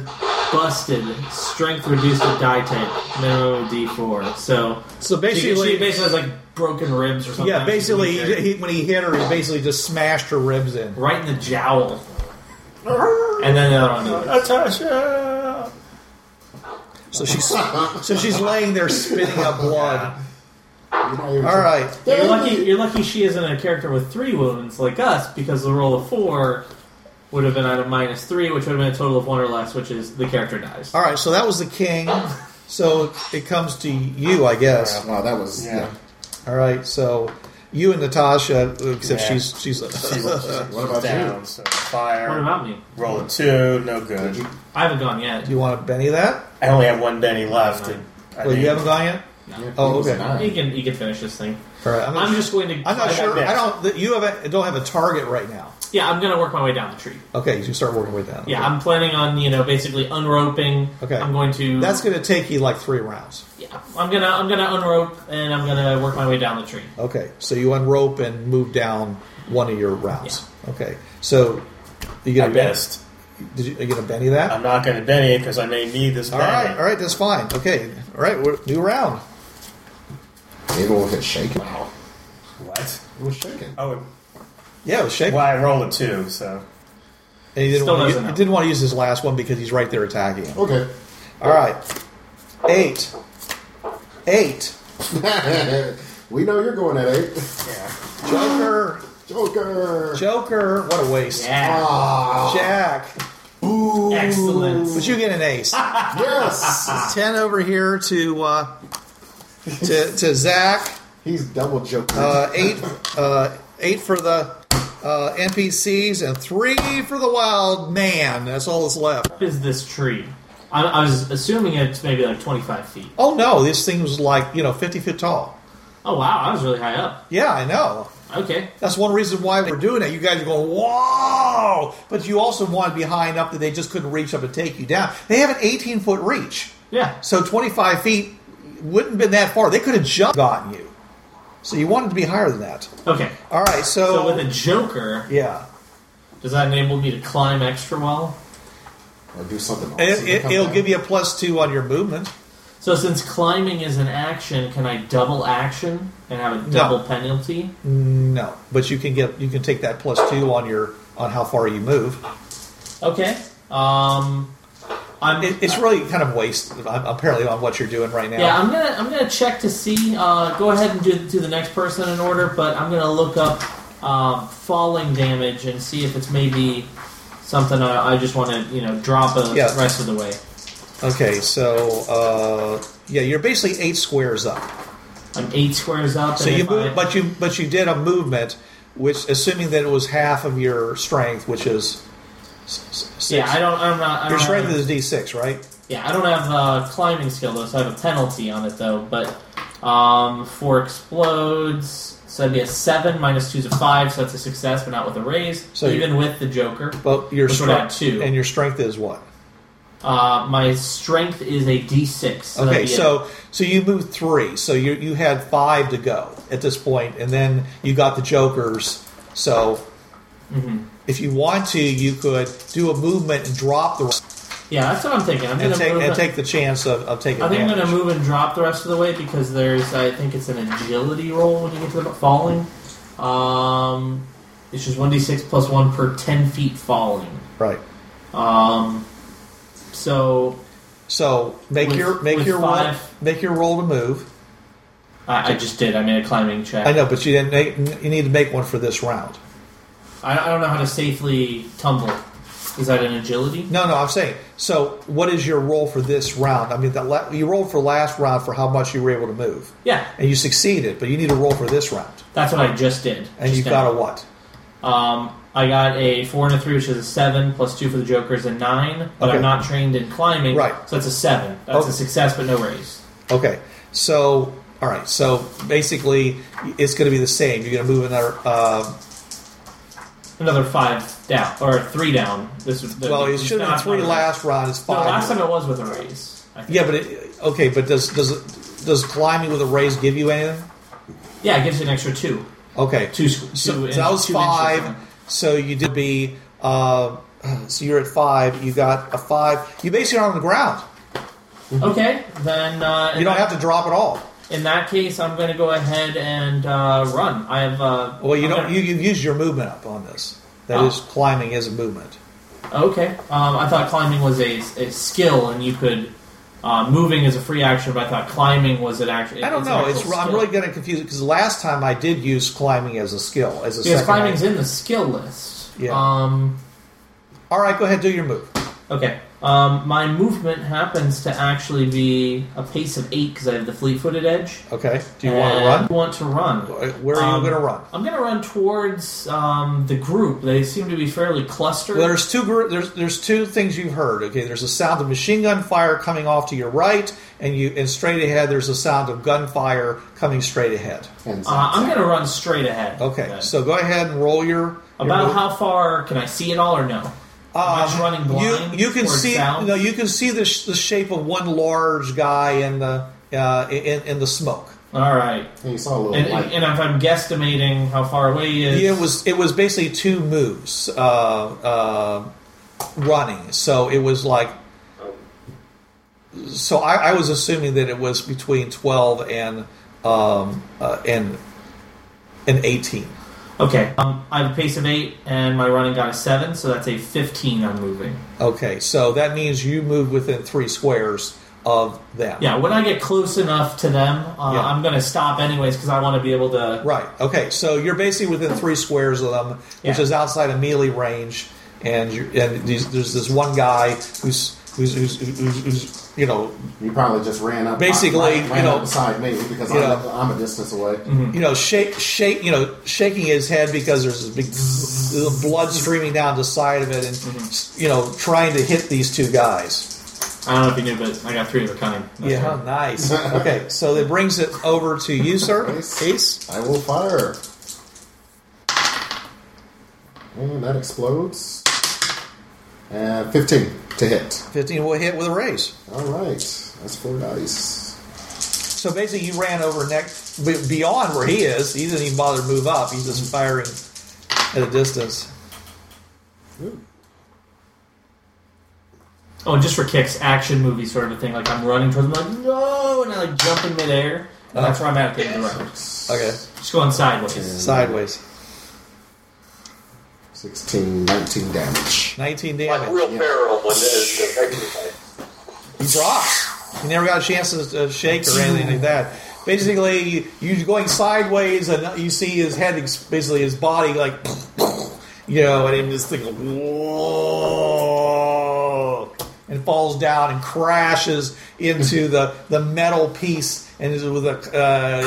S8: busted. Strength reduced to die type. No d4. So
S2: So
S8: she, she
S2: basically,
S8: basically has like broken ribs or something.
S2: yeah, basically,
S8: She's weaker.
S2: he, when he hit her, he basically just smashed her ribs in.
S8: right in the jowl. And then the other one.
S3: Natasha.
S2: So she's so she's laying there spitting up blood.
S5: All
S2: All right.
S8: You're lucky. You're lucky she isn't a character with three wounds like us, because the roll of four would have been at a minus three, which would have been a total of one or less, which is the character dies.
S2: All right. So that was the king. So it comes to you, I guess.
S5: Wow, that was yeah.
S3: Yeah.
S2: All right. So you and Natasha, except
S3: Yeah.
S2: she's she's
S3: She's,
S5: What about
S3: down, so fire.
S8: What about me?
S3: Roll a two, no good.
S8: I haven't gone yet.
S2: Do you want to Benny that?
S3: I only have one Benny left. and I
S2: Well,
S3: think-
S2: you haven't gone yet.
S5: Yeah,
S2: Oh,
S5: it was
S2: okay.
S5: nine.
S8: You can you can finish this thing.
S2: All right. I'm not,
S8: I'm just going to.
S2: I'm not
S8: I-
S2: sure.
S3: next.
S2: I don't. that- You haven't. Don't have a target right now.
S8: Yeah, I'm going to work my way down the tree.
S2: Okay. You can start working with that.
S8: Yeah, I'm planning on you know basically unroping.
S2: Okay.
S8: I'm going to.
S2: That's going to take you like three rounds.
S8: Yeah, I'm gonna I'm gonna unrope and I'm gonna work my way down the tree.
S2: Okay, so you unrope and move down one of your rounds. Okay, so you
S3: I
S2: get a ben-
S3: missed.
S2: Did you, you get a Benny that?
S3: I'm not going to Benny because I may need this
S2: all
S3: Benny.
S2: right, all right, that's fine. Okay, all right, we're, new round.
S5: Maybe we'll get shaken. Wow.
S3: What?
S5: It was shaken.
S3: Oh,
S2: Yeah, it was Shake.
S3: well, I roll a two, so
S2: And he didn't,
S8: Still
S2: want to,
S8: doesn't
S2: use- he
S8: know.
S2: didn't want to use his last one because he's right there attacking him.
S5: Okay.
S2: All right, eight, eight,
S5: we know you're going at eight.
S2: Joker,
S5: Joker.
S2: Joker. What a waste.
S8: Yeah,
S5: Ah,
S2: Jack,
S8: excellent.
S2: but you get an ace.
S5: yes.
S2: Ten over here to uh, to to Zach.
S5: He's double joking.
S2: uh, eight, uh, eight for the uh, NPCs and three for the wild man. That's all that's left.
S8: What is this tree? I, I was assuming it's maybe like 25 feet.
S2: Oh no, this thing was like you know fifty feet tall.
S8: Oh wow, I was really high up.
S2: Yeah, I know.
S8: Okay,
S2: That's one reason why we're doing it. You guys are going, whoa! But you also want to be high enough that they just couldn't reach up and take you down. They have an 18 foot reach.
S8: yeah.
S2: So 25 feet wouldn't have been that far. They could have just gotten you. So you wanted to be higher than that.
S8: Okay.
S2: All right,
S8: So
S2: so.
S8: with a Joker,
S2: yeah.
S8: does that enable me to climb extra well?
S5: or do something.
S2: It, it, it'll give you a plus two on your movement.
S8: So since climbing is an action, can I double action and have a
S2: No.
S8: double penalty?
S2: No, but you can get you can take that plus two on your on how far you move.
S8: Okay. Um, I'm
S2: It, it's really kind of waste uh, apparently on what you're doing right now.
S8: yeah. I'm gonna I'm gonna check to see. Uh, go ahead and do do the next person in order, but I'm gonna look up um, falling damage and see if it's maybe something I, I just want to you know drop a
S2: Yeah.
S8: rest of the way.
S2: Okay, so uh, yeah, you're basically eight squares up.
S8: I'm eight squares up.
S2: So
S8: and
S2: you
S8: if I-
S2: move, but you but you did a movement, which assuming that it was half of your strength, which is s- s- six.
S8: yeah, I don't. I'm not. I
S2: your
S8: don't have-
S2: strength is D six, right?
S8: Yeah, I don't have uh, climbing skill though, so I have a penalty on it though. But um, four explodes, so that'd be a seven minus two's a five, so that's a success, but not with a raise.
S2: So you-
S8: even with the Joker,
S2: But your
S8: Which would add
S2: strength
S8: two.
S2: and your strength is what?
S8: uh, my strength is a D6. So that'd
S2: Okay,
S8: be a-
S2: so so you moved three, so you you had five to go at this point, and then you got the jokers. So
S8: Mm-hmm.
S2: if you want to, you could do a movement and drop the
S8: yeah, that's what I'm thinking. I'm
S2: and
S8: gonna
S2: take
S8: move
S2: and
S8: it-
S2: take the chance of, of taking.
S8: I think I'm
S2: damage.
S8: gonna move and drop the rest of the way because there's I think it's an agility roll when you get to the falling. Um, it's just one D6 plus one per ten feet falling.
S2: right.
S8: Um, so
S2: So make
S8: With-
S2: your make
S8: with
S2: your roll,
S8: five.
S2: make your roll to move.
S8: I, I just did. I made a climbing check.
S2: I know, but you didn't make. You need to make one for this round.
S8: I, I don't know how to safely tumble. Is that an agility?
S2: No, no, I'm saying. So what is your roll for this round? I mean, that la- you rolled for last round for how much you were able to move,
S8: Yeah,
S2: and you succeeded, but you need to roll for this round,
S8: that's what I just did.
S2: and
S8: just
S2: you got a what?
S8: a. Um, I got a four and a three, which is a seven plus two for the Joker is a nine. But
S2: Okay.
S8: I'm not trained in climbing,
S2: Right.
S8: So that's a seven. That's
S2: Oh.
S8: a success, but no raise.
S2: Okay, so all right, so basically it's going to be the same. You're going to move another. Uh,
S8: another five down or three down. This is the,
S2: Well, it
S8: he's
S2: should have
S8: not
S2: been three
S8: on-
S2: last round. It's
S8: No,
S2: five.
S8: last time it was with a raise. I think.
S2: Yeah, but it, okay, but does does it- does climbing with a raise give you anything?
S8: yeah, it gives you an extra two.
S2: Okay,
S8: Two squ-
S2: So,
S8: two
S2: so that was
S8: two inches
S2: five.
S8: from-
S2: So you did be. Uh, so you're at five. You got a five. You basically are on the ground.
S8: Okay, then uh,
S2: You don't have to drop at all.
S8: In that case, I'm going to go ahead and uh, run. I have. Uh,
S2: Well, you
S8: I'm
S2: don't.
S8: gonna-
S2: You you use your movement up on this. That is
S8: Oh.
S2: climbing is a movement.
S8: Okay. Um, I thought climbing was a, a skill, and you could. Uh, moving is a free action, but I thought climbing was an action.
S2: I don't
S8: it's an
S2: know.
S8: actual
S2: It's I'm
S8: skill.
S2: really getting confused because last time I did use climbing as a skill as a
S8: Because
S2: second
S8: climbing's
S2: item.
S8: in the skill list.
S2: Yeah.
S8: Um,
S2: All right, go ahead, do your move.
S8: okay. Um, my movement happens to actually be a pace of eight because I have the fleet-footed edge.
S2: Okay. Do you want to
S8: And I
S2: run?
S8: want to run.
S2: Where are
S8: Uh, Um,
S2: you going to run?
S8: I'm going to run towards um, the group. They seem to be fairly clustered.
S2: Well, there's two gr- there's there's two things you've heard. Okay, there's a sound of machine gun fire coming off to your right, and you and straight ahead there's a sound of gunfire coming straight ahead.
S5: And
S8: Uh, I'm going to run straight ahead.
S2: Okay,
S8: then.
S2: so go ahead and roll your your
S8: About
S2: move.
S8: how far can I see it all or no? Am I just running blind?
S2: Um, You, you can
S8: towards
S2: see
S8: sound?
S2: no, you can see the, sh- the shape of one large guy in the uh, in in the smoke.
S8: All right.
S5: and you saw a little
S8: And,
S5: light.
S8: and if I'm guesstimating how far away he is,
S2: Yeah, Oh, it was it was basically two moves uh, uh, running. So it was like. So I, I was assuming that it was between twelve and um, uh, and and eighteen.
S8: okay. Um, I have a pace of eight, and my running got a seven, so that's a fifteen. I'm moving.
S2: Okay, so that means you move within three squares of them.
S8: Yeah. When I get close enough to them, uh,
S2: Yeah.
S8: I'm going to stop anyways because I want to be able to.
S2: Right. Okay. So you're basically within three squares of them, which
S8: Yeah.
S2: is outside of melee range, and you and these, there's this one guy who's who's, who's, who's, who's you know
S5: You probably just ran up.
S2: Basically,
S5: ran
S2: you know-
S5: up beside me because
S2: you
S5: I'm,
S2: know.
S5: I'm a distance away.
S8: Mm-hmm.
S2: you know, shake, shake, you know, shaking his head because there's this big zzz, blood streaming down the side of it, and you know, trying to hit these two guys.
S8: I don't know if you knew, but I got three of a kind. That's
S2: yeah,
S8: right.
S2: nice. Okay, so that brings it over to you, sir.
S5: Nice.
S2: Ace.
S5: I will fire. And Mm, that explodes. And 15 to hit.
S2: Fifteen will hit with a raise.
S5: All right. That's four dice.
S2: So basically, you ran over next be- beyond where he is. He doesn't even bother to move up. He's just firing at a distance.
S8: Oh, and just for kicks, action movie sort of a thing. Like I'm running towards them, like no, and I like jump in midair, and that's where I'm at at the end of the round.
S2: Okay,
S8: Just going sideways.
S2: sideways.
S5: 16, 19 damage.
S2: Nineteen
S6: Like
S2: damage.
S6: real feral when the, the exercise.
S2: He drops. You never got a chance to uh, shake or anything like that. Basically, you're going sideways, and you see his head, ex- basically his body, like you know, and him just thinking, whoa, and falls down and crashes into the the metal piece, and is with a uh,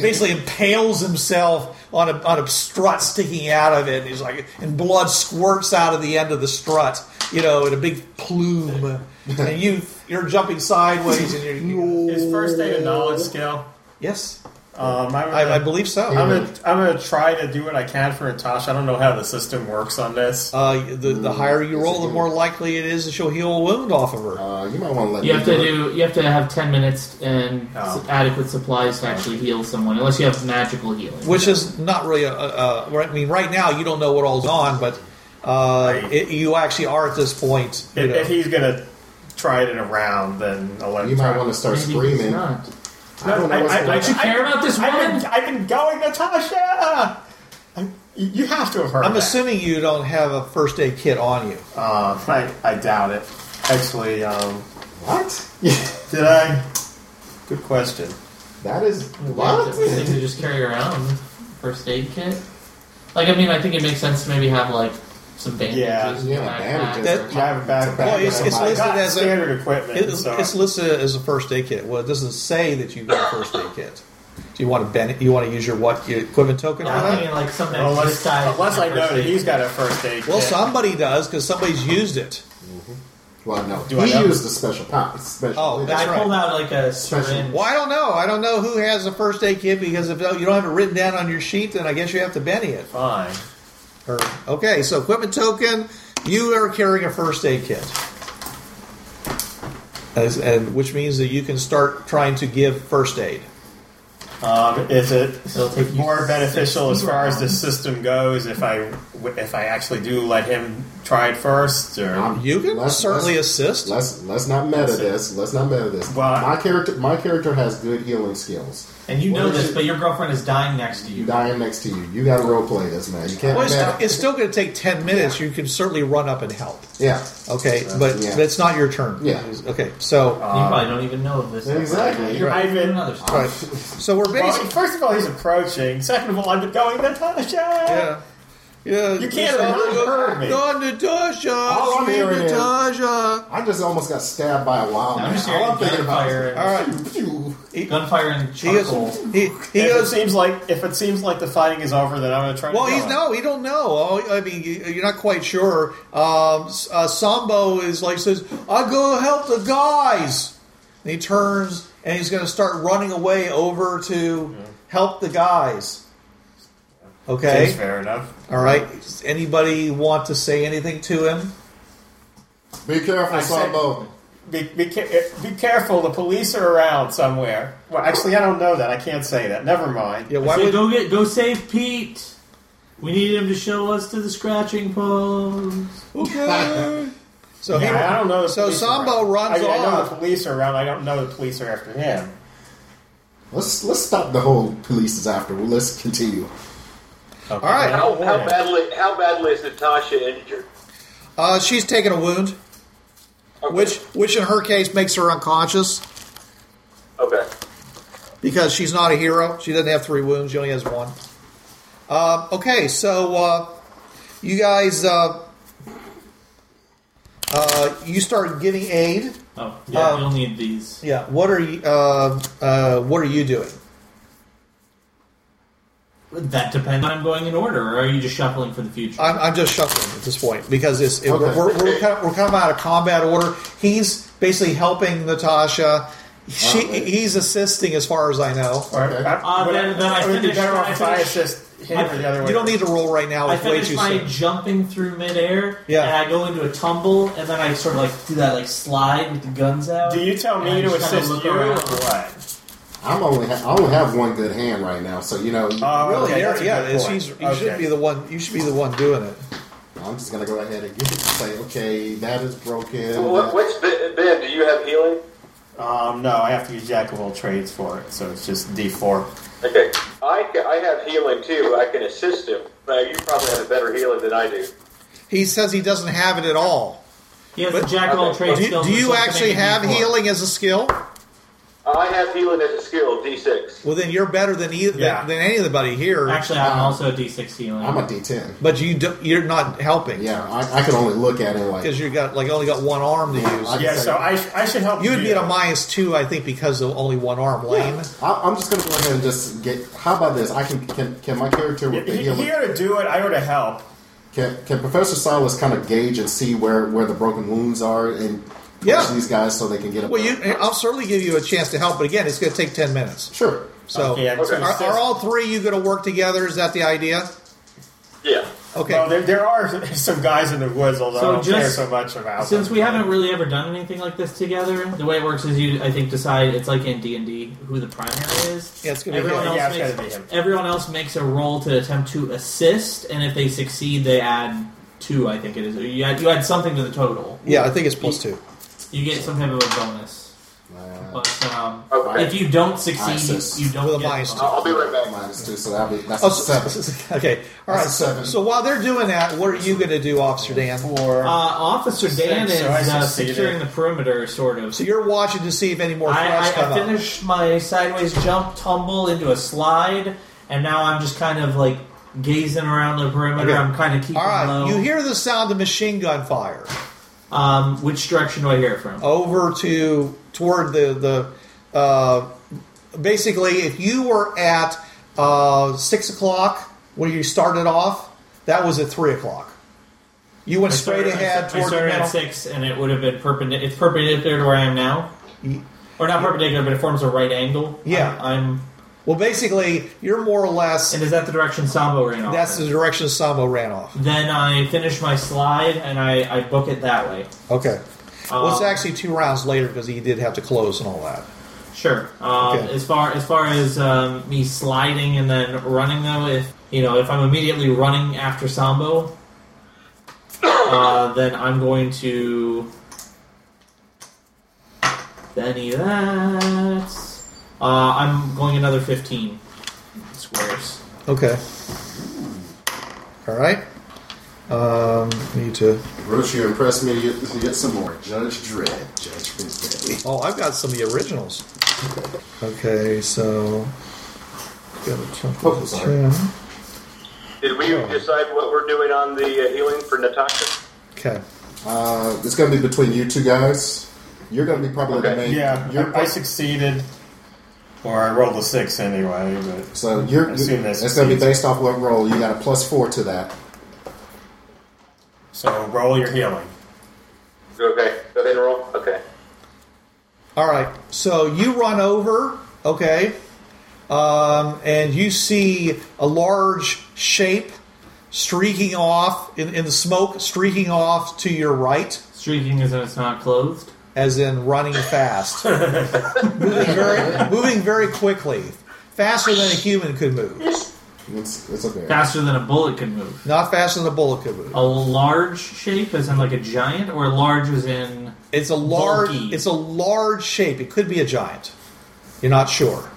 S2: basically impales himself on a on a strut sticking out of it. And he's like, and blood squirts out of the end of the strut, you know, in a big plume, and you you're jumping sideways, and you're
S3: Is first aid a knowledge skill?
S2: yes,
S3: Um, I,
S2: I, I believe so.
S3: I'm gonna, I'm gonna try to do what I can for Natasha. I don't know how the system works on this.
S2: Uh, the, the higher you roll, the more likely it is that she'll heal a wound off of her.
S5: Uh, you might want to let
S8: You
S5: me
S8: have to
S5: it.
S8: do. You have to have ten minutes and
S3: Oh.
S8: s- adequate supplies to actually heal someone, unless you have magical healing.
S2: which is not really a, a, a. I mean, right now you don't know what all's on, but uh,
S3: Right.
S2: it, you actually are at this point. You
S3: if,
S2: know.
S3: if he's gonna try it in a round, then I'll let him
S5: You
S3: try.
S5: might want to start
S8: Maybe
S5: Uh,
S8: it's
S5: screaming. I
S8: not.
S5: don't know what's going
S8: Don't you
S5: on.
S8: care about this
S3: I've
S8: woman?
S3: been, I've been going, Natasha. I, you have to have heard.
S2: I'm
S3: that.
S2: assuming you don't have a first aid kit on you.
S3: Uh, I, I doubt it. Actually, um,
S5: What?
S3: did I? Good question.
S5: That is.
S8: What?
S5: What?
S8: Thing to just carry around first aid kit. Like, I mean, I think it makes sense to maybe have like some bandages.
S3: Yeah.
S8: and
S5: Yeah,
S8: backpacks.
S5: bandages.
S2: That-
S3: Do I have a backpack?
S5: Well, it's- it's
S3: I
S2: listed
S3: got
S2: as a-
S3: standard equipment.
S2: It,
S3: so
S2: It's listed as a first aid kit. Well, it doesn't say that you've got a first aid kit. Do you want to ben- you want to use your what your equipment token for
S8: I
S2: that?
S8: mean, like something.
S3: unless, unless oh, I know that he's got a first aid.
S2: Well,
S3: kit.
S2: somebody does because somebody's used it.
S5: Well, no.
S3: Do I
S5: he
S3: know?
S5: used the special power. Special
S2: Oh, that's
S8: I
S2: right.
S8: pulled out like a syringe.
S2: Well, I don't know. I don't know who has a first aid kit because if you don't have it written down on your sheet, then I guess you have to Benny it.
S3: fine.
S2: Or, okay, so equipment token. You are carrying a first aid kit, As, and which means that you can start trying to give first aid.
S3: Um, is it
S8: It'll take you
S3: more beneficial as
S8: sixty
S3: far as the
S8: rounds.
S3: system goes if I if I actually do let him try it first? Or
S5: I'm-
S2: You can
S5: let's-
S2: certainly
S5: let's-
S2: assist.
S5: Let's let's not meta this. Let's not meta this.
S3: Why?
S5: My character my character has good healing skills.
S8: And you
S5: What
S8: know
S5: is
S8: this,
S5: it?
S8: but your girlfriend is dying next to you.
S5: Dying next to you. You got to role play this man. You can't
S2: Well, it's,
S5: meta.
S2: it's still going to take 10 minutes. You can certainly run up and help.
S5: yeah.
S2: Okay, but
S5: yeah.
S2: that's not your turn.
S5: Yeah.
S2: Okay, so.
S8: you probably don't even know this.
S5: Exactly.
S3: You're
S5: Right.
S3: even-
S8: Another story.
S2: Right. So we're
S3: well,
S2: basically.
S3: first of all, he's approaching. Second of all, I've been going Natasha.
S2: Yeah. Yeah.
S3: You can't have not heard me.
S2: No, Natasha.
S5: All I'm
S2: sweet
S5: hearing is-
S2: Natasha.
S5: I just almost got stabbed by a wild
S8: I'm
S5: man.
S8: just hearing
S5: All I'm thinking about
S8: gunfire
S5: is
S8: and-
S2: All right.
S5: Phew.
S8: Gunfire and
S2: He
S8: charcoal.
S2: goes. He, he
S3: If it
S2: goes.
S3: seems like if it seems like the fighting is over, then I'm going to try.
S2: Well,
S3: to
S2: he's
S3: not.
S2: no, he don't know. Oh, I mean, you- you're not quite sure. Um, S- uh, Sambo is like says, "I go help the guys," and he turns and he's going to start running away over to help the guys.
S3: Seems
S2: Okay,
S3: fair enough.
S2: all right. Does anybody want to say anything to him?
S5: Be careful,
S3: I said-
S5: Sambo.
S3: Be, be, ca- eh, be careful. The police are around somewhere. Well, actually, I don't know that. I can't say that. Never mind.
S2: Yeah, why
S9: Say,
S2: would
S9: go get, go save Pete. We need him to show us to the scratching post.
S2: okay? So he,
S3: Yeah, I don't know. The
S2: So
S3: police are
S2: Sambo
S3: around.
S2: runs
S3: I, I know
S2: off.
S3: the police are around. I don't know the police are after him.
S5: Let's let's stop the whole police is after. Well, let's continue.
S3: Okay.
S2: All right.
S3: Don't
S6: How,
S3: worry.
S6: how badly how badly is Natasha injured?
S2: uh, she's taking a wound,
S6: Okay.
S2: which which in her case makes her unconscious
S6: okay.
S2: because she's not a hero. She doesn't have three wounds. She only has one. Um, okay, so uh, you guys, uh, uh, you start getting aid.
S8: Oh, yeah,
S2: Uh,
S8: you'll need these.
S2: Yeah. What are you? Uh, uh, what are you doing?
S8: That depends on I'm going in order, or are you just shuffling for the future?
S2: I'm, I'm just shuffling at this point because it's it,
S5: Okay.
S2: we're, we're, we're, kind of, we're kind of out of combat order. He's basically helping Natasha. She,
S5: wait.
S2: he's assisting, as far as I know.
S3: Or,
S5: Okay.
S3: I,
S8: Uh,
S3: would
S8: then- then I
S3: it would be
S8: finished-
S3: better off
S8: I
S3: if I
S8: finished-
S3: assist him
S8: I-
S3: or the other way.
S2: You don't need to roll right now.
S8: I
S2: It's way
S8: finish
S2: too
S8: my
S2: soon.
S8: jumping through midair,
S2: Yeah.
S8: and I go into a tumble, and then I sort of like do that like slide with the guns out.
S3: Do you tell
S8: and
S3: me
S8: I
S3: to
S8: just kinda
S3: assist
S8: look
S3: you or
S8: around.
S3: what?
S5: I'm only ha- I only have one good hand right now, so you know
S3: Oh,
S2: Uh, Really,
S3: okay,
S2: yeah,
S3: that's a
S2: yeah.
S3: good
S2: it's-
S3: point.
S2: he's- you
S3: Okay.
S2: should be the one. You should be the one doing it.
S5: I'm just gonna go ahead and get it. Say okay, that is broken.
S6: What,
S5: that-
S6: what's ben, ben? Do you have healing?
S3: Um, no, I have to be jack of all trades for it, so it's just D four.
S6: Okay, I, ca- I have healing too. I can assist him, but you probably have a better healing than I do.
S2: He says he doesn't have it at all.
S8: He has the
S2: But-
S8: jack of all
S6: Okay.
S2: Do,
S8: trades skill.
S2: do
S8: which
S2: you
S8: lets him
S2: actually
S8: make a
S2: have
S8: D4.
S2: healing as a skill?
S6: I have healing as a skill, D6.
S2: Well, then you're better than either
S3: Yeah.
S2: than, than anybody here.
S8: Actually, I'm
S5: Um,
S8: also a D6 healing.
S5: I'm a D10.
S2: but you do, you're not helping.
S5: Yeah, I, I can only look at it like
S2: because you got like only got one arm to use.
S5: I-
S3: Yeah, so I, I should help.
S2: you would be at a minus two, I think, because of only one arm. Lane.
S5: I, I'm just gonna go ahead and just get. How about this? I can can, can my character
S3: Yeah,
S5: with the
S3: He,
S5: healing.
S3: he ought to do it. I ought to help.
S5: Can, can Professor Silas kind of gauge and see where, where the broken wounds are and push
S2: Yeah.
S5: these guys so they can get up?
S2: Well, you, I'll certainly give you a chance to help, but again, it's going to take ten minutes.
S5: sure.
S2: So,
S3: Okay, I'm
S6: Okay.
S3: gonna
S2: are,
S3: assist.
S2: are all three you going to work together? Is that the idea?
S6: Yeah.
S2: Okay.
S3: Well, there, there are some guys in the woods, although
S8: So
S3: I don't care
S8: just-
S3: so much about.
S8: Since
S3: them.
S8: we haven't really ever done anything like this together, the way it works is you, I think, decide it's like in D and D who the primary is.
S2: Yeah, it's gonna be
S8: everyone
S2: him.
S8: else
S3: Yeah, it's
S8: makes
S3: gotta be him.
S8: everyone else makes a roll to attempt to assist, and if they succeed, they add two. I think it is. You add, you add something to the total.
S2: yeah, I think it's plus two.
S8: You get some type of a bonus,
S5: Uh,
S8: but um,
S6: Okay.
S8: if you don't succeed,
S5: Assist.
S8: you don't
S2: With a
S8: get. the
S2: minus
S8: bonus.
S6: I'll I'll be right back.
S5: minus two, so that'll be that's
S2: Oh,
S5: a
S2: so-
S5: seven.
S2: okay. All right.
S5: That's a seven.
S2: So while they're doing that, what are you going to do, Officer Dan?
S3: Or
S8: Uh, Officer Dan
S3: Six,
S8: is
S3: so I
S8: uh,
S3: succeeded.
S8: securing the perimeter, sort of.
S2: So you're watching to see if any more
S8: I,
S2: threats come
S8: I, I
S2: up.
S8: finished my sideways jump tumble into a slide, and now I'm just kind of like gazing around the perimeter.
S2: Okay.
S8: I'm kind of keeping
S2: All right.
S8: low.
S2: You hear the sound of machine gun fire
S8: um, which direction do I hear it from?
S2: over to toward the the. Uh, basically, if you were at uh, six o'clock when you started off, that was at three o'clock. You went
S8: I
S2: straight
S8: started-
S2: ahead
S8: I
S2: toward the
S8: started
S2: middle.
S8: at six, and it would have been perpendicular. It's perpendicular to where I am now, or not perpendicular, but it forms a right angle.
S2: Yeah.
S8: I'm. I'm
S2: Well, basically, you're more or less.
S8: And is that the direction Sambo ran off?
S2: That's
S8: in?
S2: the direction Sambo ran off.
S8: Then I finish my slide and I, I book it that way.
S2: Okay. well, it's
S8: Um,
S2: actually two rounds later because he did have to close and all that.
S8: Sure. Um,
S2: Okay.
S8: As far as far as um, me sliding and then running though, if you know if I'm immediately running after Sambo, uh, then I'm going to any that. Uh, I'm going another 15 squares.
S2: Okay. All right. Um, need to.
S5: Roach, you impressed me to get, to get some more. Judge Dredd. Judge Dredd.
S2: Oh, I've got some of the originals. Okay, so. Got a chunk
S5: Oh,
S2: of this
S5: sorry.
S2: here.
S6: Did we decide what we're doing on the uh, healing for Natasha?
S2: Okay.
S5: Uh, it's going to be between you two guys. You're going to be probably the
S6: Okay.
S5: main.
S3: Yeah,
S5: You're,
S3: I, I succeeded, or I rolled a six anyway. But
S5: so you're.
S3: I
S5: It's
S3: assume
S5: going
S3: that's
S5: to be
S3: easy.
S5: based off what roll. You got a plus four to that.
S3: so roll your healing.
S6: Okay, go ahead and roll. Okay.
S2: All right. So you run over, okay, um, and you see a large shape streaking off in, in the smoke, streaking off to your right,
S8: Streaking is that it's not clothed.
S2: as in running fast, moving very, moving very quickly, faster than a human could move,
S5: It's, it's okay.
S8: Faster than a bullet can move.
S2: not faster than a bullet could move.
S8: A large shape, as in like a giant, or large as in
S2: It's a large,
S8: Bulky.
S2: it's a large shape. It could be a giant. You're not sure.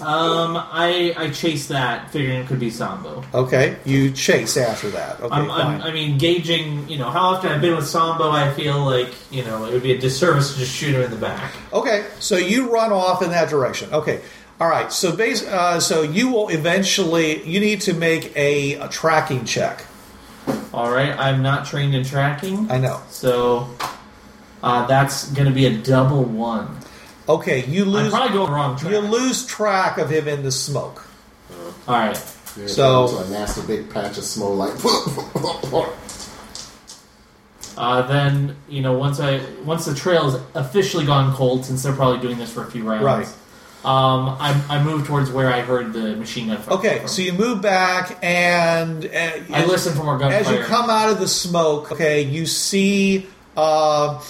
S8: Um, I I chased that, figuring it could be Sambo.
S2: Okay, you chase after that. Okay,
S8: I'm,
S2: fine.
S8: I'm, I mean, gauging, you know, how often I've been with Sambo, I feel like, you know, it would be a disservice to just shoot him in the back.
S2: Okay, so you run off in that direction. Okay, all right. So base, uh, so you will eventually. You need to make a, a tracking check.
S8: All right, I'm not trained in tracking,
S2: I know.
S8: so uh, that's going to be a double one.
S2: Okay, you
S8: I'm
S2: lose.
S8: probably going wrong
S2: You
S8: track.
S2: lose track of him in the smoke.
S8: All right,
S5: You're
S2: So-
S5: going to a nasty big patch of smoke like.
S8: uh, then you know once I once the trail's officially gone cold, since they're probably doing this for a few rounds.
S2: Right.
S8: Um, I, I moved towards where I heard the machine gun fire.
S2: Okay,
S8: from.
S2: so you move back and uh,
S8: I listen for more gunfire.
S2: As you come out of the smoke, okay, you see, uh,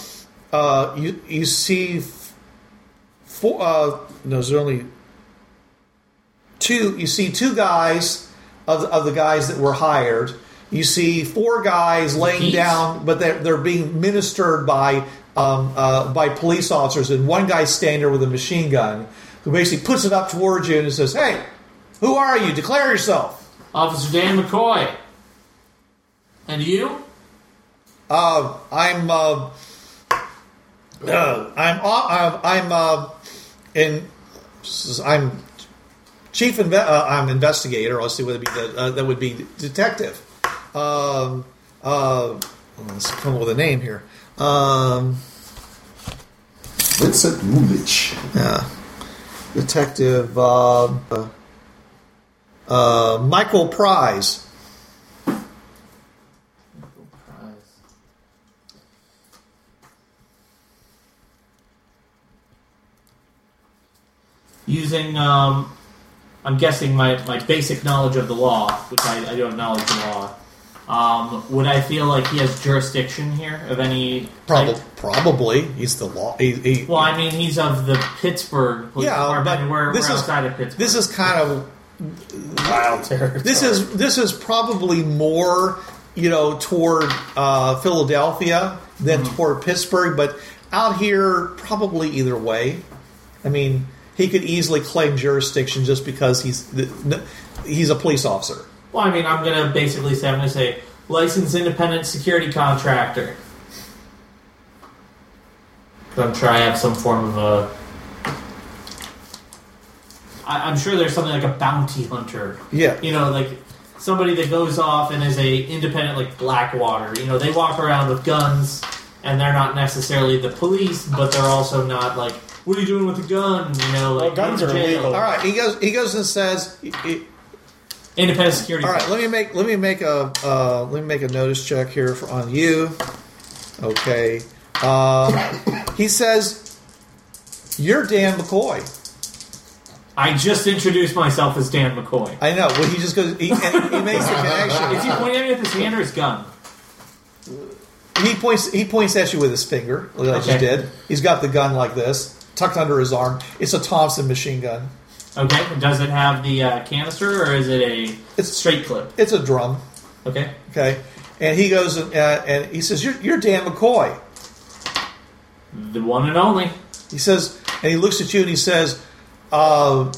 S2: uh, you you see, f- four. Uh, no, there's only two. You see two guys of of the guys that were hired. You see four guys laying
S8: Thieves?
S2: down, but they're they're being ministered by um, uh, by police officers, and one guy standing there with a machine gun who basically puts it up towards you and says, "Hey, who are you? Declare yourself."
S8: Officer Dan McCoy. And you?
S2: Uh, I'm uh, uh, I'm uh, I'm uh, in I'm chief inve- uh, I'm investigator. Or see would be the, uh, that would be detective. Um, uh, let's come up with a name here. Um,
S5: Vincent Mulich.
S2: yeah, detective uh, uh, uh, Michael Prize.
S8: Using, um, I'm guessing my, my basic knowledge of the law, which I, I do have knowledge of the law, um, would I feel like he has jurisdiction here of any
S2: Probably,
S8: type?
S2: probably he's the law. He, he,
S8: Well, I mean, he's of the Pittsburgh Police
S2: yeah,
S8: Department.
S2: but
S8: we're,
S2: this
S8: we're
S2: is
S8: outside of Pittsburgh.
S2: this is kind of
S3: Wild territory.
S2: This is this is probably more you know toward uh, Philadelphia than
S3: Mm-hmm.
S2: toward Pittsburgh, but out here probably either way. I mean, he could easily claim jurisdiction just because he's the, n- he's a police officer.
S8: Well, I mean, I'm going to basically say, I'm going to say, licensed independent security contractor. I'm sure I have some form of a. I, I'm sure there's something like a bounty hunter.
S2: Yeah.
S8: You know, like somebody that goes off and is a independent, like Blackwater. You know, they walk around with guns, and they're not necessarily the police, but they're also not like, what are you doing with a gun? You know, like
S3: Well, guns
S8: go to
S3: are
S8: jail.
S3: illegal.
S2: All right, he goes he goes and says. he- he-
S8: Independent security.
S2: All right, let me make let me make a uh, let me make a notice check here for, on you. Okay, um, uh, he says you're Dan McCoy.
S8: I just introduced myself as Dan McCoy.
S2: I know. Well, he just goes. He, and he makes the
S8: Is
S2: connection.
S8: he pointing at me with his hand or his gun?
S2: He points. He points at you with his finger, like I
S8: Okay.
S2: just did. He's got the gun like this, tucked under his arm. It's a Thompson machine gun.
S8: Okay. Does it have the uh, canister or is it a
S2: It's-
S8: straight clip?
S2: It's a drum.
S8: Okay.
S2: Okay, and he goes uh, and he says, "You're, you're Dan McCoy."
S8: The one and only.
S2: He says, and he looks at you and he says, uh,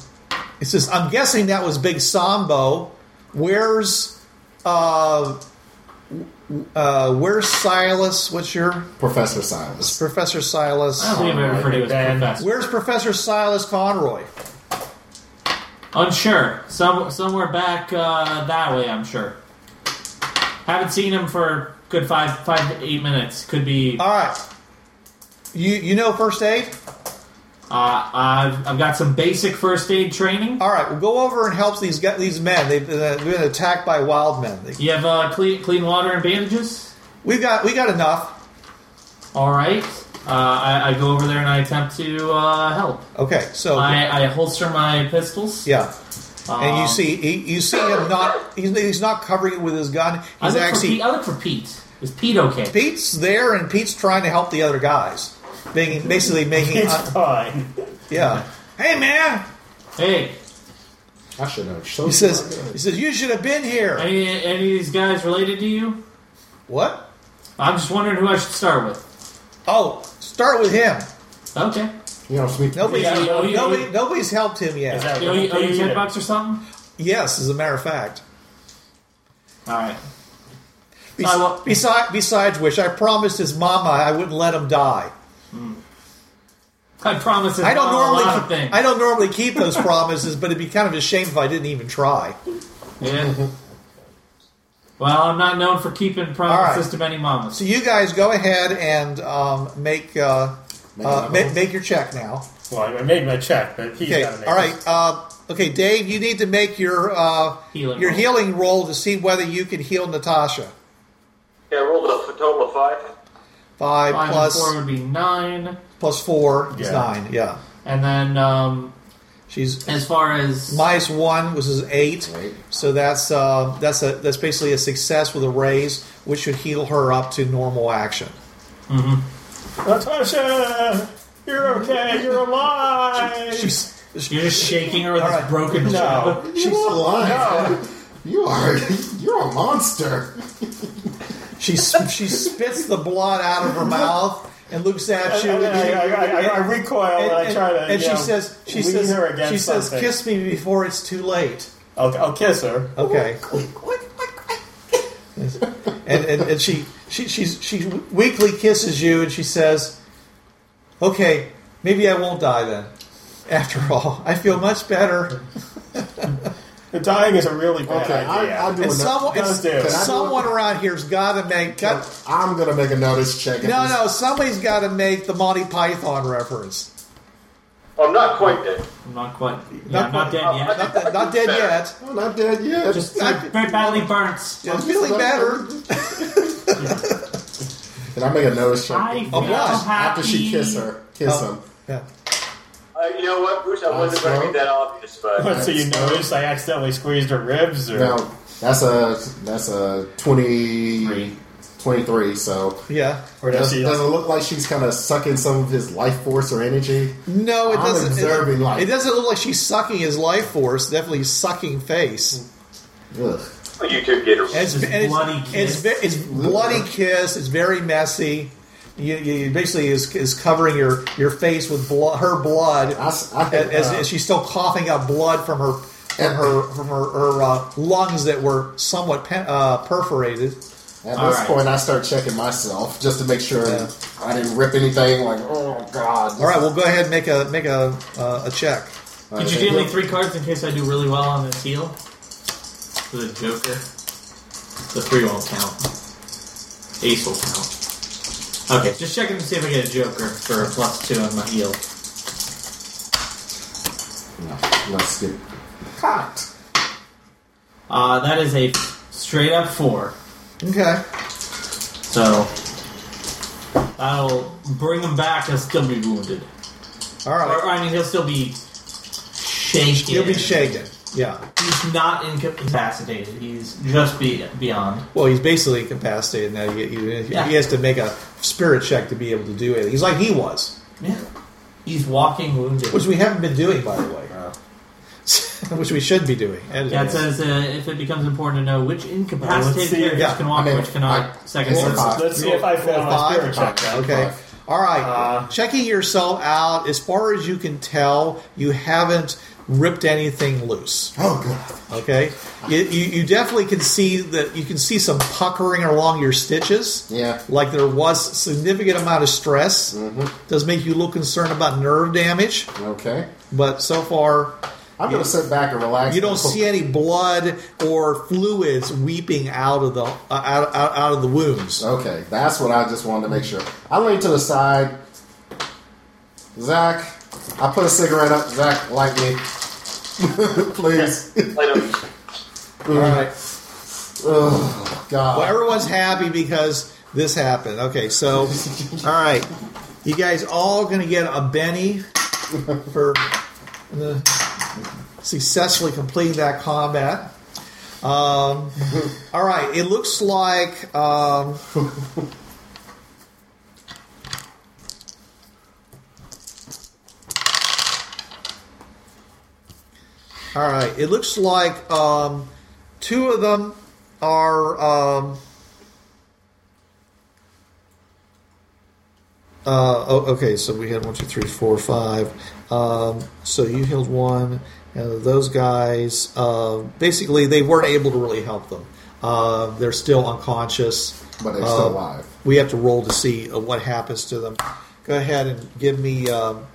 S2: "He says, I'm guessing that was Big Sambo. Where's uh, uh, where's Silas? What's your
S5: Professor Silas.
S2: Professor Silas?
S8: I don't think I've ever heard of it as
S3: Dan.
S8: professor.
S2: Where's Professor Silas Conroy?
S8: Unsure. Some somewhere back uh, that way. I'm sure. Haven't seen him for good five five to eight minutes. Could be. Uh,
S2: All right, you you know first aid.
S8: I've I've got some basic first aid training.
S2: All right, well go over and help these get these men. They've been, uh, been attacked by wild men. They-
S8: You have uh, clean clean water and bandages.
S2: We've got we got enough.
S8: All right. Uh, I, I go over there and I attempt to uh, help.
S2: Okay, so
S8: I, I holster my pistols.
S2: yeah.
S8: Um,
S2: and you see he, you see him not he's, he's not covering it with his gun
S8: I
S2: he's
S8: look, for
S2: actually
S8: Pete, I look for Pete. Is Pete okay?
S2: pete's there and pete's trying to help the other guys making, basically making
S3: It's
S2: uh,
S3: fine.
S2: yeah hey man
S8: Hey,
S5: I should have chosen.
S2: he says he says you should have been here
S8: any any of these guys related to you?
S2: what
S8: I'm just wondering who I should start with.
S2: oh start with him
S8: Okay.
S5: You know, sweet.
S2: nobody's,
S3: Yeah,
S8: oh, yeah,
S2: nobody,
S8: we-
S2: nobody's helped him
S3: Is
S2: yet
S3: that
S8: You owe, you owe you ten
S3: Yeah.
S8: bucks or something?
S2: yes as a matter of fact
S8: All right.
S2: Bes-
S8: I will-
S2: besi- besides which i promised his mama i wouldn't let him die
S8: I promise.
S2: I don't
S8: a lot of
S2: normally
S8: things.
S2: I don't normally keep those promises, but it'd be kind of a shame if I didn't even try.
S8: Yeah. Well, I'm not known for keeping promises
S2: right.
S8: to many mamas.
S2: So you guys go ahead and um, make uh,
S5: Make
S2: uh,
S5: another
S2: make,
S5: one.
S2: make your check now.
S3: Well, I made my check, but he's
S2: Okay,
S3: got to make
S2: all
S3: it.
S2: right. Uh, okay, Dave, you need to make your uh,
S8: Healing
S2: your
S8: roll.
S2: healing roll to see whether you can heal Natasha.
S6: Yeah, I rolled a f- total of five.
S2: Five,
S8: Five
S2: plus-
S8: and four would be nine,
S2: plus four is
S3: Yeah.
S2: nine. Yeah,
S8: and then um,
S2: she's
S8: as far as
S2: minus one, which is eight.
S5: Right.
S2: So that's uh, that's a that's basically a success with a raise, which should heal her up to normal action.
S3: Natasha, you're okay. You're alive. Oh.
S2: She's
S8: you're just shaking her with
S2: All
S8: this
S2: right.
S8: broken
S3: no.
S8: jaw.
S5: She's alive. You are. You're a monster.
S2: She she spits the blood out of her mouth and looks at
S3: I,
S2: you.
S3: I, I, I, I recoil and, I try to.
S2: and
S3: you
S2: she
S3: know,
S2: says, she
S3: lean
S2: says,
S3: her against
S2: she says,
S3: something.
S2: kiss me before it's too late.
S3: I'll, I'll kiss her.
S2: Okay, and, and and she she she's, she weakly kisses you, and she says, "Okay, maybe I won't die then. After all, I feel much better."
S3: The dying is a really bad
S5: Okay,
S3: idea.
S5: I, I do
S2: And
S5: another.
S2: someone, and
S3: Does do.
S2: someone around here's got to make got,
S5: I'm gonna make a notice check. at
S2: no
S5: this-
S2: no somebody's got to make the Monty Python reference.
S6: Oh, I'm not quite dead.
S8: I'm not quite. Yeah,
S2: Not
S8: I'm not
S2: quite- Uh,
S8: dead yet.
S2: Not, not dead yet.
S5: I'm not dead yet.
S8: Just uh,
S2: not-
S8: very badly burnt.
S2: I'm feeling better.
S5: And I make a notice check
S8: I feel
S2: what?
S5: after she
S8: happy.
S5: kiss her. Kiss
S2: Oh.
S5: him.
S2: Yeah.
S6: Uh, you know what, Bruce? I wasn't going to be that obvious, but
S3: so you notice I accidentally squeezed her ribs, or
S5: Now that's a that's a 20, 23, So
S2: Yeah.
S3: or does
S5: does,
S3: she?
S5: does it look like she's kind of sucking some of his life force or energy?
S2: No, it
S5: I'm
S2: doesn't.
S5: observing
S2: it,
S5: life.
S2: it doesn't look like she's sucking his life force. Definitely sucking face.
S5: Ugh.
S6: you two get it.
S2: And it's,
S8: Just
S2: and it's-
S8: bloody
S2: It's,
S8: kiss.
S2: ve- it's bloody kiss. It's very messy. You, you, you basically is, is covering your, your face with blo- her blood
S5: I, s- I think,
S2: as,
S5: uh,
S2: as she's still coughing up blood from her from her from her, her uh, lungs that were somewhat pen, uh, perforated.
S5: at
S8: All
S5: this
S8: right.
S5: point, I start checking myself just to make sure
S2: Yeah.
S5: I didn't rip anything. Like, oh god!
S2: All right, we'll go ahead and make a make a uh, a check.
S8: Could you give me three cards in case I do really well on this heel? For the Joker. The three won't count. Ace will count. Okay, just checking to see if I get a Joker for a plus two on my heel.
S5: No, let's get cocked.
S8: Uh, that is a straight up four.
S2: Okay.
S8: So that'll bring him back. He'll still be wounded.
S2: All right.
S8: Or, I mean, he'll still be shaken.
S2: He'll be shaken. Yeah.
S8: He's not incapacitated. He's just be beyond.
S2: Well, he's basically incapacitated now. He, he,
S8: Yeah.
S2: he has to make a spirit check to be able to do it. He's like he was,
S8: Yeah. He's walking wounded.
S2: which we haven't been doing, by the way. which we should be doing. And-
S8: yeah, it says uh, if it becomes important to know which
S3: Let's
S8: incapacitated
S3: see.
S8: characters
S2: Yeah.
S8: can walk,
S5: I mean,
S8: which cannot.
S5: I-
S8: second,
S5: it's
S8: third,
S5: a-
S8: fourth.
S3: Let's see if I fail my
S2: Five?
S3: spirit check. Uh, Though.
S2: Okay. All right. Checking yourself out. As far as you can tell, you haven't ripped anything loose.
S5: Oh, God.
S2: Okay. You, you, you definitely can see that you can see some puckering along your stitches.
S5: Yeah.
S2: Like there was significant amount of stress. Does make you look concerned about nerve damage,
S5: Okay.
S2: but so far
S5: I'm going to sit back and relax.
S2: you don't see any blood or fluids weeping out of the uh, out, out, out of the wounds.
S5: Okay, that's what I just wanted to make sure. I lean to the side. Zach, I put a cigarette up. Zach, light me. Please.
S2: All right.
S5: Oh, God.
S2: Well, everyone's happy because this happened. Okay, so, all right, you guys all gonna get a Benny for uh, successfully completing that combat. Um, all right, it looks like um, All right. It looks like um, two of them are. Um, uh, oh, okay, so we had one, two, three, four, five. Um, so you healed one. And those guys, uh, basically, they weren't able to really help them. Uh, they're still unconscious.
S5: But they're still
S2: Uh,
S5: alive.
S2: We have to roll to see uh, what happens to them. Go ahead and give me. Um,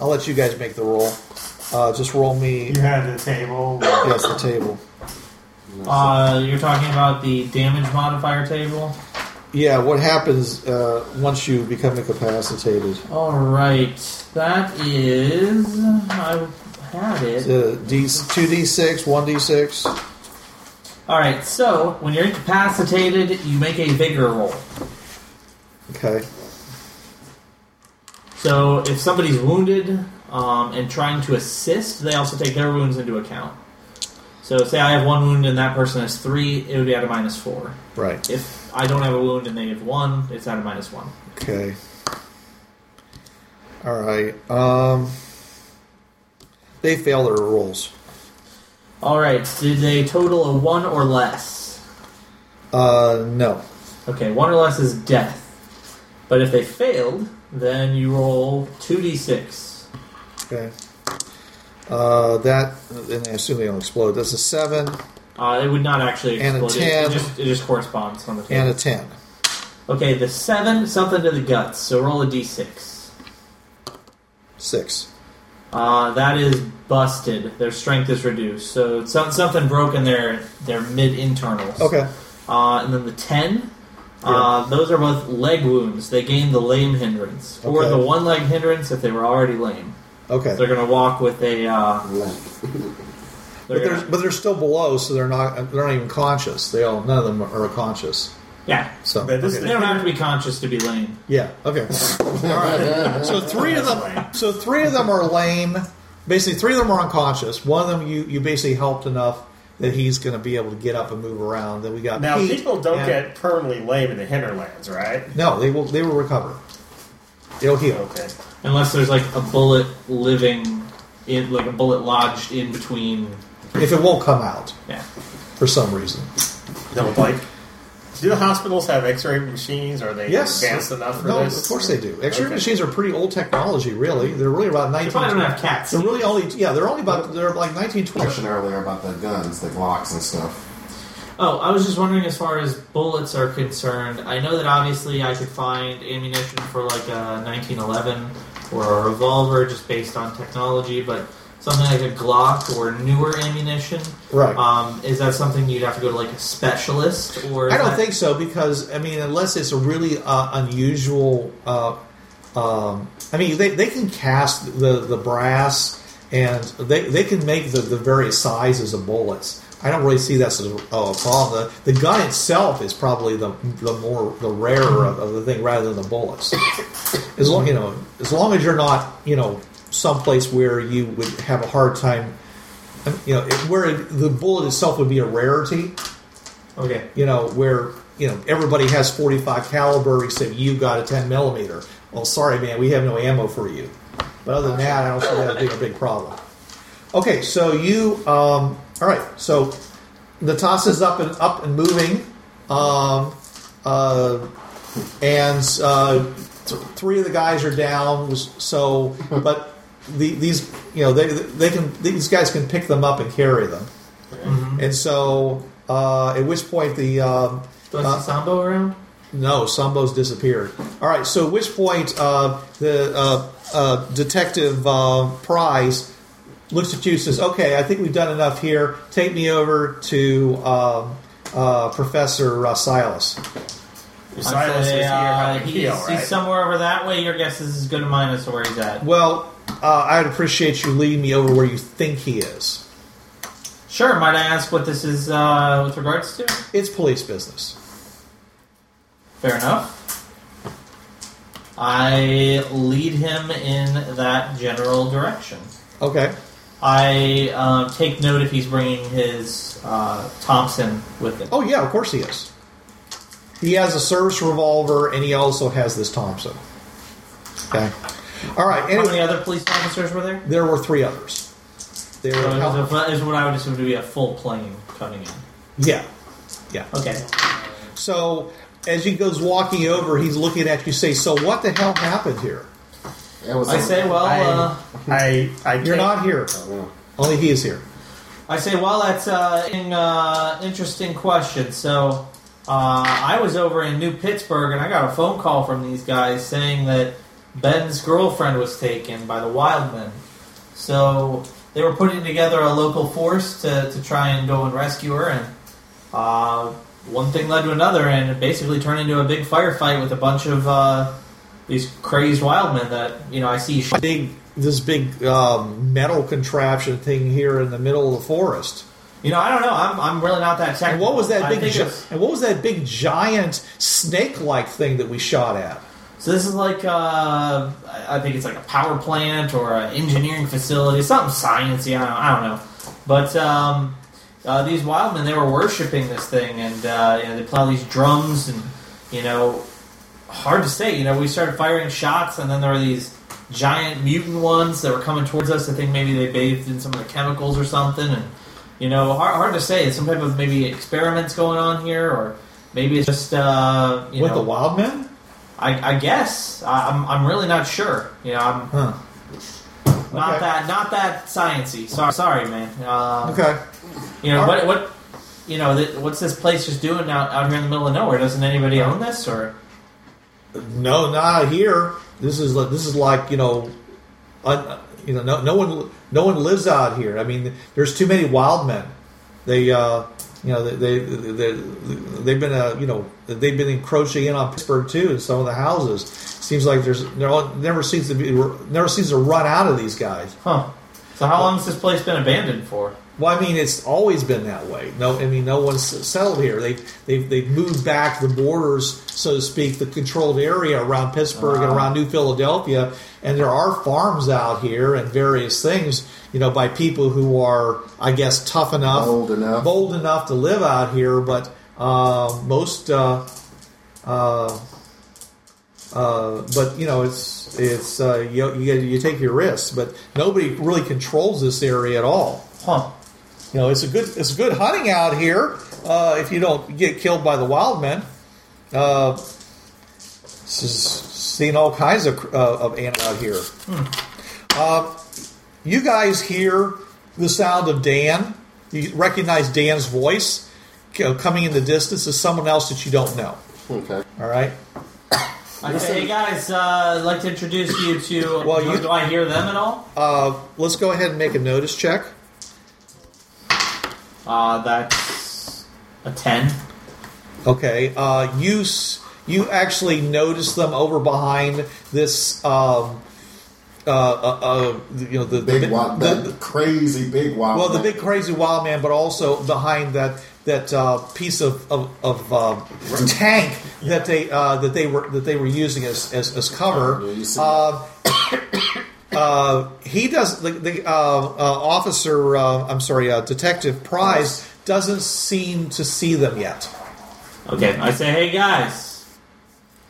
S2: I'll let you guys make the roll. Uh, just roll me.
S3: You had the table.
S2: Yes, the table.
S8: Uh, you're talking about the damage modifier table.
S2: Yeah, what happens uh, once you become incapacitated?
S8: All right, that is. I had it.
S2: Uh, D, 2d6, 1d6.
S8: All right, so when you're incapacitated, you make a vigor roll.
S2: Okay.
S8: So if somebody's wounded um, and trying to assist, they also take their wounds into account. So say I have one wound and that person has three, it would be at a minus four.
S2: Right.
S8: If I don't have a wound and they have one, it's at a minus one.
S2: Okay. All right. Um, they fail their rolls.
S8: All right, did they total a one or less?
S2: Uh, no.
S8: Okay, one or less is death. But if they failed, then you roll 2d6.
S2: Okay. Uh, that, and I assume they don't explode. That's a 7
S8: Uh, it would not actually
S2: And a
S8: explode. It- It,
S2: 10.
S8: just, it just corresponds on the
S2: and a
S8: table.
S2: 10.
S8: Okay, the 7, something to the guts, so roll a d6.
S2: 6.
S8: Uh, that is busted. Their strength is reduced. So it's some, something broke in their, their mid internals.
S2: Okay.
S8: Uh, and then the 10, uh, those are both leg wounds. They gain the lame hindrance. Or
S2: Okay.
S8: the one leg hindrance if they were already lame.
S2: Okay.
S8: They're going to walk with a. Uh,
S2: But
S8: they're
S2: they're,
S8: gonna-
S2: but they're still below, so they're not they're not even conscious. They all none of them are conscious.
S8: yeah.
S2: So
S3: But this
S8: They don't have to be conscious to be lame.
S2: Yeah. Okay. All right. So three of them. So three of them are lame. Basically, three of them are unconscious. One of them you you basically helped enough that he's going to be able to get up and move around. Then we got
S3: Now,
S2: Pete,
S3: people don't
S2: and-
S3: get permanently lame in the hinterlands, right?
S2: No, they will. They will recover. They'll heal.
S3: Okay.
S8: Unless there's like a bullet living in, like a bullet lodged in between.
S2: If it won't come out
S8: Yeah.
S2: for some reason.
S3: Double blank. Do the hospitals have X-ray machines? Are they
S2: Yes.
S3: advanced enough for
S2: no,
S3: this?
S2: of course they do. X-ray
S3: Okay.
S2: machines are pretty old technology, really. They're really about
S8: They
S2: nineteen.
S8: probably don't have cats.
S2: They're really only yeah. They're only about they're like nineteen twenty.
S5: Question earlier about the guns, the Glocks and stuff.
S8: Oh, I was just wondering as far as bullets are concerned. I know that obviously I could find ammunition for like a 1911 or a revolver just based on technology, but something like a Glock or newer ammunition.
S2: Right.
S8: Um, is that something you'd have to go to like a specialist or? is
S2: I don't
S8: that-
S2: think so because I mean, unless it's a really uh, unusual. Uh, um, I mean, they, they can cast the, the brass and they, they can make the, the various sizes of bullets. I don't really see that as a, a problem. The, the gun itself is probably the, the more the rarer of, of the thing rather than the bullets. As long you know, as long as you're not you know someplace where you would have a hard time. You know, it- where the bullet itself would be a rarity.
S8: Okay.
S2: You know, where you know everybody has 45 caliber except you got a 10 millimeter. Well, sorry, man, we have no ammo for you. But other than that, I don't see that being a big problem. Okay, so you. Um, all right, so Natasha's up and up and moving, um, uh, and uh, th- three of the guys are down. So, but the, these, you know, they they can these guys can pick them up and carry them, and so uh, at which point the um
S8: Do I see
S2: uh,
S8: Sambo around?
S2: no, Sambo's disappeared. All right, so at which point uh, the uh, uh, detective uh, Prize looks at you and says, "Okay, I think we've done enough here. Take me over to um, uh, Professor uh, Silas."
S3: Silas is
S8: I
S3: here.
S8: say,
S3: How do
S8: uh,
S3: you
S8: he's,
S3: feel, right?
S8: he's somewhere over that way. Your guess is as good as mine as to where he's at.
S2: Well, uh, I'd appreciate you leading me over where you think he is.
S8: Sure. Might I ask what this is uh, with regards to?
S2: It's police business.
S8: Fair enough. I lead him in that general direction.
S2: Okay.
S8: I uh, take note if he's bringing his uh, Thompson with him.
S2: Oh yeah, of course he is. He has a service revolver, and he also has this Thompson. Okay. All right.
S8: How
S2: Anyway,
S8: many other police officers were there?
S2: There were three others. There
S8: So
S2: were
S8: it was a- is what I would assume to be a full plane cutting in.
S2: yeah, yeah.
S8: Okay.
S2: So as he goes walking over, he's looking at you. Say, so what the hell happened here?
S5: It was
S8: I say, well,
S3: I-
S8: uh,
S3: I, I
S2: You're
S3: can't-
S2: not here.
S8: Oh,
S2: Only he is here.
S8: I say, well, that's uh, an uh, interesting question. So, uh, I was over in New Pittsburgh and I got a phone call from these guys saying that Ben's girlfriend was taken by the Wildmen. So, they were putting together a local force to, to try and go and rescue her, and uh, one thing led to another, and it basically turned into a big firefight with a bunch of uh, these crazed Wildmen that, you know, I see. Sh-
S2: Big this big um, metal contraption thing here in the middle of the forest.
S8: you know, I don't know. I'm, I'm really not that
S2: And
S8: technical.
S2: what was that
S8: I
S2: big?
S8: think
S2: gi-
S8: it's-
S2: and what was that big giant snake-like thing that we shot at?
S8: So this is like uh, I I think it's like a power plant or an engineering facility, something sciencey. I don't, I don't know, but um, uh, these wildmen they were worshiping this thing, and uh, you know, they play all these drums, and you know, hard to say. You know, we started firing shots, and then there were these giant mutant ones that were coming towards us. I think maybe they bathed in some of the chemicals or something, and you know, hard, hard to say. It's some type of maybe experiments going on here, or maybe it's just uh, you
S2: With
S8: know,
S2: the wild men?
S8: I, I guess I, I'm, I'm really not sure. You know, I'm
S2: Huh.
S8: not
S2: Okay.
S8: that not that sciency. Sorry, sorry, man. Um,
S2: Okay.
S8: You know
S2: All
S8: what? What? You know, th- what's this place just doing out, out here in the middle of nowhere? Doesn't anybody own this? Or
S2: No, not here. This is like this is like you know, un, you know, no, no one no one lives out here. I mean, there's too many wild men. They, uh, you know, they, they, they they've been uh, you know they've been encroaching in on Pittsburgh too. In some of the houses, seems like there's there all- never seems to be never seems to run out of these guys.
S8: huh? So how long has this place been abandoned for?
S2: Well, I mean, it's always been that way. No, I mean, no one's settled here. They they've, they've moved back the borders, so to speak, the controlled area around Pittsburgh and around New Philadelphia, and there are farms out here and various things, you know, by people who are, I guess, tough enough,
S5: Bold enough.
S2: bold enough to live out here. But uh, most, uh, uh, uh, but you know, it's it's uh, you you, you take your risks, but nobody really controls this area at all.
S8: Huh?
S2: You know, it's a good it's good hunting out here. Uh, if you don't get killed by the wild men, uh, this is seeing all kinds of uh, of animals out here. Uh, you guys hear the sound of Dan. You recognize Dan's voice you know, coming in the distance as someone else that you don't know.
S5: okay.
S2: All right.
S8: I say, hey guys, uh, I'd like to introduce you to.
S2: Well,
S8: do,
S2: you-
S8: do I hear them at all?
S2: Uh, let's go ahead and make a notice check.
S8: Uh, that's a ten.
S2: Okay. Uh, you s- you actually notice them over behind this. Um, uh, uh, uh, you know the the,
S5: Big
S2: bi-
S5: wild,
S2: the-
S5: that crazy big wild.
S2: well the
S5: man.
S2: big crazy wild man, but also behind that that uh, piece of of, of uh, tank that they uh, that they were that they were using as as, as cover.
S5: Yeah, you see.
S2: Uh, Uh, he does the, the uh, uh, officer. Uh, I'm sorry, uh, Detective Price doesn't seem to see them yet.
S8: Okay, I say, hey guys,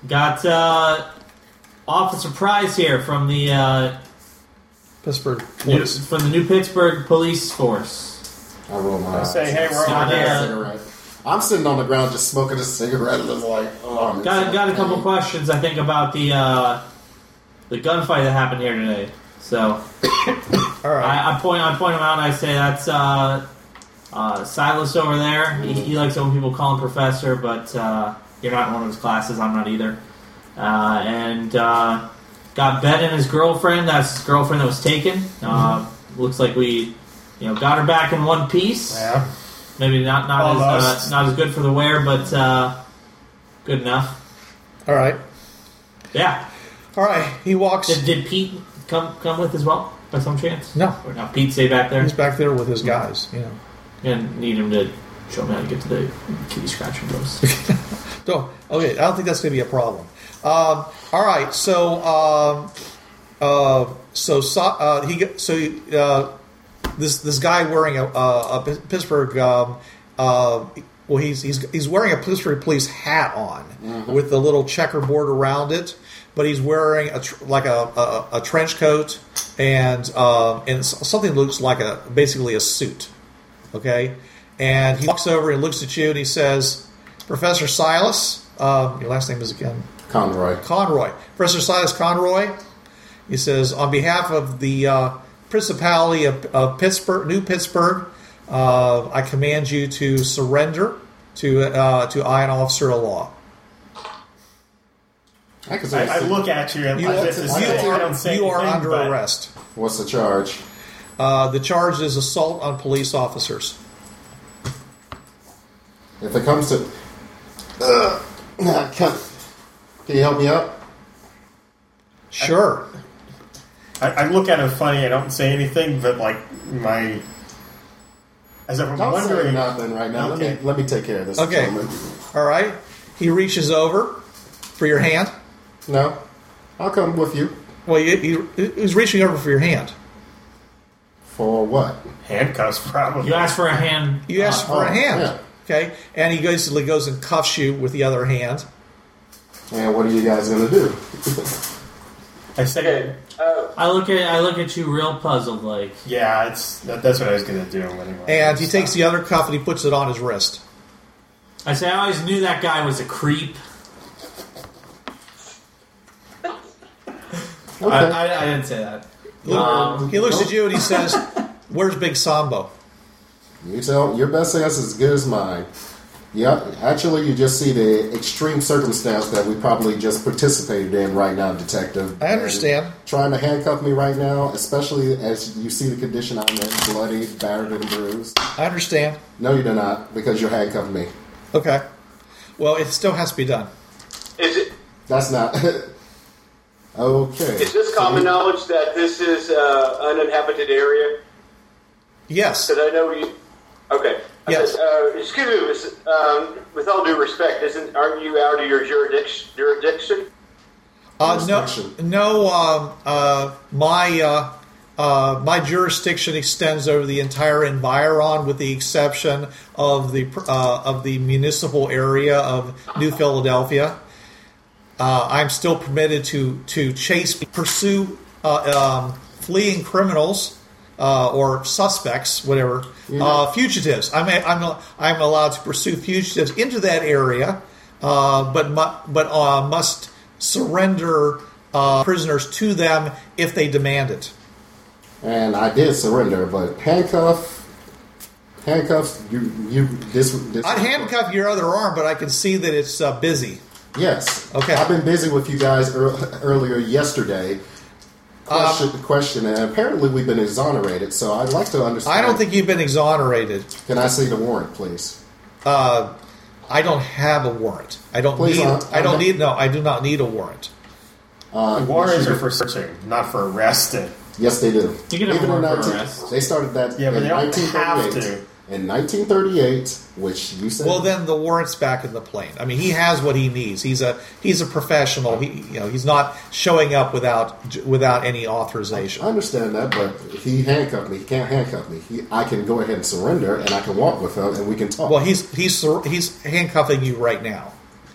S8: got uh, Officer Prize here from the uh,
S2: Pittsburgh
S8: new,
S2: police.
S8: from the New Pittsburgh Police Force.
S5: I roll my eyes.
S3: Say, hey, we're on
S8: Not
S3: here.
S8: yet.
S5: Cigarette. I'm sitting on the ground just smoking a cigarette and it's like, oh, I'm
S8: Got
S5: excited.
S8: got a couple questions, I think, about the uh, the gunfight that happened here today. So
S2: All right.
S8: I, I point I point him out and I say that's uh, uh, Silas over there. He, he likes it when people call him professor, but uh, you're not in one of his classes. I'm not either. Uh, and uh, got Ben and his girlfriend. That's his girlfriend that was taken. Uh, looks like we, you know, got her back in one piece.
S3: Yeah.
S8: Maybe not not as uh,
S3: Almost.
S8: not as good for the wear, but uh, good enough.
S2: All right.
S8: Yeah.
S2: All right. He walks.
S8: Did, did Pete come come with as well by some chance?
S2: No.
S8: Or now Pete stay back there.
S2: He's back there with his guys. You know.
S8: and need him to show me how to get to the kitty scratching post.
S2: So, okay, I don't think that's going to be a problem. Um, all right, so um, uh, so so- uh, he got- so uh, this this guy wearing a, a, a Pittsburgh um, uh, well he's, he's he's wearing a Pittsburgh police hat on with the little checkerboard around it, but he's wearing a tr- like a, a, a trench coat and um and s- something that looks like a basically a suit okay? And he walks over and looks at you and he says, Professor Silas, um, your last name is again
S5: Conroy.
S2: Conroy. Professor Silas Conroy, he says, on behalf of the uh, Principality of, of Pittsburgh, New Pittsburgh, uh, I command you to surrender to uh, to I, an officer of law.
S5: I can say,
S3: I, I look at you and
S2: You,
S3: I
S2: are,
S3: just
S2: you
S3: I
S2: are-
S3: don't say
S2: you are
S3: anything,
S2: under
S3: but
S2: arrest.
S5: what's the charge?
S2: Uh, the charge is assault on police officers.
S5: If it comes to, Ugh. Nah, can, can you help me out?
S2: Sure.
S3: I, I look at him funny. I don't say anything, but like my as I'm
S5: Don't say
S3: wondering.
S5: nothing right now. Let
S3: Okay.
S5: me let me take care of this.
S2: Okay.
S5: gentleman.
S2: All right. He reaches over for your hand.
S5: No, I'll come with you.
S2: Well, he, he, he's reaching over for your hand.
S5: For what?
S3: Handcuffs, probably.
S8: You asked for a hand.
S2: You ask for a
S5: oh,
S2: hand,
S5: yeah.
S2: okay? And he basically goes and cuffs you with the other hand.
S5: And what are you guys gonna do?
S3: I say,
S6: Okay. Uh,
S8: I look at I look at you real puzzled, like
S3: yeah, it's that, that's what I was gonna do anyway.
S2: And he takes the other cuff and he puts it on his wrist.
S8: I say. I always knew that guy was a creep.
S5: Okay.
S8: I, I, I didn't say that. Um,
S2: he looks at you and he says, "Where's Big Sambo?"
S5: You tell your best sense is as good as mine. Yep. Actually, you just see the extreme circumstance that we probably just participated in right now, Detective.
S2: I understand.
S5: And trying to handcuff me right now, especially as you see the condition I'm in, bloody, battered, and bruised.
S2: I understand.
S5: No, you do not, because you handcuffed me.
S2: Okay. Well, it still has to be done.
S6: is it
S5: That's not. okay.
S6: is this common knowledge that this is uh, an uninhabited area?
S2: Yes.
S6: Because I know you. Okay. I
S2: Yes.
S6: said, uh, excuse me. Miss- Um, with all due respect, isn't aren't you out of your jurisdiction? Jurisdiction?
S2: Uh, no.
S5: Jurisdiction.
S2: No. Um, uh, my uh, uh, my jurisdiction extends over the entire environ, with the exception of the pr- uh, of the municipal area of New Philadelphia. Uh, I'm still permitted to to chase, pursue uh, um, fleeing criminals uh, or suspects, whatever,
S5: Mm-hmm.
S2: uh, fugitives. I'm a, I'm a, I'm allowed to pursue fugitives into that area, uh, but mu- but uh, must surrender uh, prisoners to them if they demand it.
S5: And I did surrender, but handcuff, handcuffs. You, you. This. this
S2: I'd handcuff your other arm, but I can see that it's uh, busy.
S5: Yes.
S2: Okay.
S5: I've been busy with you guys ear- earlier yesterday.
S2: Uh,
S5: Question, question, and apparently we've been exonerated. So I'd like to understand.
S2: I don't think you've been exonerated.
S5: Can I see the warrant, please?
S2: I don't have a warrant. I don't
S5: Please,
S2: need.
S5: uh,
S2: I don't
S5: okay.
S2: need. No, I do not need a warrant.
S5: Uh,
S3: the warrants are for searching, not for arresting.
S5: Yes, they do.
S8: You can have
S5: Even in
S8: warrant for
S5: 19
S8: arrest.
S5: They started that.
S3: Yeah, but
S5: in
S3: they don't have
S5: 1938.
S3: to.
S5: in 1938, which you said.
S2: Well, then the warrant's back in the plane. I mean, he has what he needs. He's a he's a professional. He you know he's not showing up without without any authorization.
S5: I understand that, but he handcuffed me. He can't handcuff me. He, I can go ahead and surrender, and I can walk with him, and we can talk.
S2: Well, he's he's he's handcuffing you right now.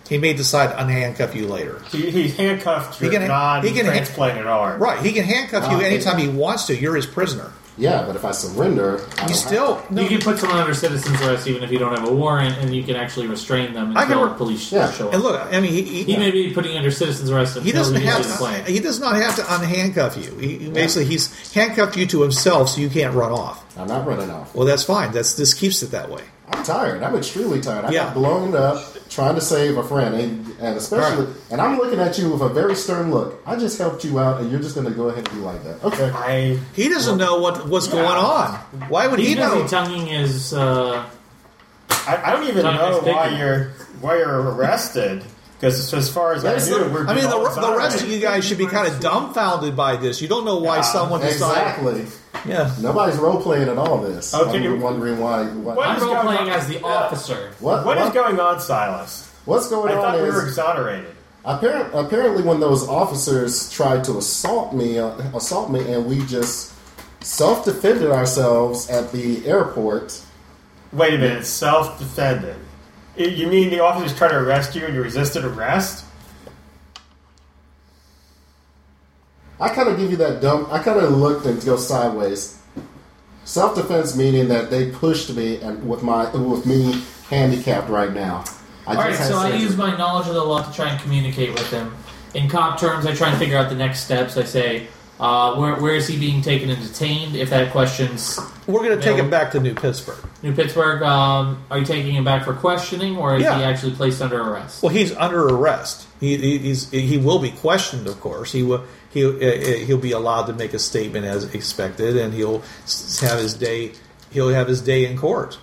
S2: He may decide to unhandcuff you later.
S3: He, he handcuffed
S2: He
S3: your
S2: can- he can-
S3: non-transplanted arm.
S2: Right? He can handcuff you
S5: Wow.
S2: anytime he wants to. You're his prisoner.
S5: yeah, but if I surrender, I don't
S2: You still
S8: You
S2: no.
S8: can put someone under citizen's arrest even if you don't have a warrant, and you can actually restrain them
S2: I can
S8: until
S2: re-
S8: police
S5: Yeah.
S8: show up.
S2: And look, I mean, he, he,
S8: he may be putting under citizen's arrest until
S2: He doesn't
S8: you
S2: have
S8: leave the plane.
S2: to, he does not have to unhandcuff you. He, he basically he's handcuffed you to himself so you can't run off.
S5: I'm not running off.
S2: Well, that's fine. That's this keeps it that way.
S5: I'm tired. I'm extremely tired. I
S2: Yeah.
S5: got blown up trying to save a friend, and, and especially,
S2: Right.
S5: and I'm looking at you with a very stern look. I just helped you out, and you're just going to go ahead and be like that. Okay.
S3: I
S2: He doesn't know what what's going on. Why would he,
S8: He's busy
S2: know?
S8: tonguing his. Uh,
S3: I, I don't even
S8: Not a
S3: know
S8: nice picture.
S3: why you're why you're arrested because as far as I
S5: That's
S3: knew,
S5: the-
S3: we're
S2: I mean,
S3: all
S2: the, the rest of
S3: fine.
S2: you guys should be kind of dumbfounded by this. You don't know why
S3: Yeah,
S2: someone decided.
S5: Exactly.
S2: Yeah.
S5: Nobody's role playing at all this.
S3: Okay.
S5: I'm wondering why. why
S3: What
S8: I'm
S3: is going
S8: role playing
S3: on?
S8: as the officer.
S5: what,
S3: What is
S5: what-
S3: going on, Silas?
S5: what's going
S3: I
S5: on
S3: thought we
S5: Uh-huh. is
S3: were exonerated.
S5: Apparent, apparently, when those officers tried to assault me, uh, assault me, and we just self-defended ourselves at the airport.
S3: Wait a minute, self-defended. I- You mean the officers tried to arrest you and you resisted arrest?
S5: I kind of give you that dumb. I kind of looked and go sideways. Self-defense meaning that they pushed me, and with my with me handicapped right now. I
S8: All right, so I
S5: surgery.
S8: use my knowledge of the law to try and communicate with him. In cop terms, I try and figure out the next steps. I say, uh, where, where is he being taken and detained? If that question's
S2: We're going to take
S8: No.
S2: him back to New Pittsburgh.
S8: New Pittsburgh, um, are you taking him back for questioning, or is
S2: Yeah.
S8: he actually placed under arrest?
S2: Well, he's under arrest. He, he- he's he will be questioned, of course. He will he uh, he'll be allowed to make a statement as expected, and he'll s- have his day. He'll have his day in court.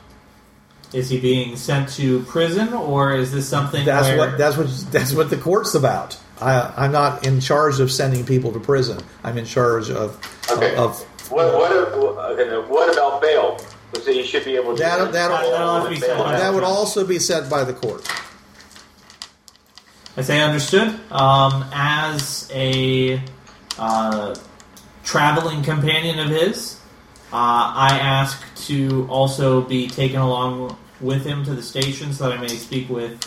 S8: Is he being sent to prison, or is this something
S2: That's
S8: where
S2: what that's what that's what the court's about. I, I'm not in charge of sending people to prison. I'm in charge of
S6: Okay.
S2: of
S6: What, what, okay, now, what about bail? So you should be able to.
S2: That- that'll-
S8: that'll have to be
S6: bail
S8: settled
S6: out.
S2: that would also be set by the court.
S8: I say understood. Um, as a uh, traveling companion of his, uh, I ask to also be taken along with him to the station so that I may speak with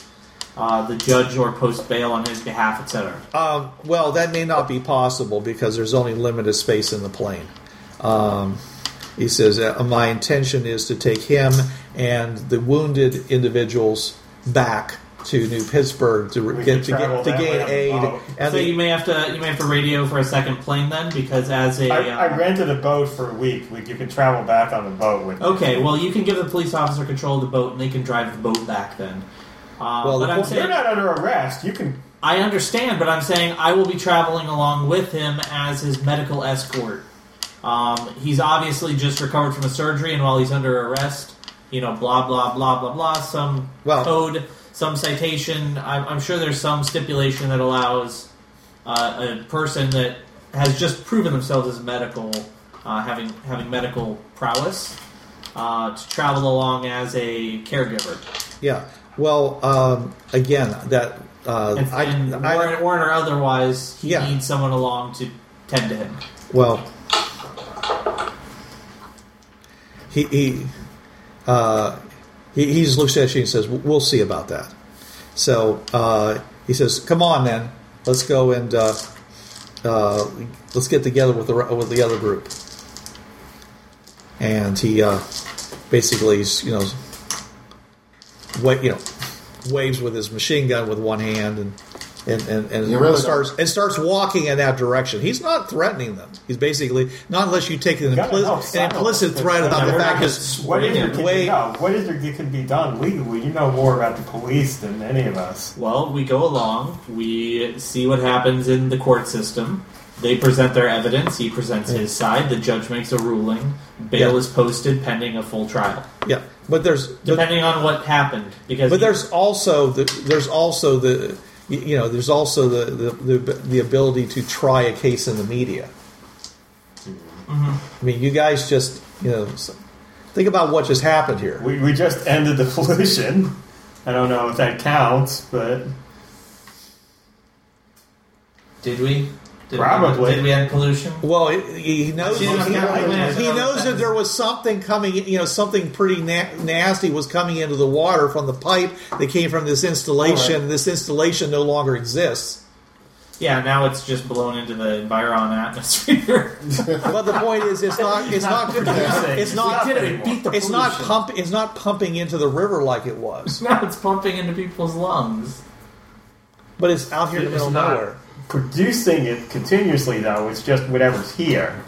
S8: uh, the judge or post bail on his behalf, etc.
S2: Um, well, that may not be possible because there's only limited space in the plane. Um, he says, uh, My intention is to take him and the wounded individuals back to New Pittsburgh to re-
S3: We
S2: get,
S3: could
S2: to, get,
S3: travel
S2: to
S3: that
S2: gain
S3: way on the
S2: aid.
S3: boat.
S2: And
S8: So
S2: the-
S8: you may have to you may have to radio for a second plane then, because as a
S3: I,
S8: uh,
S3: I rented a boat for a week. We, you can travel back on the boat with.
S8: okay, well you can give the police officer control of the boat and they can drive the boat back then. Uh,
S2: Well,
S8: but
S2: the
S8: I'm
S2: po-
S8: saying,
S3: You're not under arrest. You can.
S8: I understand, but I'm saying I will be traveling along with him as his medical escort. Um, he's obviously just recovered from a surgery, and while he's under arrest, you know, blah blah blah blah blah. Some
S2: Well-
S8: code, some citation. I'm, I'm sure there's some stipulation that allows uh, a person that has just proven themselves as medical, uh, having having medical prowess, uh, to travel along as a caregiver.
S2: yeah. Well, um, again, that. Uh,
S8: And,
S2: I,
S8: and
S2: I-
S8: Warren, Warren or otherwise, he
S2: Yeah.
S8: needs someone along to tend to him.
S2: Well, he he, uh, he he just looks at you and says, "We'll see about that." So uh, he says, "Come on, then, let's go and uh, uh, let's get together with the with the other group." And he uh, basically, you know, wa- you know, waves with his machine gun with one hand and. And, and, and
S5: You really
S2: starts and starts walking in that direction. He's not threatening them. He's basically not unless you take an,
S3: gotta
S2: impli-
S3: know
S2: an
S3: silence.
S2: implicit threat about the
S8: We're
S2: fact
S8: not
S2: is
S8: gonna
S3: What is
S8: Yeah,
S3: there can
S2: way-
S3: be done? What is there that can be done legally? You know more about the police than any of us.
S8: Well, we go along, we see what happens in the court system. They present their evidence, he presents his side, the judge makes a ruling, bail
S2: Yeah.
S8: is posted pending a full trial.
S2: yeah. But there's but,
S8: Depending on what happened, because
S2: but
S8: he-
S2: there's also the there's also the you- you know there's also the the, the, the ability to try a case in the media. I mean, you guys just you know s- Think about what just happened here.
S3: We, we just ended the pollution. I don't know if that counts, but
S8: Did we? Did
S3: Probably.
S8: We, did we add pollution?
S2: Well, he he knows he,
S8: Actually, that's not right. That's not
S2: knows
S8: right.
S2: that there was something coming, you know, something pretty na- nasty was coming into the water from the pipe that came from this installation. This installation no longer exists.
S8: Yeah, now it's just blown into the Environ atmosphere.
S2: But the point is, it's not it's not it's not
S3: We did it. We beat
S2: it's not pump it's not pumping into the river like it was.
S8: now it's pumping into people's lungs.
S2: But it's out here in the
S3: It's
S2: middle of
S3: not.
S2: nowhere.
S3: producing it continuously, though, it's just whatever's here.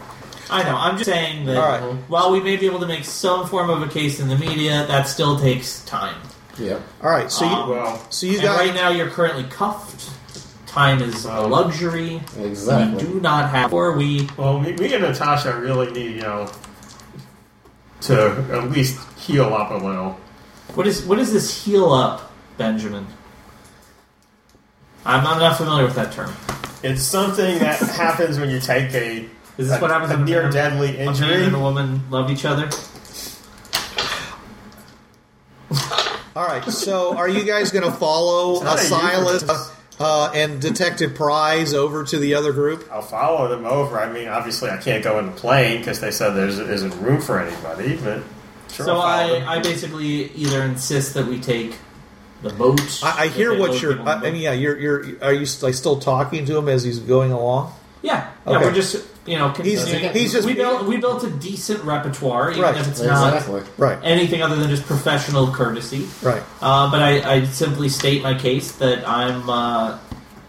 S8: I know. I'm just saying that
S2: All right.
S8: while we may be able to make some form of a case in the media, that still takes time.
S5: Yep.
S2: All right, so you
S8: Um,
S3: Well,
S2: so you
S8: and
S2: got
S8: right now, you're currently cuffed. Time is a
S3: Well,
S8: luxury. We
S5: Exactly.
S8: do not have, or we
S3: well, me, me and Natasha really need, you know, to at least heal up a little.
S8: What is what is this heal up, Benjamin? I'm, I'm not familiar with that term.
S3: It's something that happens when you take a
S8: Is
S3: a-
S8: this what happens
S3: a
S8: when
S3: near
S8: a-
S3: deadly
S8: A man
S3: injury.
S8: and a woman love each other.
S2: all right. So are you guys going to follow
S3: not
S2: uh,
S3: a
S2: Silas
S3: euphemism.
S2: uh, and Detective Prize over to the other group?
S3: I'll follow them over. I mean, obviously, I can't go in the plane because they said there's isn't room for anybody. But sure,
S8: so
S3: I'll follow
S8: I,
S3: them.
S8: I basically either insist that we take the boat.
S2: I, I
S8: that
S2: hear
S8: they
S2: what
S8: load
S2: you're.
S8: people on
S2: I,
S8: the
S2: I mean, yeah, you're. You're. Are you s- like still talking to him as he's going along?
S8: boat. yeah, yeah.
S2: Okay.
S8: We're just you know
S2: He's-
S8: continuing.
S2: he's just-
S8: we built we built a decent repertoire, even
S2: Right.
S8: if it's
S5: Exactly.
S2: Right.
S8: not anything other than just professional courtesy.
S2: Right.
S8: Uh, but I, I simply state my case that I'm, uh,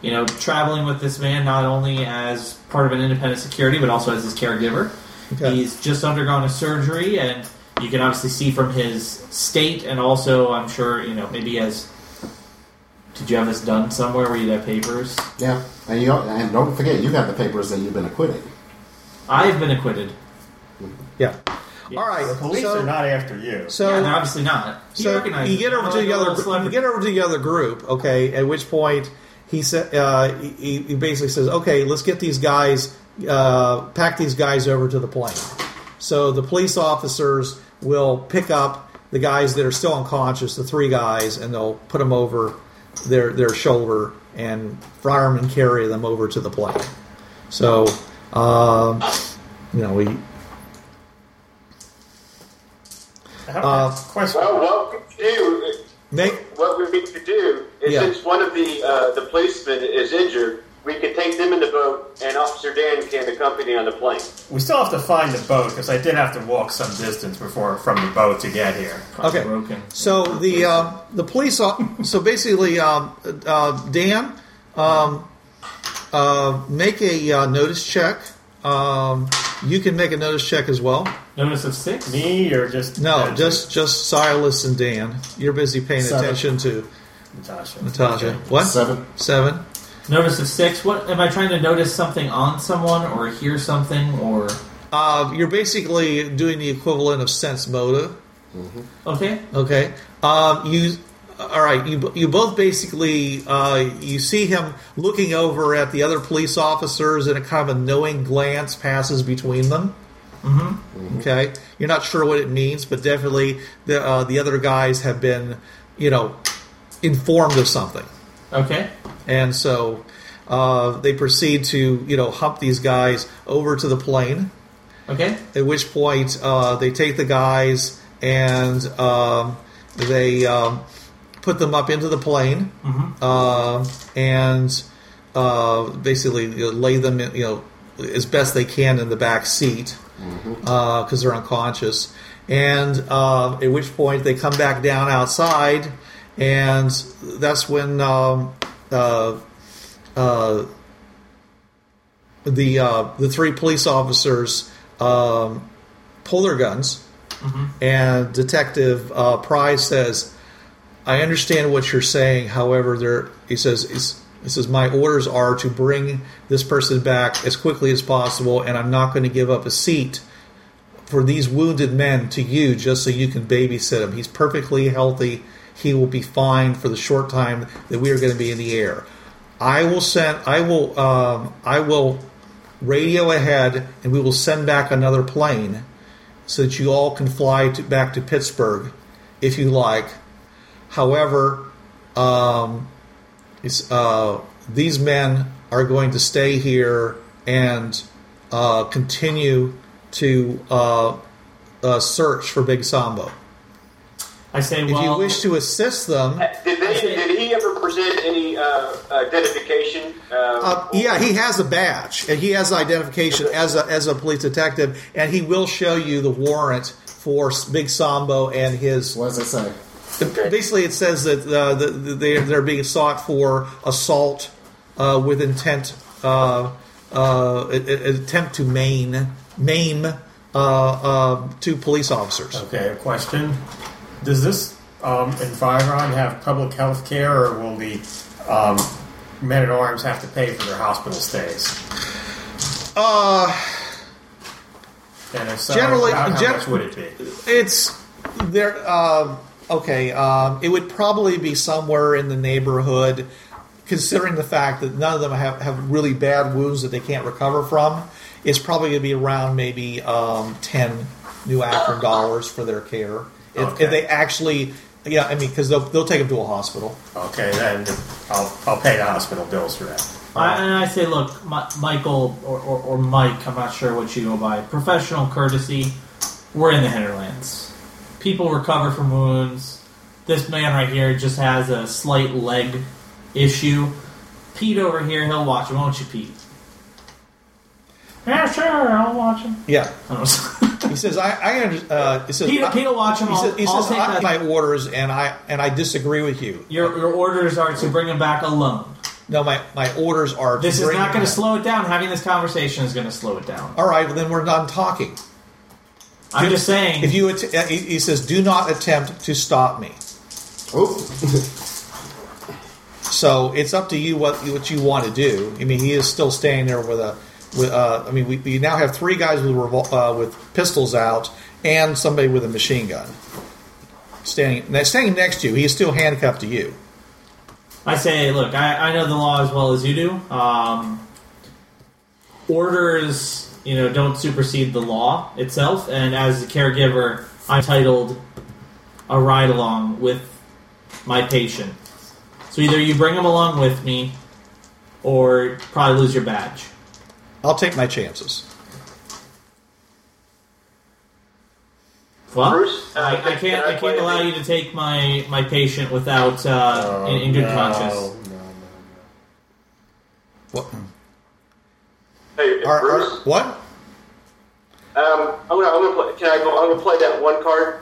S8: you know, traveling with this man not only as part of an independent security, but also as his caregiver.
S2: Okay.
S8: He's just undergone a surgery, and you can obviously see from his state, and also I'm sure you know maybe as. Did you have this done somewhere where you have papers?
S5: Yeah. And you and don't forget you have the papers that you've been acquitted.
S8: I've been acquitted.
S2: Yeah.
S8: Yes.
S2: All right.
S3: the police
S2: so,
S3: are not after you.
S2: So
S8: yeah, they're obviously not. He
S2: so
S8: recognizes
S2: you get
S8: them.
S2: over
S8: I'm
S2: to
S8: like
S2: the
S8: a
S2: other.
S8: little
S2: gr- You
S8: celebrity.
S2: get over to the other group. Okay. At which point he said uh, he, he basically says, "Okay, let's get these guys. Uh, pack these guys over to the plane." So the police officers will pick up the guys that are still unconscious, the three guys, and they'll put them over their their shoulder and fire them and carry them over to the plane. So, um, you know, we
S3: I have
S8: Uh,
S3: a question.
S6: Well, what we do,
S2: make
S6: what we need to do is
S2: Yeah.
S6: since one of the uh, the policemen is injured, we can take them in the boat, and Officer Dan can accompany on the plane.
S3: We still have to find the boat because I did have to walk some distance before from the boat to get here.
S2: Okay.
S8: Broken.
S2: So the uh, the police. o- So basically, um, uh, Dan, um, uh, make a uh, notice check. Um, you can make a notice check as well.
S8: Notice of six.
S3: Me or just
S2: No,
S3: uh,
S2: just just Silas and Dan. You're busy paying
S5: Seven.
S2: attention to
S3: Natasha.
S2: Natasha. What
S5: Seven.
S2: Seven.
S8: Notice of six. What am I trying to notice something on someone or hear something or
S2: Uh, you're basically doing the equivalent of sense motive.
S8: okay?
S2: Okay. Um, you. All right. You you both basically uh, you see him looking over at the other police officers, and a kind of a knowing glance passes between them. Mm-hmm. Okay. You're not sure what it means, but definitely the uh, the other guys have been, you know, informed of something,
S8: Okay.
S2: and so. Uh, they proceed to, you know, hump these guys over to the plane.
S8: Okay.
S2: At which point, uh, they take the guys and um, they um, put them up into the plane uh, and uh, basically you know, lay them, in, you know, as best they can in the back seat because they're unconscious. And uh, at which point, they come back down outside, and that's when um, uh, uh, the uh, the three police officers um, pull their guns, and Detective uh, Price says, "I understand what you're saying. However, there," he says, is, "He says my orders are to bring this person back as quickly as possible, and I'm not going to give up a seat." For these wounded men to you, just so you can babysit him. He's perfectly healthy. He will be fine for the short time that we are going to be in the air. I will send. I will. Um, I will radio ahead, and we will send back another plane, so that you all can fly to, back to Pittsburgh if you like. However, um, it's, uh, these men are going to stay here and uh, continue to uh, uh, search for Big Sambo.
S8: I say,
S2: If you
S8: well,
S2: wish to assist them,
S6: Did, they, did he ever present any uh, identification? Um,
S2: Uh, yeah, he has a badge and he has identification as a as a police detective, and he will show you the warrant for S- Big Sambo and his.
S5: What does it say?
S2: Basically, it says that uh, the, the, they're, they're being sought for assault uh, with intent uh, uh, a- a- attempt to maim maim uh, uh, two police officers.
S3: Okay, a question. Does this um, Environ have public health care, or will the um, men at arms have to pay for their hospital stays? Uh, and if so,
S2: Generally-
S3: about how
S2: gen-
S3: much would it be?
S2: It's there. Um, okay, um, it would probably be somewhere in the neighborhood, considering the fact that none of them have, have really bad wounds that they can't recover from. It's probably going to be around maybe um, ten New Akron dollars for their care if,
S3: Okay.
S2: if they actually. Yeah, I mean, because they'll, they'll take them to a hospital.
S3: Okay, then I'll, I'll pay the hospital bills for that.
S8: I, and I say, look, Mi- Michael or, or, or Mike, I'm not sure what you go by. Professional courtesy. We're in the hinterlands. People recover from wounds. This man right here just has a slight leg issue. Pete over here, he'll watch him, won't you, Pete? Yeah, sure, I'll watch him.
S2: Yeah,
S8: I don't know.
S2: he says. I, I under- uh, he says.
S8: Pete,
S2: I-
S8: Pete will watch him.
S2: he
S8: I'll,
S2: says, he
S8: I'll
S2: says,
S8: take
S2: I,
S8: that-
S2: my orders, and I and I disagree with you.
S8: your, your orders are to bring him back alone.
S2: No, my, my orders are.
S8: This is
S2: bring-
S8: not going to slow it down. Having this conversation is going to slow it down.
S2: All right, well then we're done talking.
S8: I'm just saying.
S2: If you, att- uh, he he says, do not attempt to stop me.
S5: Oh,
S2: So it's up to you what what you want to do. I mean, he is still standing there with a. With, uh, I mean, we, we now have three guys with revol- uh, with pistols out and somebody with a machine gun standing ne- standing next to you. He is still handcuffed to you.
S8: I say, look, I, I know the law as well as you do. Um, orders, you know, don't supersede the law itself, and as a caregiver, I'm titled a ride along with my patient. So either you bring him along with me, or probably lose your badge.
S2: I'll take my chances.
S8: Well,
S6: Bruce, uh,
S8: I,
S6: can-
S8: I can't,
S6: can I
S8: I can't
S6: play
S8: allow
S6: the-
S8: you to take my my patient without uh, in, in good
S6: Oh,
S3: Um,
S8: conscience.
S2: What?
S6: hey,
S2: Are- are-
S6: Bruce,
S2: what?
S6: um, I'm gonna, I'm gonna play. Can I go? I'm gonna play that one card.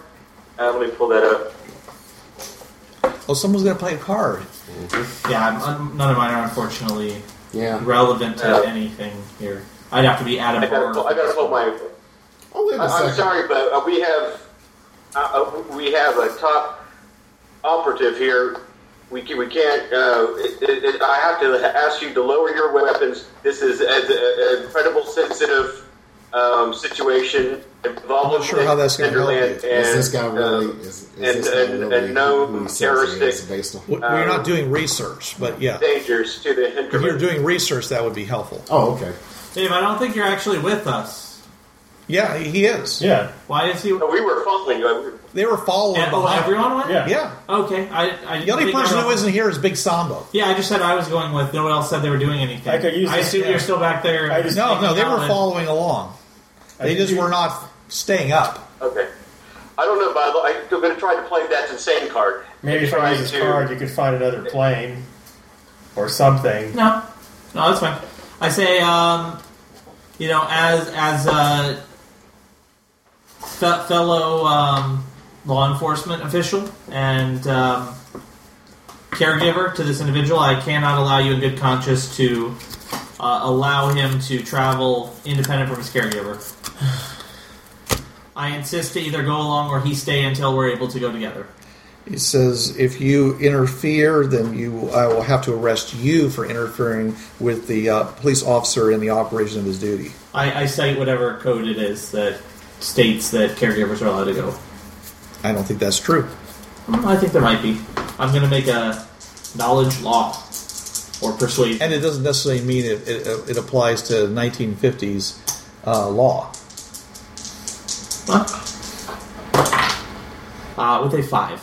S6: Uh, let me pull that up.
S2: Oh, someone's going to play a card.
S8: Yeah, I'm, I'm, none of mine are unfortunately
S5: yeah.
S8: relevant to
S6: Uh,
S8: anything here. I'd have to be at
S6: I
S8: a
S6: gotta,
S8: bar.
S6: pull, I gotta pull my.
S5: Oh, wait a
S6: I, am
S5: second.
S6: sorry, but uh, we have uh, uh, we have a top operative here. We can, we can't. Uh, it, it, it- I have to ask you to lower your weapons. This is an- an incredible sensitive um, situation involving
S2: I'm not sure how that's gonna help you.
S6: Hinterland
S5: Is
S6: and,
S5: this guy really?
S6: uh,
S5: Is, is
S6: and-
S5: this guy
S6: and-
S5: really
S6: and no
S5: who he says he
S6: terroristic-
S5: is based on?
S2: W- We're not doing research, but yeah,
S6: dangers to the
S2: if you're
S6: hinterland.
S2: doing research, that would be helpful.
S5: Oh, okay.
S8: Dave, I don't think you're actually with us.
S2: Yeah, he is.
S3: Yeah,
S8: Why is he?
S6: No, we were following. uh, we-
S2: They were following
S8: Yeah, oh,
S2: behind.
S8: everyone went.
S3: yeah,
S2: Yeah.
S8: Okay. I. I
S2: The only
S8: didn't
S2: person
S8: think
S2: who
S8: everyone-
S2: isn't here is Big Sambo.
S8: Yeah, I just said I was going with. No one else said they were doing anything.
S3: I could use
S8: I
S3: this,
S8: assume
S3: yeah.
S8: you're still back there.
S3: I just-
S2: No, no, they were
S8: Valid.
S2: following along.
S3: I
S2: They
S3: think
S2: just
S3: you-
S2: were not staying up.
S6: Okay. I don't know, but I- I'm going to try to play that insane card.
S3: Maybe if I use this card, you could find another plane or something.
S8: No, no, that's fine. I say, um, you know, as as a fe- fellow um, law enforcement official and um, caregiver to this individual, I cannot allow you in good conscience to uh, allow him to travel independent from his caregiver. I insist to either go along or he stay until we're able to go together.
S2: He says, if you interfere, then you, I will have to arrest you for interfering with the uh, police officer in the operation of his duty.
S8: I, I cite whatever code it is that states that caregivers are allowed to go.
S2: I don't think that's true.
S8: Mm, I think there might be. I'm gonna make a knowledge law or persuade.
S2: And it doesn't necessarily mean it, it, it applies to 1950s uh, law.
S8: What? Uh, with a five.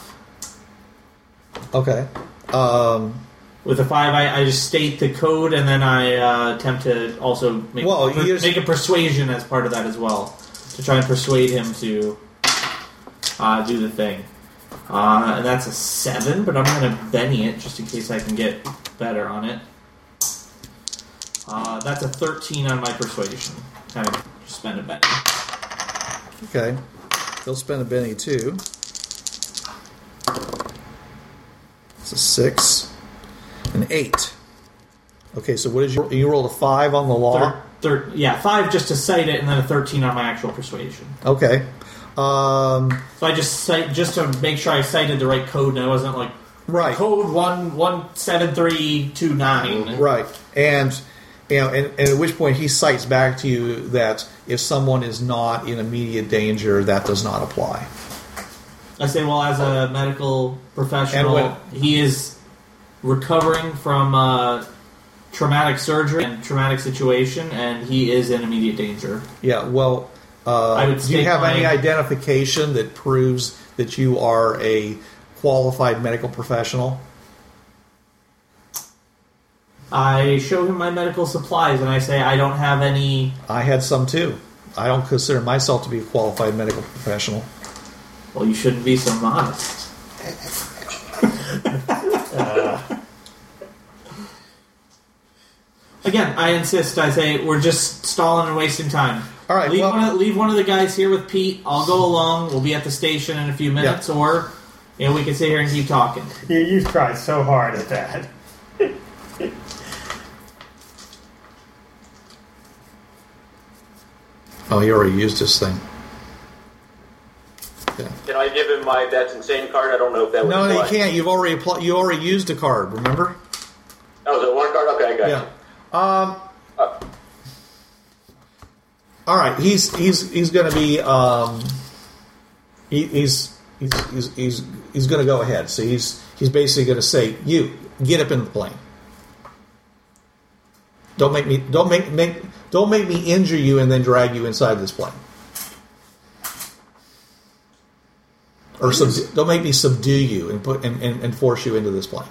S2: Okay. Um,
S8: With a five, I, I just state the code, and then I uh, attempt to also make
S2: Well,
S8: per-
S2: you just-
S8: make a persuasion as part of that as well, to try and persuade him to uh, do the thing. Uh, and that's a seven, but I'm going to Benny it just in case I can get better on it. Uh, that's a 13 on my persuasion. I just spend a Benny.
S2: okay. He'll spend a Benny too. It's a six. An eight. Okay, so what is your. You rolled a five on the law?
S8: Thir- thir- yeah, five just to cite it, and then a 13 on my actual persuasion.
S2: Okay. Um,
S8: So I just cite just to make sure I cited the right code, and I wasn't like
S2: right.
S8: code one one seven three two nine.
S2: Right, and you know, and, and at which point he cites back to you that if someone is not in immediate danger, that does not apply.
S8: I say, well, as a medical professional,
S2: And
S8: he is recovering from uh, traumatic surgery and traumatic situation, and he is in immediate danger.
S2: Yeah. Well, uh,
S8: I would
S2: do you
S8: state
S2: have any
S8: my-
S2: identification that proves that you are a qualified medical professional?
S8: I show him my medical supplies, and I say, I don't have any.
S2: I had some too. I don't consider myself to be a qualified medical professional.
S8: Well, you shouldn't be so modest. Uh, Again, I insist. I say we're just stalling and wasting time.
S2: All right,
S8: leave,
S2: well-
S8: one of, leave one of the guys here with Pete. I'll go along. We'll be at the station in a few minutes, or you know, we can sit here and keep talking.
S3: You, you've tried so hard at that.
S2: Oh, he already used his thing. Yeah.
S6: Can I give him my that's insane card? I don't know if that would
S2: No, no,
S6: apply.
S2: you can't. You've already appl- you already used a card. Remember?
S6: Oh, is it one card? Okay, I got
S2: Yeah. Um, uh,
S6: you.
S2: All right, he's he's he's going to be um, he, he's, he's he's he's he's going to go ahead. So he's he's basically going to say, "You get up in the plane. Don't make me don't make make don't make me injure you and then drag you inside this plane." Or sub, don't make me subdue you and put and, and, and force you into this plane.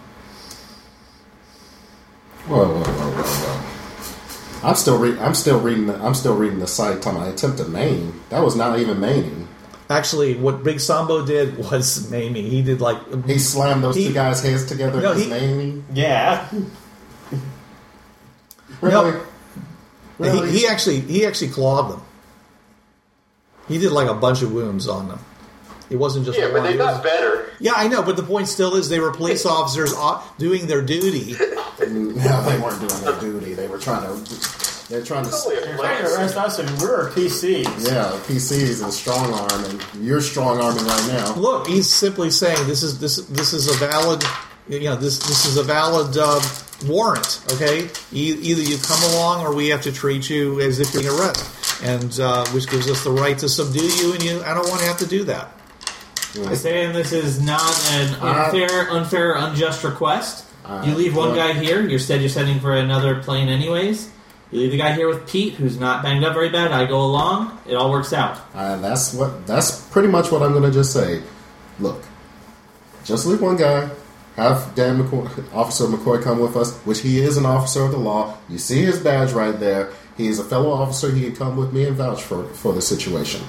S5: Whoa, whoa, whoa, whoa, whoa! I'm still reading. I'm still reading. The, I'm still reading the site. Talking about attempted maim. That was not even maiming.
S2: Actually, what Big Sambo did was maiming. He did like
S5: He slammed those
S2: He-
S5: two guys' heads together.
S2: No,
S5: and was
S2: he-
S5: maiming.
S3: Yeah.
S5: Really?
S2: No.
S5: Really?
S2: He, he actually he actually clawed them. He did like a bunch of wounds on them. It wasn't just
S6: Yeah,
S2: one.
S6: but they
S2: It
S6: got
S2: was-
S6: better.
S2: yeah, I know, but the point still is they were police officers o- doing their duty.
S5: no, they weren't doing their duty. They were trying to. They're trying to.
S6: Totally a
S3: You're trying to
S6: plan.
S3: arrest us, and we're PCs.
S5: Yeah, PCs and strong arm, and you're strong arming right now.
S2: Look, he's simply saying this is this this is a valid, you know, this this is a valid uh, warrant. Okay, e- either you come along or we have to treat you as if you're an arrest, and uh, which gives us the right to subdue you. And you, I don't want to have to do that.
S8: I say, and this is not an unfair, unfair, or unjust request. you leave one guy here. You said you're sending for another plane, anyways. You leave the guy here with Pete, who's not banged up very bad. I go along. It all works out.
S5: Uh, that's what. That's pretty much what I'm going to just say. Look, just leave one guy. Have Dan McCoy, Officer McCoy, come with us, which he is an officer of the law. You see his badge right there. He is a fellow officer. He can come with me and vouch for for the situation.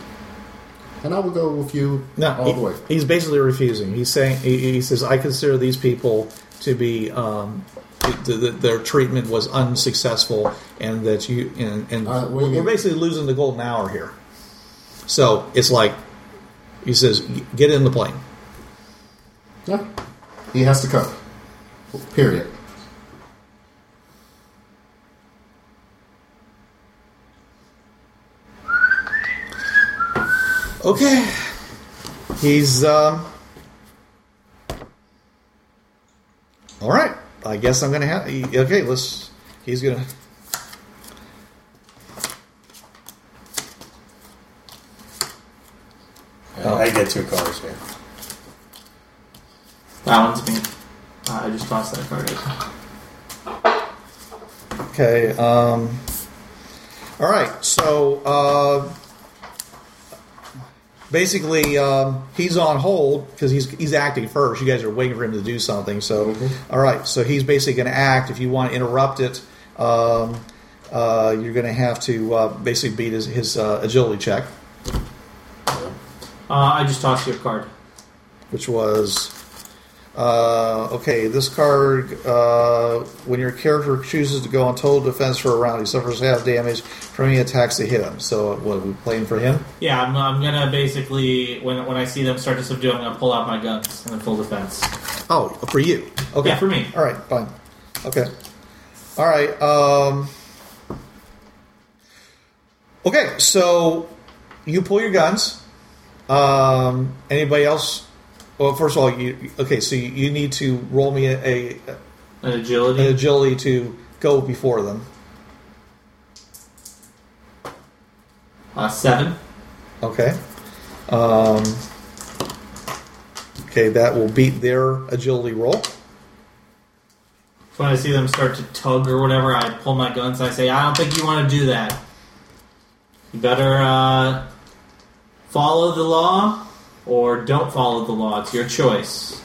S5: And I will go with you
S2: No,
S5: all
S2: he-
S5: the way.
S2: he's basically refusing. He's saying he, he says, "I consider these people to be um, th- th- th- their treatment was unsuccessful, and that you and, and
S5: Uh, what do you
S2: we're
S5: mean?
S2: basically losing the golden hour here." So it's like he says, "Get in the plane."
S5: Yeah, he has to come. Period.
S2: Okay, he's um, all right. I guess I'm gonna have. Okay, let's. He's gonna.
S3: Oh, I get two cars here.
S8: That one's me. Uh, I just tossed that card. out.
S2: Okay. Um, all right. So, uh, basically um, he's on hold because he's he's acting first. You guys are waiting for him to do something. So all right, so he's basically going to act. If you want to interrupt it, um, uh, you're going to have to uh, basically beat his, his uh, agility check,
S8: Uh, I just tossed you a card.
S2: which was. Uh, okay, this card, uh, when your character chooses to go on total defense for a round, he suffers half damage from any attacks that hit him. So, what, are we playing for him?
S8: Yeah, I'm, I'm gonna basically when when I see them start to subdue, I'm gonna pull out my guns and then full defense.
S2: Oh, for you. Okay.
S8: Yeah, for me.
S2: All right, fine. Okay. All right. Um, okay, so you pull your guns. Um, anybody else? Well, first of all, you okay? So you, you need to roll me a, a
S8: An agility.
S2: an agility to go before them.
S8: Uh, seven.
S2: Okay. Um, okay, that will beat their agility roll.
S8: So when I see them start to tug or whatever, I pull my guns and I say, I don't think you want to do that. You better uh, follow the law or don't follow the law. It's your choice.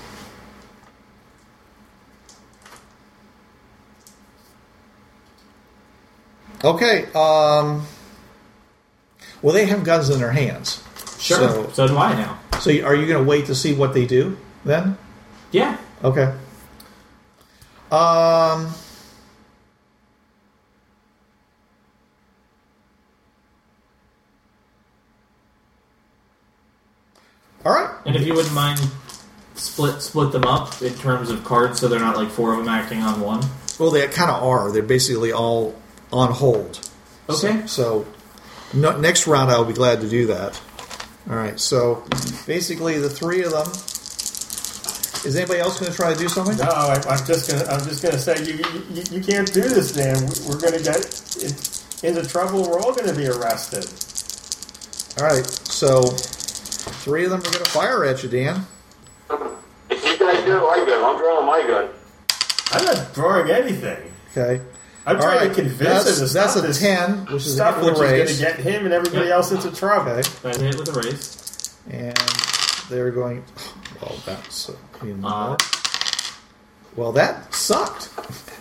S2: Okay. Um, well, they have guns in their hands.
S8: Sure.
S2: So-
S8: So, do I now.
S2: So you- are you going to wait to see what they do then?
S8: Yeah.
S2: Okay. Um. All right.
S8: And if you wouldn't mind, split split them up in terms of cards so they're not like four of them acting on one.
S2: Well, they kind of are. They're basically all on hold.
S8: Okay.
S2: So, no, next round I'll be glad to do that. All right. So basically, the three of them. Is anybody else going to try to do something?
S3: No, I, I'm just gonna. I'm just gonna say you. You, you- you can't do this, man. We're gonna get in- into trouble. We're all gonna be arrested.
S2: All right. So three of them are going to fire at you, Dan.
S6: If you guys go, I go. I'm drawing my gun.
S3: I'm not drawing anything.
S2: Okay.
S3: I'm
S2: All
S3: trying
S2: right.
S3: to convince
S2: that's,
S3: him to
S2: that's
S3: stop
S2: a
S3: this
S2: ten, which is
S3: stuff,
S2: half
S3: which
S2: the raise.
S3: is gonna get him and everybody else into trouble.
S2: okay.
S8: I hit it with a raise.
S2: And they're going. Well, that's you know.
S8: Uh,
S2: well, that sucked.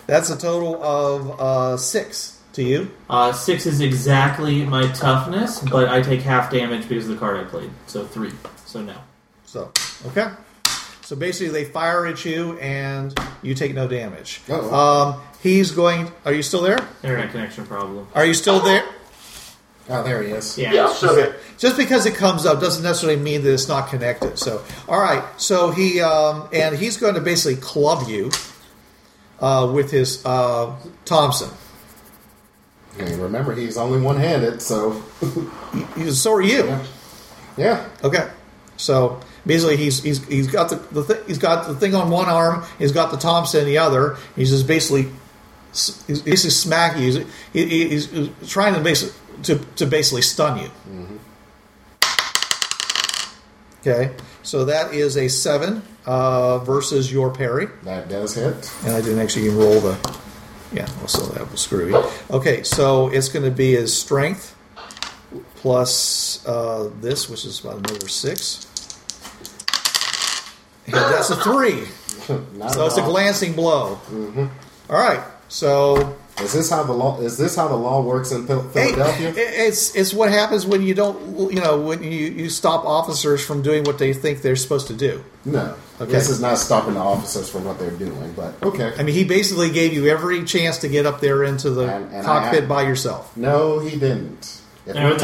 S2: That's a total of uh, six to you.
S8: uh, six is exactly my toughness, but I take half damage because of the card I played. So three. So no.
S2: So okay. So basically, they fire at you, and you take no damage.
S5: Oh.
S2: Um, he's going. Are you still there?
S8: Internet connection problem.
S2: Are you still there?
S5: Oh, there he is.
S8: Yeah.
S6: Yeah, so
S2: Okay. Just because it comes up doesn't necessarily mean that it's not connected. So, all right. So he um, and he's going to basically club you uh, with his uh, Thompson.
S5: And remember, he's only one-handed, so
S2: He- So are you?
S5: yeah, yeah.
S2: Okay. So basically, he's he's he's got the, the th- he's got the thing on one arm. He's got the Thompson in the other. He's just basically s- he's basically smacking you. He's, he- he's, he's trying to basically to, to basically stun you. Okay. So that is a seven uh, versus your parry.
S5: That does hit.
S2: And I didn't actually even roll the. Yeah, well, so that was screwy. Okay, so it's going to be his strength plus uh, this, which is about another six. And that's a three.
S5: Not
S2: So
S5: at
S2: it's a
S5: all.
S2: glancing blow.
S5: Mm-hmm.
S2: All right, so
S5: Is this how the law? Is this how the law works in Phil-
S2: hey,
S5: Philadelphia?
S2: it- it's it's what happens when you don't you know when you, you stop officers from doing what they think they're supposed to do.
S5: no.
S2: Okay.
S5: This is not stopping the officers from what they're doing, but okay.
S2: I mean, he basically gave you every chance to get up there into the
S5: And- and I
S2: cockpit
S5: had-
S2: by yourself.
S5: no, he didn't. If
S8: There
S5: we're
S8: was,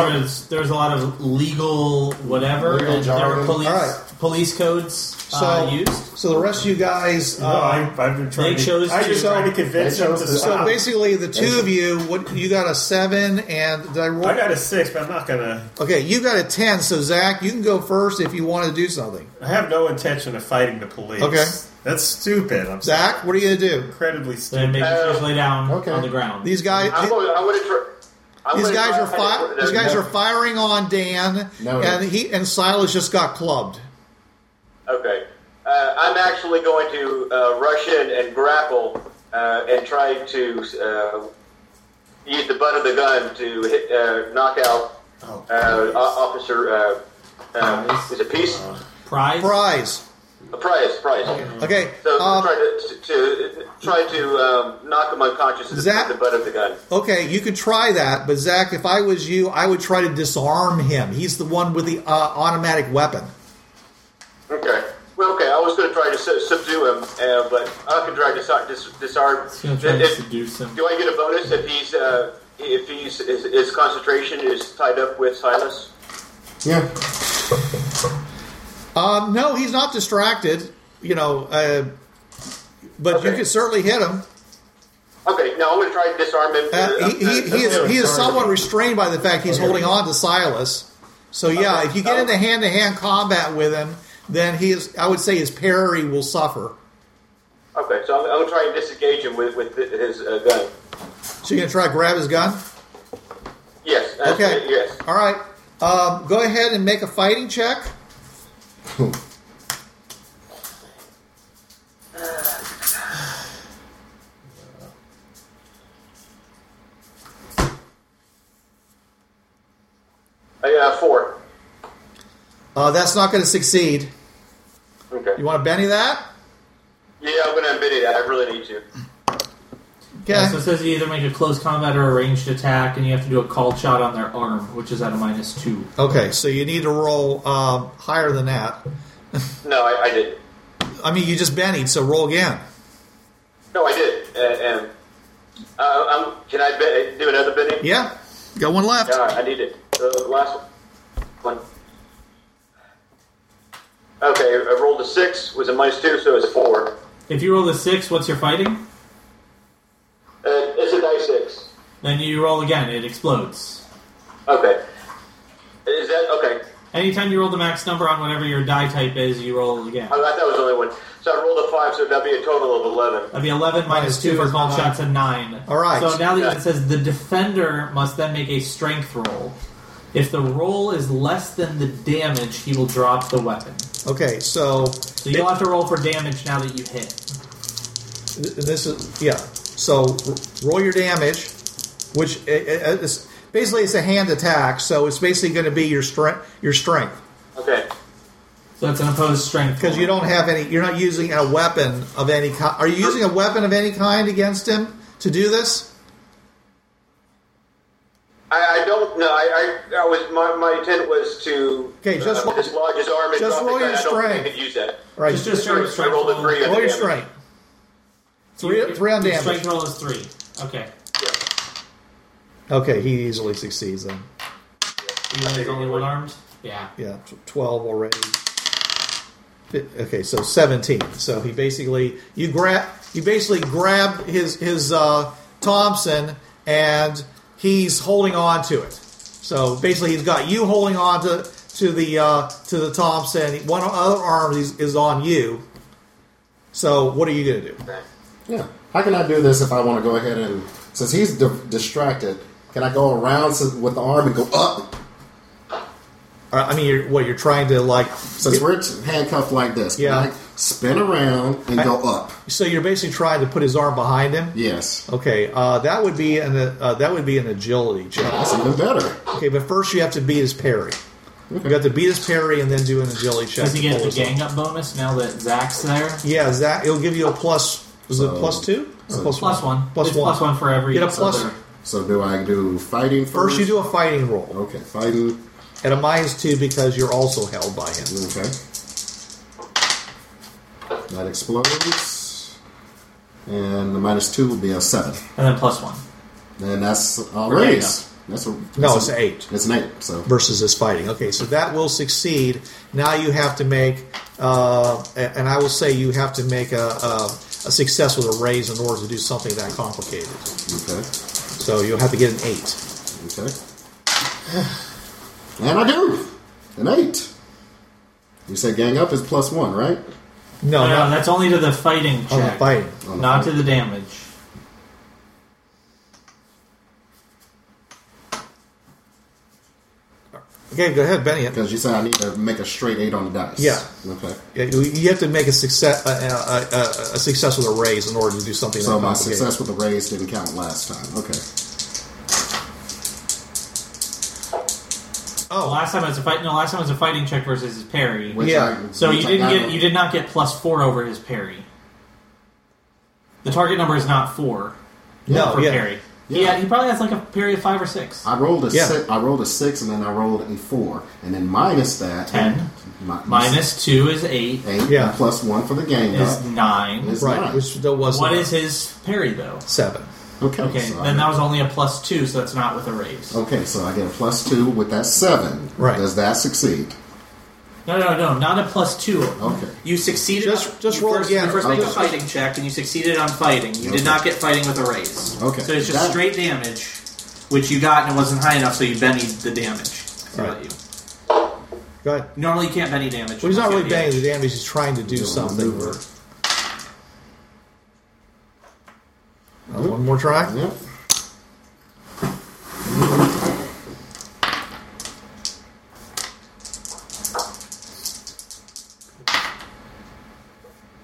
S8: there
S5: talking,
S8: was, a lot of legal whatever,
S5: Legal
S8: and there
S5: jargon.
S8: were police,
S2: All right.
S8: police codes uh,
S2: So-
S8: used.
S2: So the rest of you guys,
S3: No, I,
S2: uh,
S3: I've been trying.
S8: They chose
S3: to, I've been
S8: to-
S3: trying to convince
S5: They
S3: him
S5: chose
S3: to
S5: to-
S2: so
S3: stop.
S2: basically the two of you, what you got a seven, and did I roll?
S3: I got a six, but I'm not gonna.
S2: okay, you got a ten. So Zach, you can go first if you want to do something.
S3: I have no intention of fighting the police.
S2: Okay.
S3: that's stupid. I'm
S2: Zach, what are you gonna do?
S3: incredibly
S8: Then
S3: stupid.
S8: maybe just lay down
S5: Okay.
S8: on the ground.
S2: These guys,
S6: I'm going. I would have.
S2: these guys are fi- these guys
S5: no.
S2: are firing on Dan,
S5: No, no.
S2: and he and Silas just got clubbed.
S6: Okay. Uh, I'm actually going to uh, rush in and grapple uh, and try to uh, use the butt of the gun to hit, uh, knock out
S3: Oh,
S6: uh, o- Officer uh, Uh,
S2: Oh,
S6: is it peace?
S8: Prize?
S2: Prize.
S6: A prize, prize.
S2: Okay.
S6: So
S2: Um,
S6: try to, to try to um, knock him unconscious with
S2: Zach-
S6: the butt of the gun.
S2: Okay, you could try that, but Zach, if I was you, I would try to disarm him. He's the one with the uh, automatic weapon.
S6: Okay. Well, okay. I was going to try to su- subdue him, uh, but I can try to su- dis- disarm.
S8: He's gonna try to
S6: If-
S8: seduce him.
S6: do I get a bonus if he's uh, if he's his, his concentration is tied up with Silas?
S5: Yeah.
S2: Um, no, he's not distracted. You know, uh, but you
S6: Okay.
S2: could certainly hit him.
S6: Okay. No, I'm going to try to disarm him.
S2: Uh, he, he, he is he is somewhat restrained by the fact he's holding on to Silas. So yeah, if you get into hand to hand combat with him, then he is. I would say his parry will suffer.
S6: Okay. So I'm, I'm going to try and disengage him with with his uh, gun.
S2: So you're gonna try to grab his gun.
S6: Yes. that's
S2: Okay.
S6: it, Yes.
S2: All right. Um, go ahead and make a fighting check.
S6: I got a four.
S2: Uh, that's not going to succeed.
S6: Okay.
S2: You want to Benny that?
S6: Yeah, I'm going to admit it. I really need to.
S2: Okay.
S8: Yeah, so it says you either make a close combat or a ranged attack, and you have to do a called shot on their arm, which is at a minus two.
S2: Okay. So you need to roll um, higher than that.
S6: No, I, I didn't.
S2: I mean, you just Bennied, so roll again.
S6: No, I did. Uh, um, uh, um, can I be- do another bidding?
S2: Yeah. Got one left.
S6: Yeah, I need it. The last one. Okay, I rolled a six, was a minus two, so it's four.
S8: If you roll a six, what's your fighting?
S6: Uh, it's a dice six.
S8: Then you roll again, it explodes.
S6: Okay. Is that okay?
S8: Anytime you roll the max number on whatever your die type is, you roll again.
S6: I thought that was the only one. So I rolled a five, so that'd be a total of eleven.
S8: That'd be 11 minus
S2: Minus
S8: 2 for
S2: two
S8: called
S2: is nine.
S8: shots and 9.
S2: All right.
S8: So now that
S6: Yeah.
S8: it says the defender must then make a strength roll. If the roll is less than the damage, he will drop the weapon.
S2: Okay. So
S8: So you'll have to roll for damage now that you hit.
S2: th- this is yeah. So r- roll your damage, which i- i- is basically it's a hand attack. So it's basically going to be your strength. Your strength.
S6: Okay.
S8: So that's an opposed strength.
S2: Because
S8: roll.
S2: you don't have any, you're not using a weapon of any kind. Are you using a weapon of any kind against him to do this?
S6: I, I don't know. I, I, I was my, my intent was to
S2: Okay, just
S6: uh,
S2: roll-
S6: dislodge his arm and
S2: just
S6: drop the
S2: roll
S6: gun.
S2: your
S6: I don't
S2: strength.
S6: think I could use that.
S2: All right,
S8: Just do a straight
S6: I
S8: strength
S6: rolled a
S8: roll.
S6: three. on
S2: roll
S6: the
S2: your
S6: damage.
S2: strength. Three, three on
S8: Your
S2: damage.
S8: Strength roll is 3. Okay.
S2: Okay, he easily succeeds then.
S8: You only only one armed? Yeah.
S2: Yeah, tw- twelve already. Fi- Okay, so seventeen. So he basically you grab you basically grabbed his his uh, Thompson and he's holding on to it. So basically, he's got you holding on to to the uh, to the Thompson. One other arm is, is on you. So what are you going to do?
S6: Yeah.
S5: Yeah. How can I do this if I want to go ahead and since he's di- distracted? Can I go around so- with the arm and go up?
S2: Or, Uh, I mean, you're, what you're trying to like.
S5: Since we're handcuffed like this, can
S2: Yeah.
S5: I spin around and go up?
S2: So you're basically trying to put his arm behind him.
S5: Yes,
S2: Okay, uh, that would be an uh, that would be an agility check.
S5: that's even better.
S2: Okay, but first you have to beat his parry. You have to beat his parry and then do an agility check.
S8: Does he
S2: to
S8: get
S2: pull
S8: the
S2: his off.
S8: gang up bonus now that Zach's there?
S2: Yeah, Zach, it'll give you a plus. Is it
S5: So-
S2: plus two? Or Oh. plus,
S8: Plus one.
S2: Plus
S8: It's
S2: one.
S8: plus one for every.
S2: Get a plus-
S8: other-
S5: So do I do fighting first?
S2: First, you do a fighting roll
S5: Okay, fighting.
S2: at a minus two because you're also held by him.
S5: Okay. That explodes, and the minus two will be a seven.
S8: And then plus one.
S5: And that's all
S8: Right,
S5: raise. That's a,
S2: No,
S5: that's
S2: it's
S5: a-
S2: eight
S5: It's an eight. So
S2: versus his fighting. Okay, so that will succeed. Now you have to make, uh, a- and I will say you have to make a, a, a success with a raise in order to do something that complicated.
S5: okay,
S2: So you'll have to get an eight.
S5: okay. And I do an eight. You said gang up is plus one, right?
S2: Oh, No,
S8: No, no,
S2: not
S8: that's only to the fighting check.
S2: on the fighting.
S5: On the
S8: Not to
S5: fight.
S8: the damage.
S2: Okay, go ahead, Benny.
S5: because you said I need to make a straight eight on the dice.
S2: Yeah.
S5: Okay.
S2: Yeah, you- you have to make a success a, a, a, a success with a raise in order to do something.
S5: So
S2: that
S5: my
S2: complicated.
S5: success with the raise didn't count last time. Okay.
S2: Oh.
S8: The last time it was a fight. No, last time it was a fighting check versus his parry.
S5: Which
S2: Yeah.
S5: I-
S8: So
S5: which
S8: you
S5: I
S8: didn't
S5: got
S8: get
S5: on-
S8: you did not get plus four over his parry. The target number is not four.
S2: No,
S8: for
S2: yeah.
S8: parry.
S5: Yeah.
S8: Yeah. he probably has like a parry of five or six.
S5: I rolled a
S2: Yeah.
S5: six. I rolled a six, and then I rolled a four, and then minus that
S8: Ten.
S5: mi-
S8: Minus two is eight.
S5: eight,
S2: Yeah.
S5: and plus one for the game.
S8: Is
S5: up
S8: nine.
S5: is
S2: Right,
S5: nine.
S2: which there was
S8: What is his parry though?
S2: seven.
S5: okay.
S8: Okay,
S5: so I
S8: then
S5: get-
S8: that was only a plus two, so that's not with a raise.
S5: okay. So I get a plus two with that seven.
S2: Right.
S5: Does that succeed?
S8: No, no, no, not a plus two.
S5: Okay.
S4: You succeeded.
S2: Just-
S4: on-
S2: just
S4: you
S2: roll
S4: first,
S2: again.
S4: You first make a
S5: Okay.
S4: fighting check, and you succeeded on fighting. You did not get fighting with a raise.
S5: Okay.
S4: So it's just
S5: That-
S4: straight damage, which you got, and it wasn't high enough, so you bennied the damage. So
S2: Right.
S4: that you-
S2: Go ahead.
S4: Normally, you can't benny damage.
S2: Well, he's not
S4: unless you
S2: really
S4: have
S2: banging the damage. He's trying to do
S5: Doing
S2: something.
S5: maneuver.
S2: Or, Uh, one more try.
S5: Yep.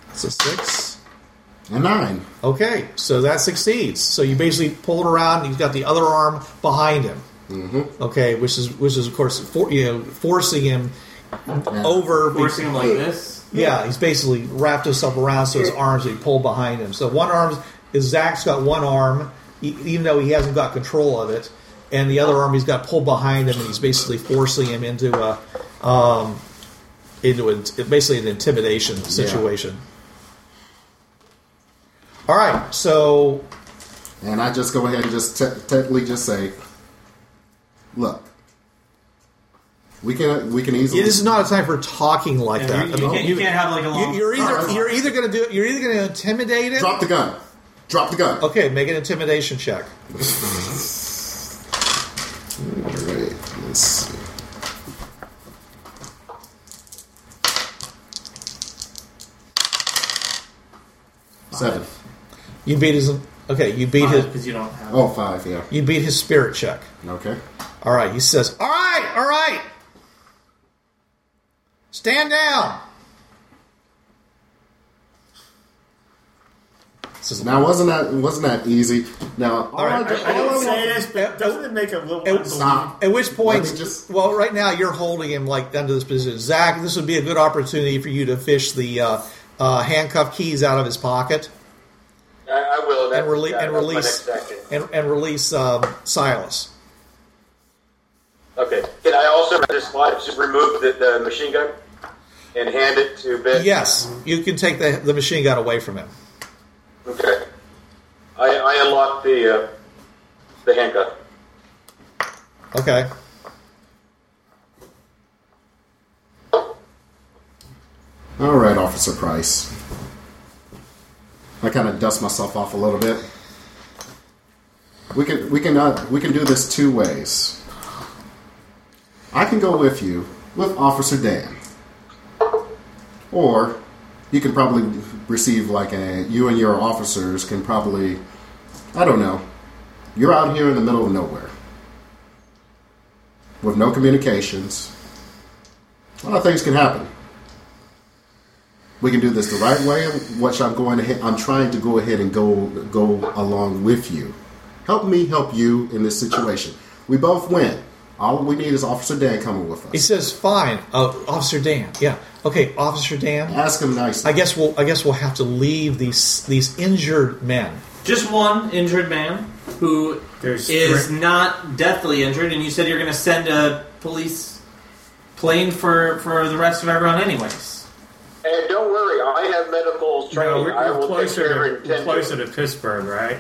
S2: That's a six.
S5: A nine.
S2: Okay, so that succeeds. So you basically pull it around, and he's got the other arm behind him. Mm-hmm. Okay, which is which is of course for, you know forcing him over.
S8: Forcing him like this.
S2: Yeah, he's basically wrapped himself around so his arms are pulled behind him. So one arm is Zach's got one arm, e- even though he hasn't got control of it, and the other arm he's got pulled behind him, and he's basically forcing him into a um, into an, basically an intimidation situation. All right, so
S5: And I just go ahead and just te- technically just say, look, we can we can easily
S2: it is not a time for talking like
S8: Yeah,
S2: that.
S8: you, you can't, you can't have like a long.
S2: You- you're either you're either going to do you're either going to intimidate it.
S5: drop the gun, drop the gun.
S2: Okay, make an intimidation check.
S5: Alright, let's see. Seven.
S2: You beat his okay. You beat his
S8: because you don't have.
S5: Oh, five, yeah.
S2: You beat his spirit check.
S5: Okay.
S2: All right, he says, All right, all right. Stand down. This is-
S5: Now wasn't that wasn't that easy? Now all
S2: right,
S5: I,
S3: I
S5: all I
S3: don't
S5: want-
S3: say this, but doesn't it make a little
S2: It-
S5: stop.
S2: At which point,
S5: Let me just-
S2: well, right now you're holding him like under this position. Zach, this would be a good opportunity for you to fish the uh, uh, handcuff keys out of his pocket
S6: I, I will. That's,
S2: and, rele-
S6: yeah,
S2: and
S6: that's
S2: release
S6: My next action.
S2: and, and release um, Silas.
S6: Okay. Can I also just want to remove the, the machine gun and hand it to Ben?
S2: Yes, you can take the, the machine gun away from him.
S6: Okay. I, I unlock the uh, the handcuff.
S2: Okay.
S5: All right, Officer Price. I kind of dust myself off a little bit. We can we can uh, we can do this two ways. I can go with you with Officer Dan, or you can probably receive like a you and your officers can probably I don't know. You're out here in the middle of nowhere with no communications. A lot of things can happen. We can do this the right way, which I'm going ahead. I'm trying to go ahead and go go along with you. Help me help you in this situation. We both win. All we need is Officer Dan coming with
S2: He
S5: us.
S2: says, "Fine, uh, Officer Dan. Yeah, okay, Officer Dan.
S5: Ask him nicely.
S2: I guess we'll I guess we'll have to leave these these injured men.
S8: Just one injured man who
S3: There's
S8: is
S3: three-
S8: not deathly injured, and you said you're going to send a police plane for for the rest of everyone, anyways.
S6: And don't worry, I have medical training.
S3: No,
S6: I
S3: we're,
S6: will
S3: we're
S6: take care
S3: closer.
S6: of it in
S3: We're
S6: 10
S3: closer to Pittsburgh, right?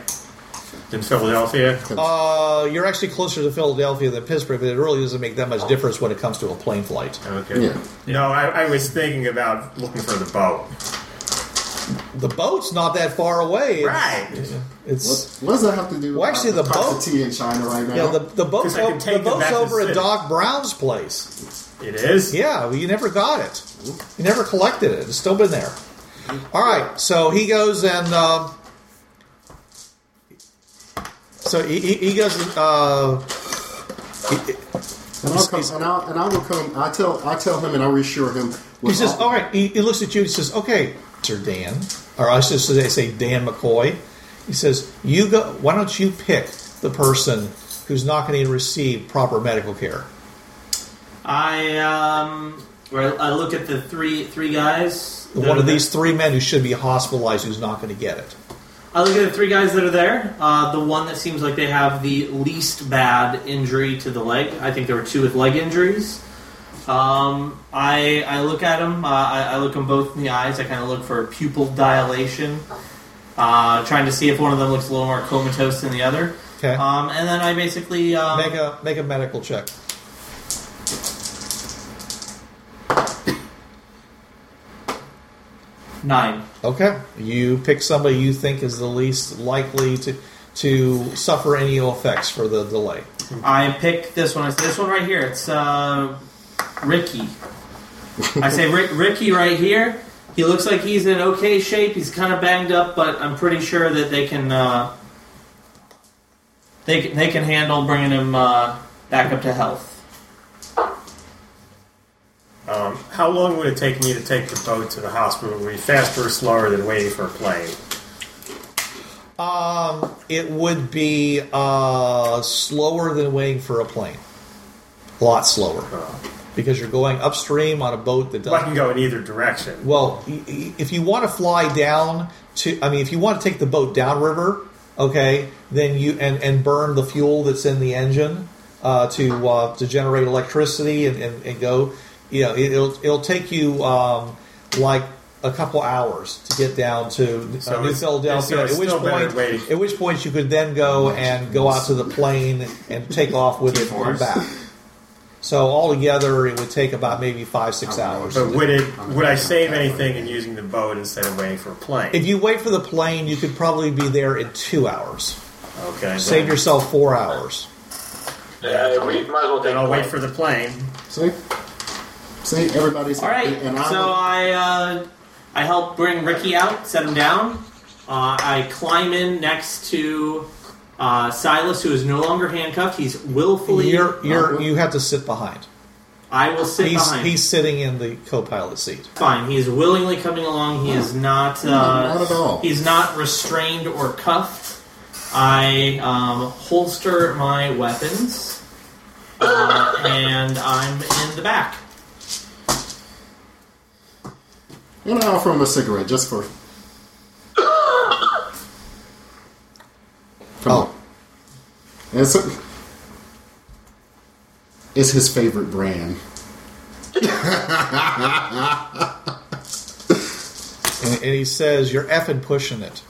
S3: Than Philadelphia.
S2: Uh, you're actually closer to Philadelphia than Pittsburgh, but it really doesn't make that much difference when it comes to a plane flight.
S3: Okay.
S5: Yeah.
S3: No, I, I was thinking about looking for the boat.
S2: The boat's not that far away. It's- It's
S5: What, what does that have to do?
S2: Well, actually,
S5: with
S2: the
S5: price of
S2: boat-
S5: tea in China right now.
S2: yeah. The the boat's
S3: 'Cause I can
S2: o-
S3: take
S2: the boat's
S3: them back to the
S2: over at
S3: city.
S2: Doc Brown's place.
S3: It is.
S2: Yeah, well, you never got it. You never collected it. It's still been there. All right, so he goes and um, so he, he he goes. Uh,
S5: and, I'll come, and, I'll, and I will come. I tell I tell him and I reassure him.
S2: He
S5: with
S2: says,
S5: all-
S2: "All right." He, he looks at you. and He says, "Okay, Sir Dan," or I should say, say Dan McCoy. He says, "You go. Why don't you pick the person who's not going to receive proper medical care?"
S8: I um, I I look at the three three guys. that
S2: One
S8: are
S2: of
S8: there.
S2: these three men who should be hospitalized who's not going to get it.
S8: I look at the three guys that are there. Uh, the one that seems like they have the least bad injury to the leg. I think there were two with leg injuries. Um, I I look at them. Uh, I, I look them both in the eyes. I kind of look for pupil dilation, uh, trying to see if one of them looks a little more comatose than the other.
S2: Okay.
S8: Um, and then I basically um,
S2: make a make a medical check.
S8: nine.
S2: Okay. You pick somebody you think is the least likely to to suffer any ill effects for the delay.
S8: I pick this one. It's this one right here. It's uh, Ricky. I say Rick, Ricky right here. He looks like he's in okay shape. He's kind of banged up, but I'm pretty sure that they can uh, they can- they can handle bringing him uh, back up to health.
S3: Um, how long would it take me to take the boat to the hospital? Would it be faster or slower than waiting for a plane?
S2: Um, it would be uh, slower than waiting for a plane. A lot slower because you're going upstream on a boat that
S3: Well, I
S2: doesn't.
S3: can go in either direction.
S2: Well, y- y- if you want to fly down to, I mean, if you want to take the boat downriver, okay, then you and, and burn the fuel that's in the engine uh, to uh, to generate electricity and, and, and go. You know, it, will it'll take you um, like a couple hours to get down to
S3: So
S2: uh, New
S3: it's-
S2: Philadelphia.
S3: so it's
S2: at which
S3: still better
S2: point,
S3: than waiting.
S2: at which point you could then go and go out to the plane and take off with it and come
S4: T-force.
S2: back. So altogether, it would take about maybe five six
S10: Oh,
S2: hours.
S3: But would it? Would I save anything in using the boat instead of waiting for a plane?
S2: If you wait for the plane, you could probably be there in two hours.
S3: okay. then-
S2: Save yourself four hours.
S6: Uh, we might as well take
S3: Then I'll
S6: the
S3: wait
S6: plane.
S3: for the plane.
S5: See? See, everybody's
S8: All right.
S5: And I'm,
S8: So I uh, I help bring Ricky out, set him down. Uh, I climb in next to uh, Silas, who is no longer handcuffed. He's willfully.
S2: You're, you're, you have to sit behind.
S8: I will sit
S2: He's,
S8: behind.
S2: he's sitting in the co-pilot seat.
S8: fine. He is willingly coming along. He is not. Uh,
S5: Not at all.
S8: He's not restrained or cuffed. I um, holster my weapons, uh, and I'm in the back.
S5: I'm gonna offer him a cigarette just for. Come
S2: Oh.
S5: on. It's, it's his favorite brand.
S2: And, and he says, you're effing pushing it.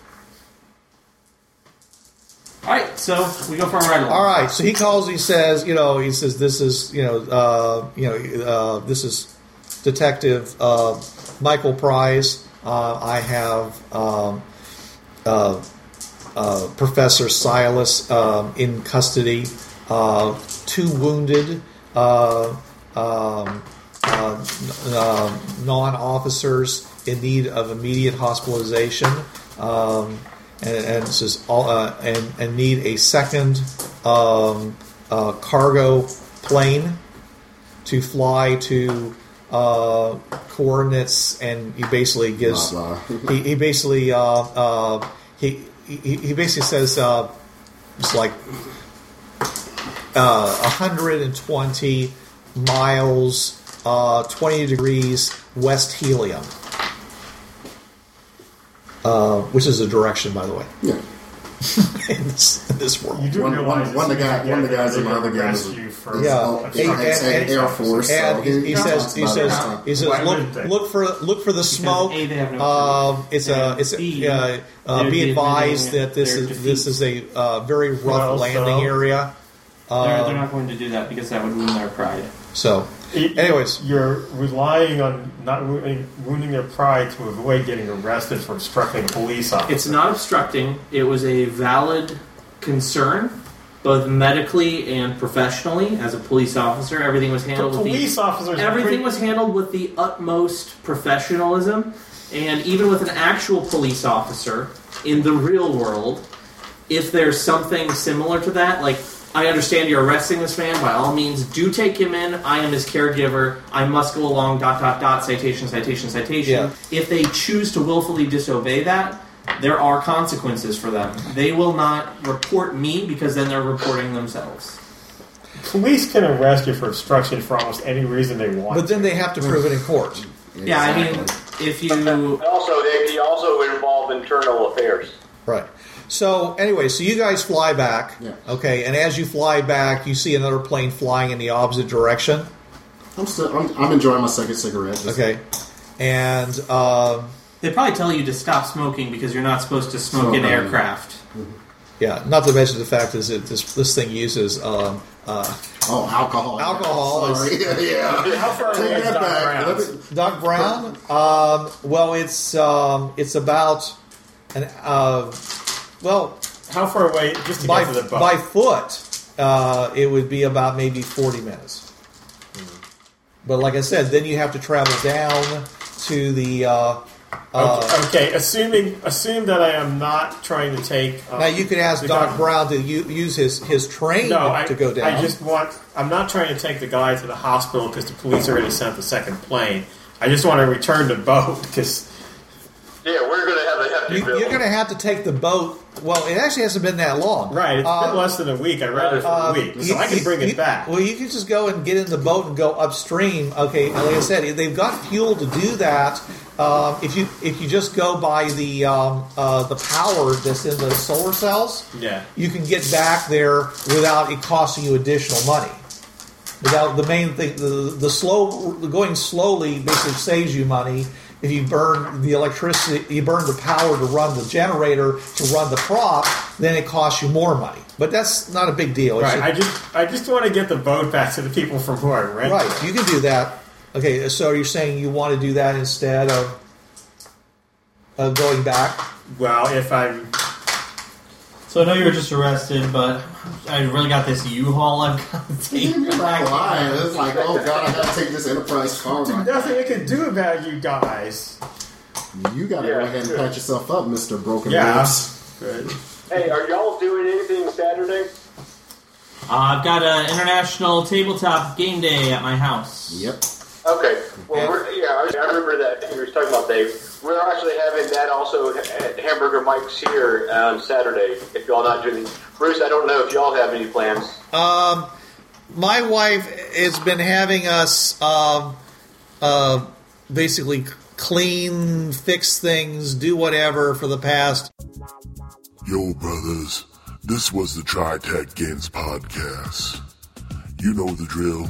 S8: All right, so we go for a ride. along.
S2: All right. So he calls. He says, you know, he says, this is, you know, uh, you know, uh, this is Detective uh, Michael Price. Uh, I have um, uh, uh, Professor Silas um, in custody. Uh, two wounded. Uh, um, uh, n- uh, non-officers in need of immediate hospitalization, um, and, and it says all uh, and, and need a second um, uh, cargo plane to fly to uh, coordinates, and he basically gives
S5: Blah, blah.
S2: he, he basically uh, uh, he, he he basically says uh, it's like uh, 120 miles, uh, 20 degrees west helium, uh, which is a direction, by the way,
S5: Yeah.
S2: in this, in this world.
S3: You do
S5: One-
S3: realize
S5: one- one of the guy- one of the guys in my other game is-
S3: rescue for
S2: Yeah.
S5: Oh,
S2: And-
S5: he's
S2: and-
S5: ex- Air Force. so
S2: And he, he says,
S5: talks
S2: he
S5: about it.
S2: says, he says,
S3: Why
S2: look,
S3: wouldn't they?
S2: look for, look for the smoke.
S8: A, they have no
S2: Um, it's a,
S8: And
S2: it's
S3: E.
S8: B,
S2: a, uh, uh,
S8: they'd
S2: be
S8: be
S2: advised
S8: admitting
S2: that this
S8: their
S2: is, this
S8: defeat.
S2: is a uh, very rough
S3: Well, so-
S2: landing area.
S8: They're,
S2: Uh,
S8: they're not going to do that because that would wound their pride.
S2: so, anyways,
S3: You're relying on not wo- eh, wounding their pride to avoid getting arrested for obstructing a police officer.
S8: It's not obstructing. It was a valid concern, both medically and professionally. As a police officer, everything was
S3: The
S8: handled. with
S3: police officers.
S8: the,
S3: are
S8: everything
S3: pretty-
S8: was handled with the utmost professionalism, and even with an actual police officer in the real world, if there's something similar to that, like. I understand you're arresting this man. By all means, do take him in. I am his caregiver. I must go along. Dot dot dot. Citation. Citation. Citation.
S2: Yeah.
S8: If they choose to willfully disobey that, there are consequences for them. They will not report me because then they're reporting themselves.
S3: Police can arrest you for obstruction for almost any reason they want.
S2: But then they have to prove it in court.
S4: Yeah, I mean, if you
S6: And also, they'd be also involved in internal affairs.
S2: Right. So anyway, so you guys fly back.
S5: Yeah.
S2: Okay, and as you fly back, you see another plane flying in the opposite direction.
S5: I'm still. I'm, I'm enjoying my second cigarette. Just-
S2: Okay, and um
S4: they probably tell you to stop smoking because you're not supposed to smoke
S5: Smoke
S4: in
S5: on-
S4: aircraft.
S2: yeah, not to mention the fact is that this this thing uses um, uh,
S5: Oh, alcohol.
S2: Alcohol is-
S5: Sorry. Yeah, yeah.
S3: How far away
S5: Take
S3: is
S5: that
S3: Doc
S5: back.
S3: Brown?
S5: Let me-
S2: Doc Brown. Um, well, it's um, it's about an uh, well
S3: How far away? Just to
S2: by
S3: get to the boat.
S2: by foot, uh, it would be about maybe forty minutes.
S3: Hmm.
S2: But like I said, then you have to travel down to the. Uh, uh,
S3: okay, okay, assuming assume that I am not trying to take. Um,
S2: Now you could ask
S3: the
S2: Doc
S3: guy-
S2: Brown to u- use his his train
S3: No, I,
S2: to go down.
S3: I just want. I'm not trying to take the guy to the hospital because the police already sent the second plane. I just want to return the boat because
S6: Yeah, we're going to have a hefty
S2: you,
S6: bill.
S2: are going to have to take the boat. Well, it actually hasn't been that long.
S3: right, it's
S2: Uh,
S3: been less than a week. I read it for a week, so
S2: um, you-
S3: I can
S2: you-
S3: bring it
S2: you-
S3: back.
S2: Well, you could just go and get in the boat and go upstream. Okay, and like I said, they've got fuel to do that. Um, if you if you just go by the um, uh, the power that's in the solar cells,
S3: Yeah.
S2: you can get back there without it costing you additional money. Without the main thing, the, the slow going slowly basically saves you money. If you burn the electricity, you burn the power to run the generator to run the prop, then it costs you more money. But that's not a big deal. It's
S3: Right, I just I just want to get the boat back to the people from who I rented.
S2: Right,
S3: it.
S2: you can do that. Okay, so you're saying you want to do that instead of of going back?
S3: Well, if I'm
S4: So I know you were just arrested, but I really got this U-Haul I've got to
S5: You're
S4: take
S5: not
S4: back.
S5: lying. It's like, oh god, I gotta take this enterprise car
S3: there's
S5: ride.
S3: nothing I can do about you guys.
S5: You gotta go ahead and patch yourself up, Mister Broken
S3: Yeah.
S5: Ribs.
S3: Good.
S6: Hey, are y'all doing anything Saturday?
S4: Uh, I've got an international tabletop game day at my house.
S5: Yep.
S6: Okay. Well, we're, yeah, I I remember that you were talking about Dave. We're actually having that also at Hamburger Mike's here on Saturday. If y'all not doing, Bruce, I don't know if y'all have any plans.
S2: Um, My wife has been having us um, uh, basically clean, fix things, do whatever for the past.
S1: Yo, brothers, this was the TriTech Games podcast. You know the drill.